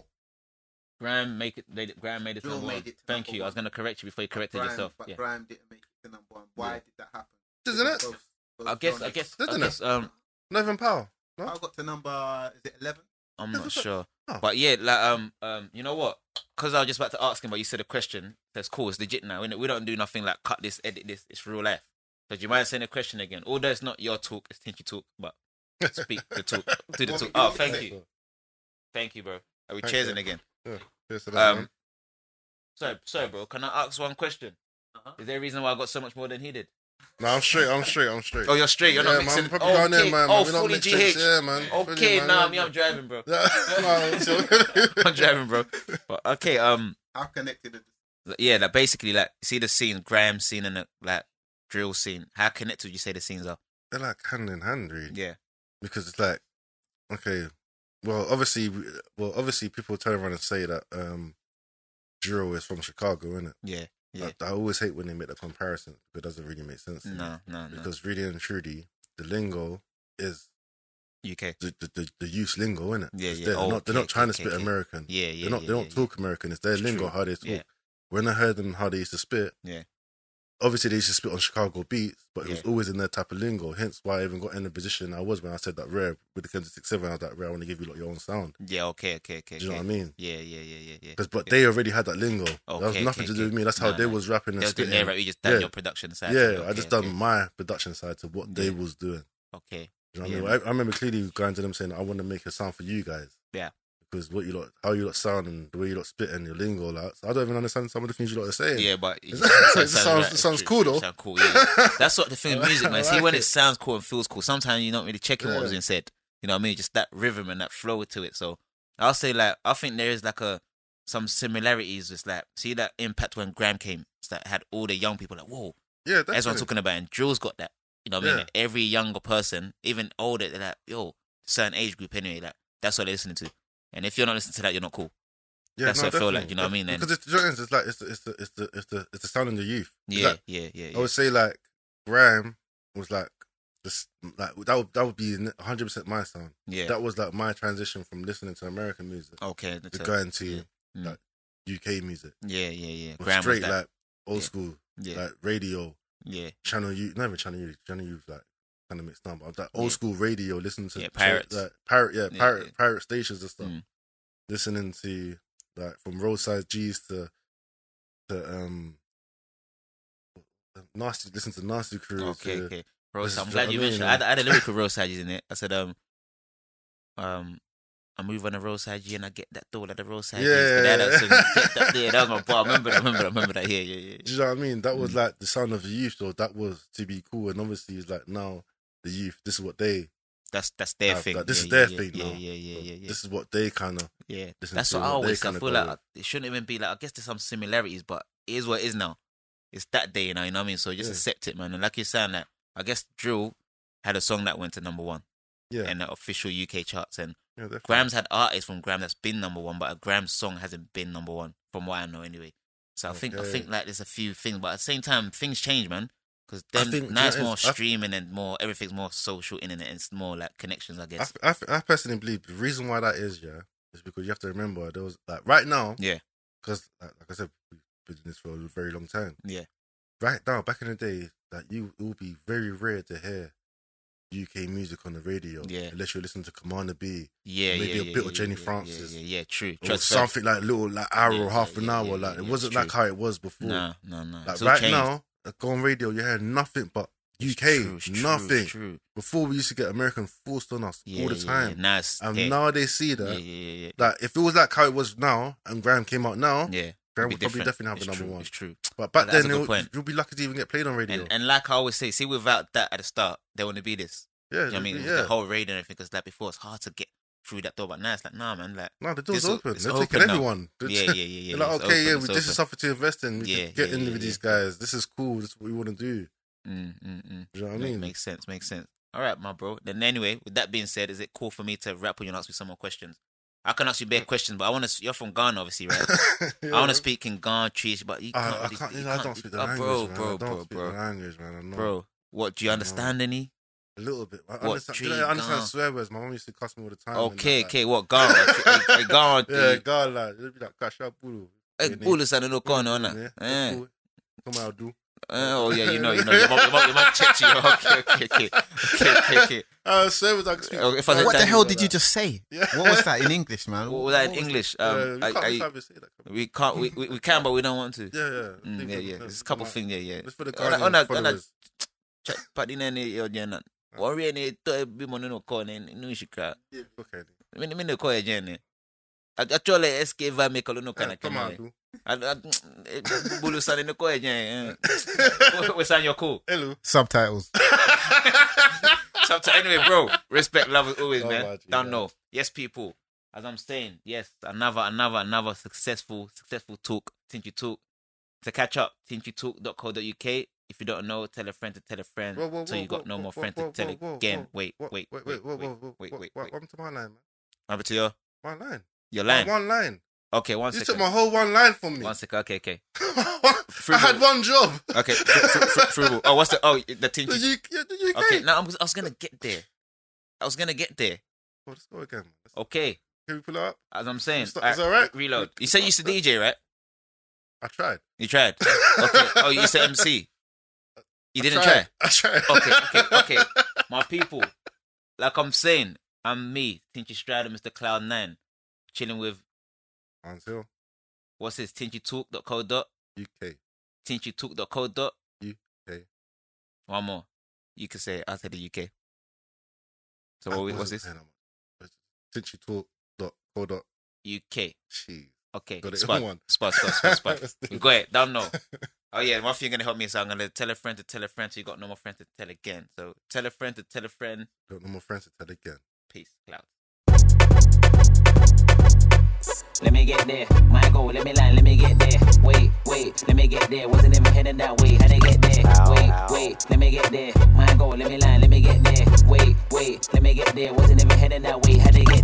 Speaker 1: Graham make it. Made it Graham made it.
Speaker 7: Bill
Speaker 1: Number
Speaker 7: made
Speaker 1: one.
Speaker 7: it to
Speaker 1: Thank
Speaker 7: number
Speaker 1: you. I was
Speaker 7: one.
Speaker 1: gonna correct you before you corrected
Speaker 7: Grime,
Speaker 1: yourself.
Speaker 7: but
Speaker 1: Yeah.
Speaker 7: Grime didn't make it to number one. Why
Speaker 1: Yeah.
Speaker 7: did that happen?
Speaker 6: Isn't it?
Speaker 7: Both- both
Speaker 1: I guess. I
Speaker 7: genres.
Speaker 1: guess. I
Speaker 6: Isn't it?
Speaker 1: guess. Um,
Speaker 6: Not even power.
Speaker 7: I got to number is it eleven?
Speaker 1: I'm
Speaker 6: Isn't
Speaker 1: not
Speaker 6: it?
Speaker 1: sure.
Speaker 6: Oh.
Speaker 1: But yeah, like um um, you know what? Because I was just about to ask him, but you said a question. That's cool. It's legit now. innit? We don't do nothing like cut this, edit this. It's real life. So do you mind saying the question again? Although it's not your talk, it's Tinky talk, but speak the talk, do the
Speaker 7: What
Speaker 1: talk.
Speaker 7: we do
Speaker 1: Oh,
Speaker 7: is
Speaker 1: thank
Speaker 7: say-
Speaker 1: you, thank you, bro. Are we
Speaker 6: Thank
Speaker 1: cheersing
Speaker 6: you.
Speaker 1: again?
Speaker 6: Cheers to that,
Speaker 1: Um,
Speaker 6: man.
Speaker 1: sorry, sorry, bro. Can I ask one question?
Speaker 2: Uh-huh.
Speaker 1: Is there a reason why I got so much more than he did?
Speaker 6: No, I'm straight. I'm straight. I'm straight.
Speaker 1: Oh, you're straight. You're
Speaker 6: yeah,
Speaker 1: not
Speaker 6: man,
Speaker 1: mixing.
Speaker 6: I'm probably going
Speaker 1: okay.
Speaker 6: in, man.
Speaker 1: Oh,
Speaker 6: we don't
Speaker 1: fully
Speaker 6: mix
Speaker 1: GH.
Speaker 6: drinks, yeah, man. Fully,
Speaker 1: Okay,
Speaker 6: man,
Speaker 1: nah,
Speaker 6: yeah.
Speaker 1: me, I'm driving, bro.
Speaker 6: Yeah, no,
Speaker 1: I'm driving, bro. But okay, um,
Speaker 7: How connected are the
Speaker 1: yeah, like basically, like see the scene, Graham scene, and the like drill scene. How connected would you say the scenes are?
Speaker 6: They're like hand in hand, really.
Speaker 1: Yeah,
Speaker 6: because it's like okay well obviously well obviously people turn around and say that um Drew is from Chicago isn't it
Speaker 1: yeah, yeah.
Speaker 6: I, I always hate when they make that comparison because it doesn't really make sense
Speaker 1: No, no, no.
Speaker 6: because really and truly the lingo is
Speaker 1: UK.
Speaker 6: the the, the, the use lingo isn't it
Speaker 1: Yeah,
Speaker 6: It's
Speaker 1: yeah.
Speaker 6: their- they're,
Speaker 1: Oh,
Speaker 6: not, they're
Speaker 1: okay,
Speaker 6: not trying
Speaker 1: okay,
Speaker 6: to spit
Speaker 1: okay.
Speaker 6: American
Speaker 1: Yeah, yeah.
Speaker 6: they're not
Speaker 1: yeah,
Speaker 6: they don't
Speaker 1: yeah,
Speaker 6: talk American it's their
Speaker 1: It's
Speaker 6: lingo
Speaker 1: true.
Speaker 6: how they talk
Speaker 1: Yeah.
Speaker 6: when I heard them how they used to spit
Speaker 1: Yeah.
Speaker 6: obviously they used to spit on Chicago beats, but it was
Speaker 1: Yeah.
Speaker 6: always in their type of lingo. Hence why I even got in the position I was when I said that rare with the Kendrick Six Seven. I was like, rare, I want to give you like your own sound.
Speaker 1: Yeah. Yeah. Okay. Okay. Okay.
Speaker 6: Do you know
Speaker 1: okay.
Speaker 6: what I mean?
Speaker 1: Yeah. Yeah. Yeah. Yeah. Yeah.
Speaker 6: Because but
Speaker 1: Okay.
Speaker 6: they already had that lingo. that was
Speaker 1: Okay,
Speaker 6: nothing
Speaker 1: okay,
Speaker 6: to do with
Speaker 1: okay.
Speaker 6: me. That's how
Speaker 1: No,
Speaker 6: they
Speaker 1: no.
Speaker 6: was rapping and
Speaker 1: They was doing their
Speaker 6: spitting.
Speaker 1: right. You just done
Speaker 6: Yeah,
Speaker 1: your production side.
Speaker 6: yeah,
Speaker 1: Okay,
Speaker 6: I just
Speaker 1: okay.
Speaker 6: done my production side to what they
Speaker 1: Yeah.
Speaker 6: was doing.
Speaker 1: Okay.
Speaker 6: Do you know
Speaker 1: Yeah,
Speaker 6: what I mean? I, I remember clearly going to them saying, I want to make a sound for you guys.
Speaker 1: Yeah.
Speaker 6: Because what you lot, how you lot sound and the way you lot spit and your lingo, like I don't even understand some of the things you lot are saying.
Speaker 1: Yeah, but
Speaker 6: It sounds- it sounds- it
Speaker 1: it's
Speaker 6: sounds
Speaker 1: true.
Speaker 6: cool, though.
Speaker 1: Sound cool, yeah. That's what the thing with music,
Speaker 6: I
Speaker 1: man. See, when
Speaker 6: like
Speaker 1: it
Speaker 6: it.
Speaker 1: sounds cool and feels cool, sometimes you're not really checking what
Speaker 6: Yeah.
Speaker 1: was being said. You know what I mean? Just that rhythm and that flow to it. So I'll say like I think there is like a some similarities. It's like see that impact when Graham came. It's like had all the young people like whoa,
Speaker 6: Yeah, that's
Speaker 1: everyone's talking about, it, and Drill's got that. You know what I mean?
Speaker 6: Yeah.
Speaker 1: Like, every younger person, even older, they're like yo, certain age group anyway. Like that's what they're listening to. And if you're not listening to that, you're not cool.
Speaker 6: Yeah,
Speaker 1: That's what I feel like,
Speaker 6: definitely.
Speaker 1: you know what I mean? Then-
Speaker 6: Because it's, do you know what it is? it's like it's the it's the it's the it's the, it's the sound of the youth. It's
Speaker 1: Yeah,
Speaker 6: like-
Speaker 1: yeah, yeah,
Speaker 6: I
Speaker 1: yeah.
Speaker 6: would say like Graham was like just like that would that would be 100 percent my sound.
Speaker 1: yeah.
Speaker 6: That was like my transition from listening to American music
Speaker 1: okay.
Speaker 6: to
Speaker 1: so-
Speaker 6: going to
Speaker 1: yeah. Mm.
Speaker 6: like UK music.
Speaker 1: yeah, yeah, yeah.
Speaker 6: Was
Speaker 1: Graham was
Speaker 6: straight
Speaker 1: that.
Speaker 6: like old
Speaker 1: Yeah.
Speaker 6: school,
Speaker 1: yeah,
Speaker 6: like radio,
Speaker 1: yeah,
Speaker 6: channel U, not even channel U, channel U like kind of mixed up. But like old
Speaker 1: Yeah.
Speaker 6: school radio, listening to
Speaker 1: Yeah,
Speaker 6: to,
Speaker 1: pirates.
Speaker 6: like, pirate, yeah,
Speaker 1: Yeah,
Speaker 6: pirate,
Speaker 1: yeah.
Speaker 6: pirate stations and stuff.
Speaker 1: Mm.
Speaker 6: Listening to like from roadside G's to to um nasty, listen to nasty crew.
Speaker 1: Okay,
Speaker 6: to,
Speaker 1: okay.
Speaker 6: This
Speaker 1: Roadside.
Speaker 6: is
Speaker 1: I'm
Speaker 6: what
Speaker 1: glad
Speaker 6: I
Speaker 1: you
Speaker 6: mean,
Speaker 1: mentioned. I,
Speaker 6: like-
Speaker 1: had, I had a lyric with roadside in it. I said, um, um, I move on the roadside G and I get that door that the roadside. G's.
Speaker 6: Yeah,
Speaker 1: But they had
Speaker 6: yeah,
Speaker 1: that song,
Speaker 6: yeah.
Speaker 1: get that there. That was my part. I remember that. I remember that. I remember that. Yeah, yeah,
Speaker 6: Do
Speaker 1: yeah.
Speaker 6: you know what I mean? That was
Speaker 1: Mm.
Speaker 6: like the sound of the youth, so that was to be cool. And obviously, it's like now the youth, this is what they,
Speaker 1: That's that's their
Speaker 6: Nah,
Speaker 1: thing.
Speaker 6: like, this
Speaker 1: yeah,
Speaker 6: is their
Speaker 1: yeah,
Speaker 6: thing
Speaker 1: Yeah,
Speaker 6: now.
Speaker 1: yeah, yeah, yeah, yeah.
Speaker 6: this is what they kind of.
Speaker 1: yeah.
Speaker 6: listen
Speaker 1: That's
Speaker 6: to
Speaker 1: what I
Speaker 6: what they
Speaker 1: always I
Speaker 6: kinda
Speaker 1: feel
Speaker 6: go
Speaker 1: like it shouldn't even be like. I guess there's some similarities, but it is what it is now. It's that day, you know. You know what I mean? So just
Speaker 6: Yeah.
Speaker 1: accept it, man. And like you're saying that, I guess Drill had a song that went to number one
Speaker 6: Yeah,
Speaker 1: in the official UK charts, and
Speaker 6: yeah, definitely.
Speaker 1: Graham's had artists from Graham that's been number one, but a Graham song hasn't been number one, from what I know anyway. So I think I
Speaker 6: Okay.
Speaker 1: think like there's a few things, but at the same time things change, man. Because
Speaker 6: I
Speaker 1: then
Speaker 6: think
Speaker 1: now it's
Speaker 6: that is-
Speaker 1: more
Speaker 6: I-
Speaker 1: streaming and more everything's more social internet. and It's more like connections, I
Speaker 6: I,
Speaker 1: guess.
Speaker 6: I, I personally believe the reason why that is, yeah, is because you have to remember there was like right now,
Speaker 1: Yeah.
Speaker 6: because like, like I said, we've been in this for a very long time,
Speaker 1: Yeah.
Speaker 6: Right now, back in the day, like you, it would be very rare to hear UK music on the radio,
Speaker 1: Yeah.
Speaker 6: unless you're listening to Commander B
Speaker 1: Yeah,
Speaker 6: Maybe
Speaker 1: yeah,
Speaker 6: a
Speaker 1: yeah,
Speaker 6: bit
Speaker 1: yeah,
Speaker 6: of Jenny
Speaker 1: yeah, yeah,
Speaker 6: Francis.
Speaker 1: Yeah, yeah, true.
Speaker 6: or
Speaker 1: Trust first.
Speaker 6: something like little, like hour
Speaker 1: Yeah,
Speaker 6: or half
Speaker 1: yeah,
Speaker 6: an
Speaker 1: yeah,
Speaker 6: hour.
Speaker 1: yeah,
Speaker 6: like
Speaker 1: yeah,
Speaker 6: it
Speaker 1: it's
Speaker 6: wasn't
Speaker 1: true.
Speaker 6: like how it was before.
Speaker 1: No, no, no.
Speaker 6: Like
Speaker 1: it's all
Speaker 6: right
Speaker 1: changed.
Speaker 6: now, like, go on radio, you hear nothing but
Speaker 1: It's
Speaker 6: UK,
Speaker 1: true, it's true,
Speaker 6: nothing.
Speaker 1: it's True.
Speaker 6: Before we used to get American forced on us
Speaker 1: Yeah,
Speaker 6: all the
Speaker 1: yeah,
Speaker 6: time,
Speaker 1: Yeah, now it's
Speaker 6: and
Speaker 1: yeah,
Speaker 6: now they see
Speaker 1: yeah,
Speaker 6: that.
Speaker 1: yeah, yeah, yeah.
Speaker 6: Like if it was like how it was now, and Graham came out now,
Speaker 1: Yeah, it'd
Speaker 6: Graham
Speaker 1: be
Speaker 6: would probably
Speaker 1: different.
Speaker 6: definitely have
Speaker 1: It's
Speaker 6: a number
Speaker 1: true,
Speaker 6: one.
Speaker 1: It's true.
Speaker 6: But back
Speaker 1: That's a
Speaker 6: then,
Speaker 1: good
Speaker 6: it would,
Speaker 1: point.
Speaker 6: you'll be lucky to even get played on radio.
Speaker 1: And, and like I always say, see, without that at the start, they wouldn't be this.
Speaker 6: yeah,
Speaker 1: You know what I mean,
Speaker 6: yeah.
Speaker 1: With the whole raid and everything, because like before, it's hard to get through that door. But now it's like, nah, man, like,
Speaker 6: no, the door's
Speaker 1: This'll-
Speaker 6: open.
Speaker 1: it's
Speaker 6: They're
Speaker 1: open
Speaker 6: taking
Speaker 1: now.
Speaker 6: everyone. They're
Speaker 1: yeah, yeah, yeah,
Speaker 6: just-
Speaker 1: yeah.
Speaker 6: They're like,
Speaker 1: it's
Speaker 6: okay,
Speaker 1: open,
Speaker 6: yeah,
Speaker 1: it's
Speaker 6: we, this is
Speaker 1: open.
Speaker 6: something to invest in. We
Speaker 1: Yeah,
Speaker 6: can get
Speaker 1: yeah,
Speaker 6: in
Speaker 1: yeah,
Speaker 6: with these
Speaker 1: yeah.
Speaker 6: guys. This is cool. This is what we want to do.
Speaker 1: Mm, mm, mm.
Speaker 6: Do you know what I
Speaker 1: Ma-
Speaker 6: mean?
Speaker 1: Makes sense, makes sense. All right, my bro. Then anyway, with that being said, is it cool for me to wrap up and ask you some more questions? I can ask you bare questions, but I want to. You're from Ghana, obviously, right?
Speaker 6: Yeah,
Speaker 1: I want
Speaker 6: man.
Speaker 1: to speak in Ghana, Trish, but you can't.
Speaker 6: I, I
Speaker 1: really-
Speaker 6: can't.
Speaker 1: you
Speaker 6: You know, I don't
Speaker 1: can't-
Speaker 6: speak the
Speaker 1: oh,
Speaker 6: language,
Speaker 1: bro,
Speaker 6: man.
Speaker 1: bro,
Speaker 6: I don't
Speaker 1: bro,
Speaker 6: speak
Speaker 1: bro.
Speaker 6: the language, man. I'm not
Speaker 1: bro. What do you
Speaker 6: I know.
Speaker 1: understand any?
Speaker 6: a little bit. I
Speaker 1: What,
Speaker 6: understand. you know,
Speaker 1: tree,
Speaker 6: I understand
Speaker 1: nah.
Speaker 6: swear words. My mom used to cuss me all the time. and
Speaker 1: Okay,
Speaker 6: that,
Speaker 1: okay. What Ghana? Eh, eh, Ghana.
Speaker 6: like- Yeah,
Speaker 1: eh,
Speaker 6: God, like it'd be like "Kasha bulu."
Speaker 1: eh, Bulu sana no kono,
Speaker 6: Yeah,
Speaker 1: ona. Eh.
Speaker 6: cool. Come out, do.
Speaker 1: Uh, oh yeah, you know, you know, your mum, your mum, your mum checked you. Okay, okay, okay, okay, okay. okay.
Speaker 6: Uh, so was like,
Speaker 1: Uh, if I said
Speaker 5: What the
Speaker 1: that-
Speaker 5: hell did you just say?
Speaker 6: Yeah.
Speaker 5: What was that in English, man?
Speaker 1: What was that in English? Um,
Speaker 6: Oh, yeah,
Speaker 1: I,
Speaker 6: we can't, we
Speaker 1: I,
Speaker 6: can't even say that. can we?
Speaker 1: we can't, we, we, we can, but we don't want to.
Speaker 6: Yeah, yeah,
Speaker 1: Mm,
Speaker 6: Think
Speaker 1: yeah,
Speaker 6: of-
Speaker 1: yeah.
Speaker 6: no,
Speaker 1: There's a couple
Speaker 6: like,
Speaker 1: things. Yeah, yeah.
Speaker 6: Just for the
Speaker 1: Ona-
Speaker 6: Ghanaian
Speaker 1: ona- ona-
Speaker 6: followers.
Speaker 1: Check, but in any you're not. Worry any to be more no corner. No, she cry.
Speaker 6: Okay.
Speaker 1: Me, me no call again. Actually, SK va me kolo no
Speaker 6: Uh,
Speaker 1: kana
Speaker 6: Come
Speaker 1: kama.
Speaker 6: out, do.
Speaker 1: eh, Bulu sana no call again. We sign your call.
Speaker 6: Hello.
Speaker 5: Subtitles.
Speaker 1: Shout out- anyway, bro. Respect, love as always,
Speaker 6: Oh,
Speaker 1: man.
Speaker 6: my G,
Speaker 1: Don't
Speaker 6: man.
Speaker 1: know. Yes, people. As I'm saying, yes, another, another, another successful, successful talk. Tinchy Talk. To catch up, tinchytalk.co.uk. If you don't know, tell a friend to tell a friend.
Speaker 6: Whoa, whoa,
Speaker 1: so
Speaker 6: whoa,
Speaker 1: you got
Speaker 6: whoa,
Speaker 1: no more
Speaker 6: whoa,
Speaker 1: friends
Speaker 6: whoa,
Speaker 1: to tell
Speaker 6: whoa, whoa,
Speaker 1: again.
Speaker 6: whoa,
Speaker 1: wait,
Speaker 6: whoa,
Speaker 1: wait,
Speaker 6: wait, wait, whoa, whoa, whoa,
Speaker 1: wait,
Speaker 6: whoa,
Speaker 1: wait,
Speaker 6: whoa.
Speaker 1: wait.
Speaker 6: Welcome to my line, man.
Speaker 1: Number two, you're,
Speaker 6: My line.
Speaker 1: you're lying.
Speaker 6: One line.
Speaker 1: okay, one
Speaker 6: You
Speaker 1: second.
Speaker 6: took my whole one line from me.
Speaker 1: One second. Okay, okay.
Speaker 6: I had one job.
Speaker 1: Okay, fr- fr- fr- frugal. Oh, what's the, oh, the
Speaker 6: The
Speaker 1: Tinchy.
Speaker 6: U- yeah, the UK.
Speaker 1: Okay, now I was, I was going to get there. I was going to get there.
Speaker 6: Oh, Let's go again. Let's-
Speaker 1: Okay,
Speaker 6: Can we pull it up?
Speaker 1: as I'm saying.
Speaker 6: Is that- is that right?
Speaker 1: Reload. You said you used to DJ, right?
Speaker 6: I tried.
Speaker 1: You tried. Okay. Oh, you said MC. You didn't try.
Speaker 6: I tried.
Speaker 1: Okay, okay, okay. My people, like I'm saying, I'm me, Tinchy Strider, Mr. Cloud Nine, chilling with
Speaker 6: Until
Speaker 1: what's this? TinchyTalk.co dot
Speaker 6: UK.
Speaker 1: TinchyTalk.co dot
Speaker 6: UK.
Speaker 1: One more. You can say it outside the UK. So what, we- what's this?
Speaker 6: Tinchutalk.co.uk.
Speaker 1: UK.
Speaker 6: Jeez.
Speaker 1: Okay.
Speaker 6: Got it in
Speaker 1: Spot.
Speaker 6: one.
Speaker 1: Spot. Spot. Spot. Spot.
Speaker 6: Let's do
Speaker 1: We got it. Don't know. Oh yeah, one thing you're gonna help me is I'm gonna tell a friend to tell a friend so you got no more friends to tell again. So tell a friend to tell a friend
Speaker 6: Don't know my friends to tell again.
Speaker 1: Peace, clout.
Speaker 4: Let me get there. My goal, let me line, let me get there. Wait, wait, let me get there. Wasn't even heading that way. How'd I get there? Wait, wait, let me get there. My goal, let me line, let me get there. Wait, wait, let me get there. Wasn't even heading that way. How'd I get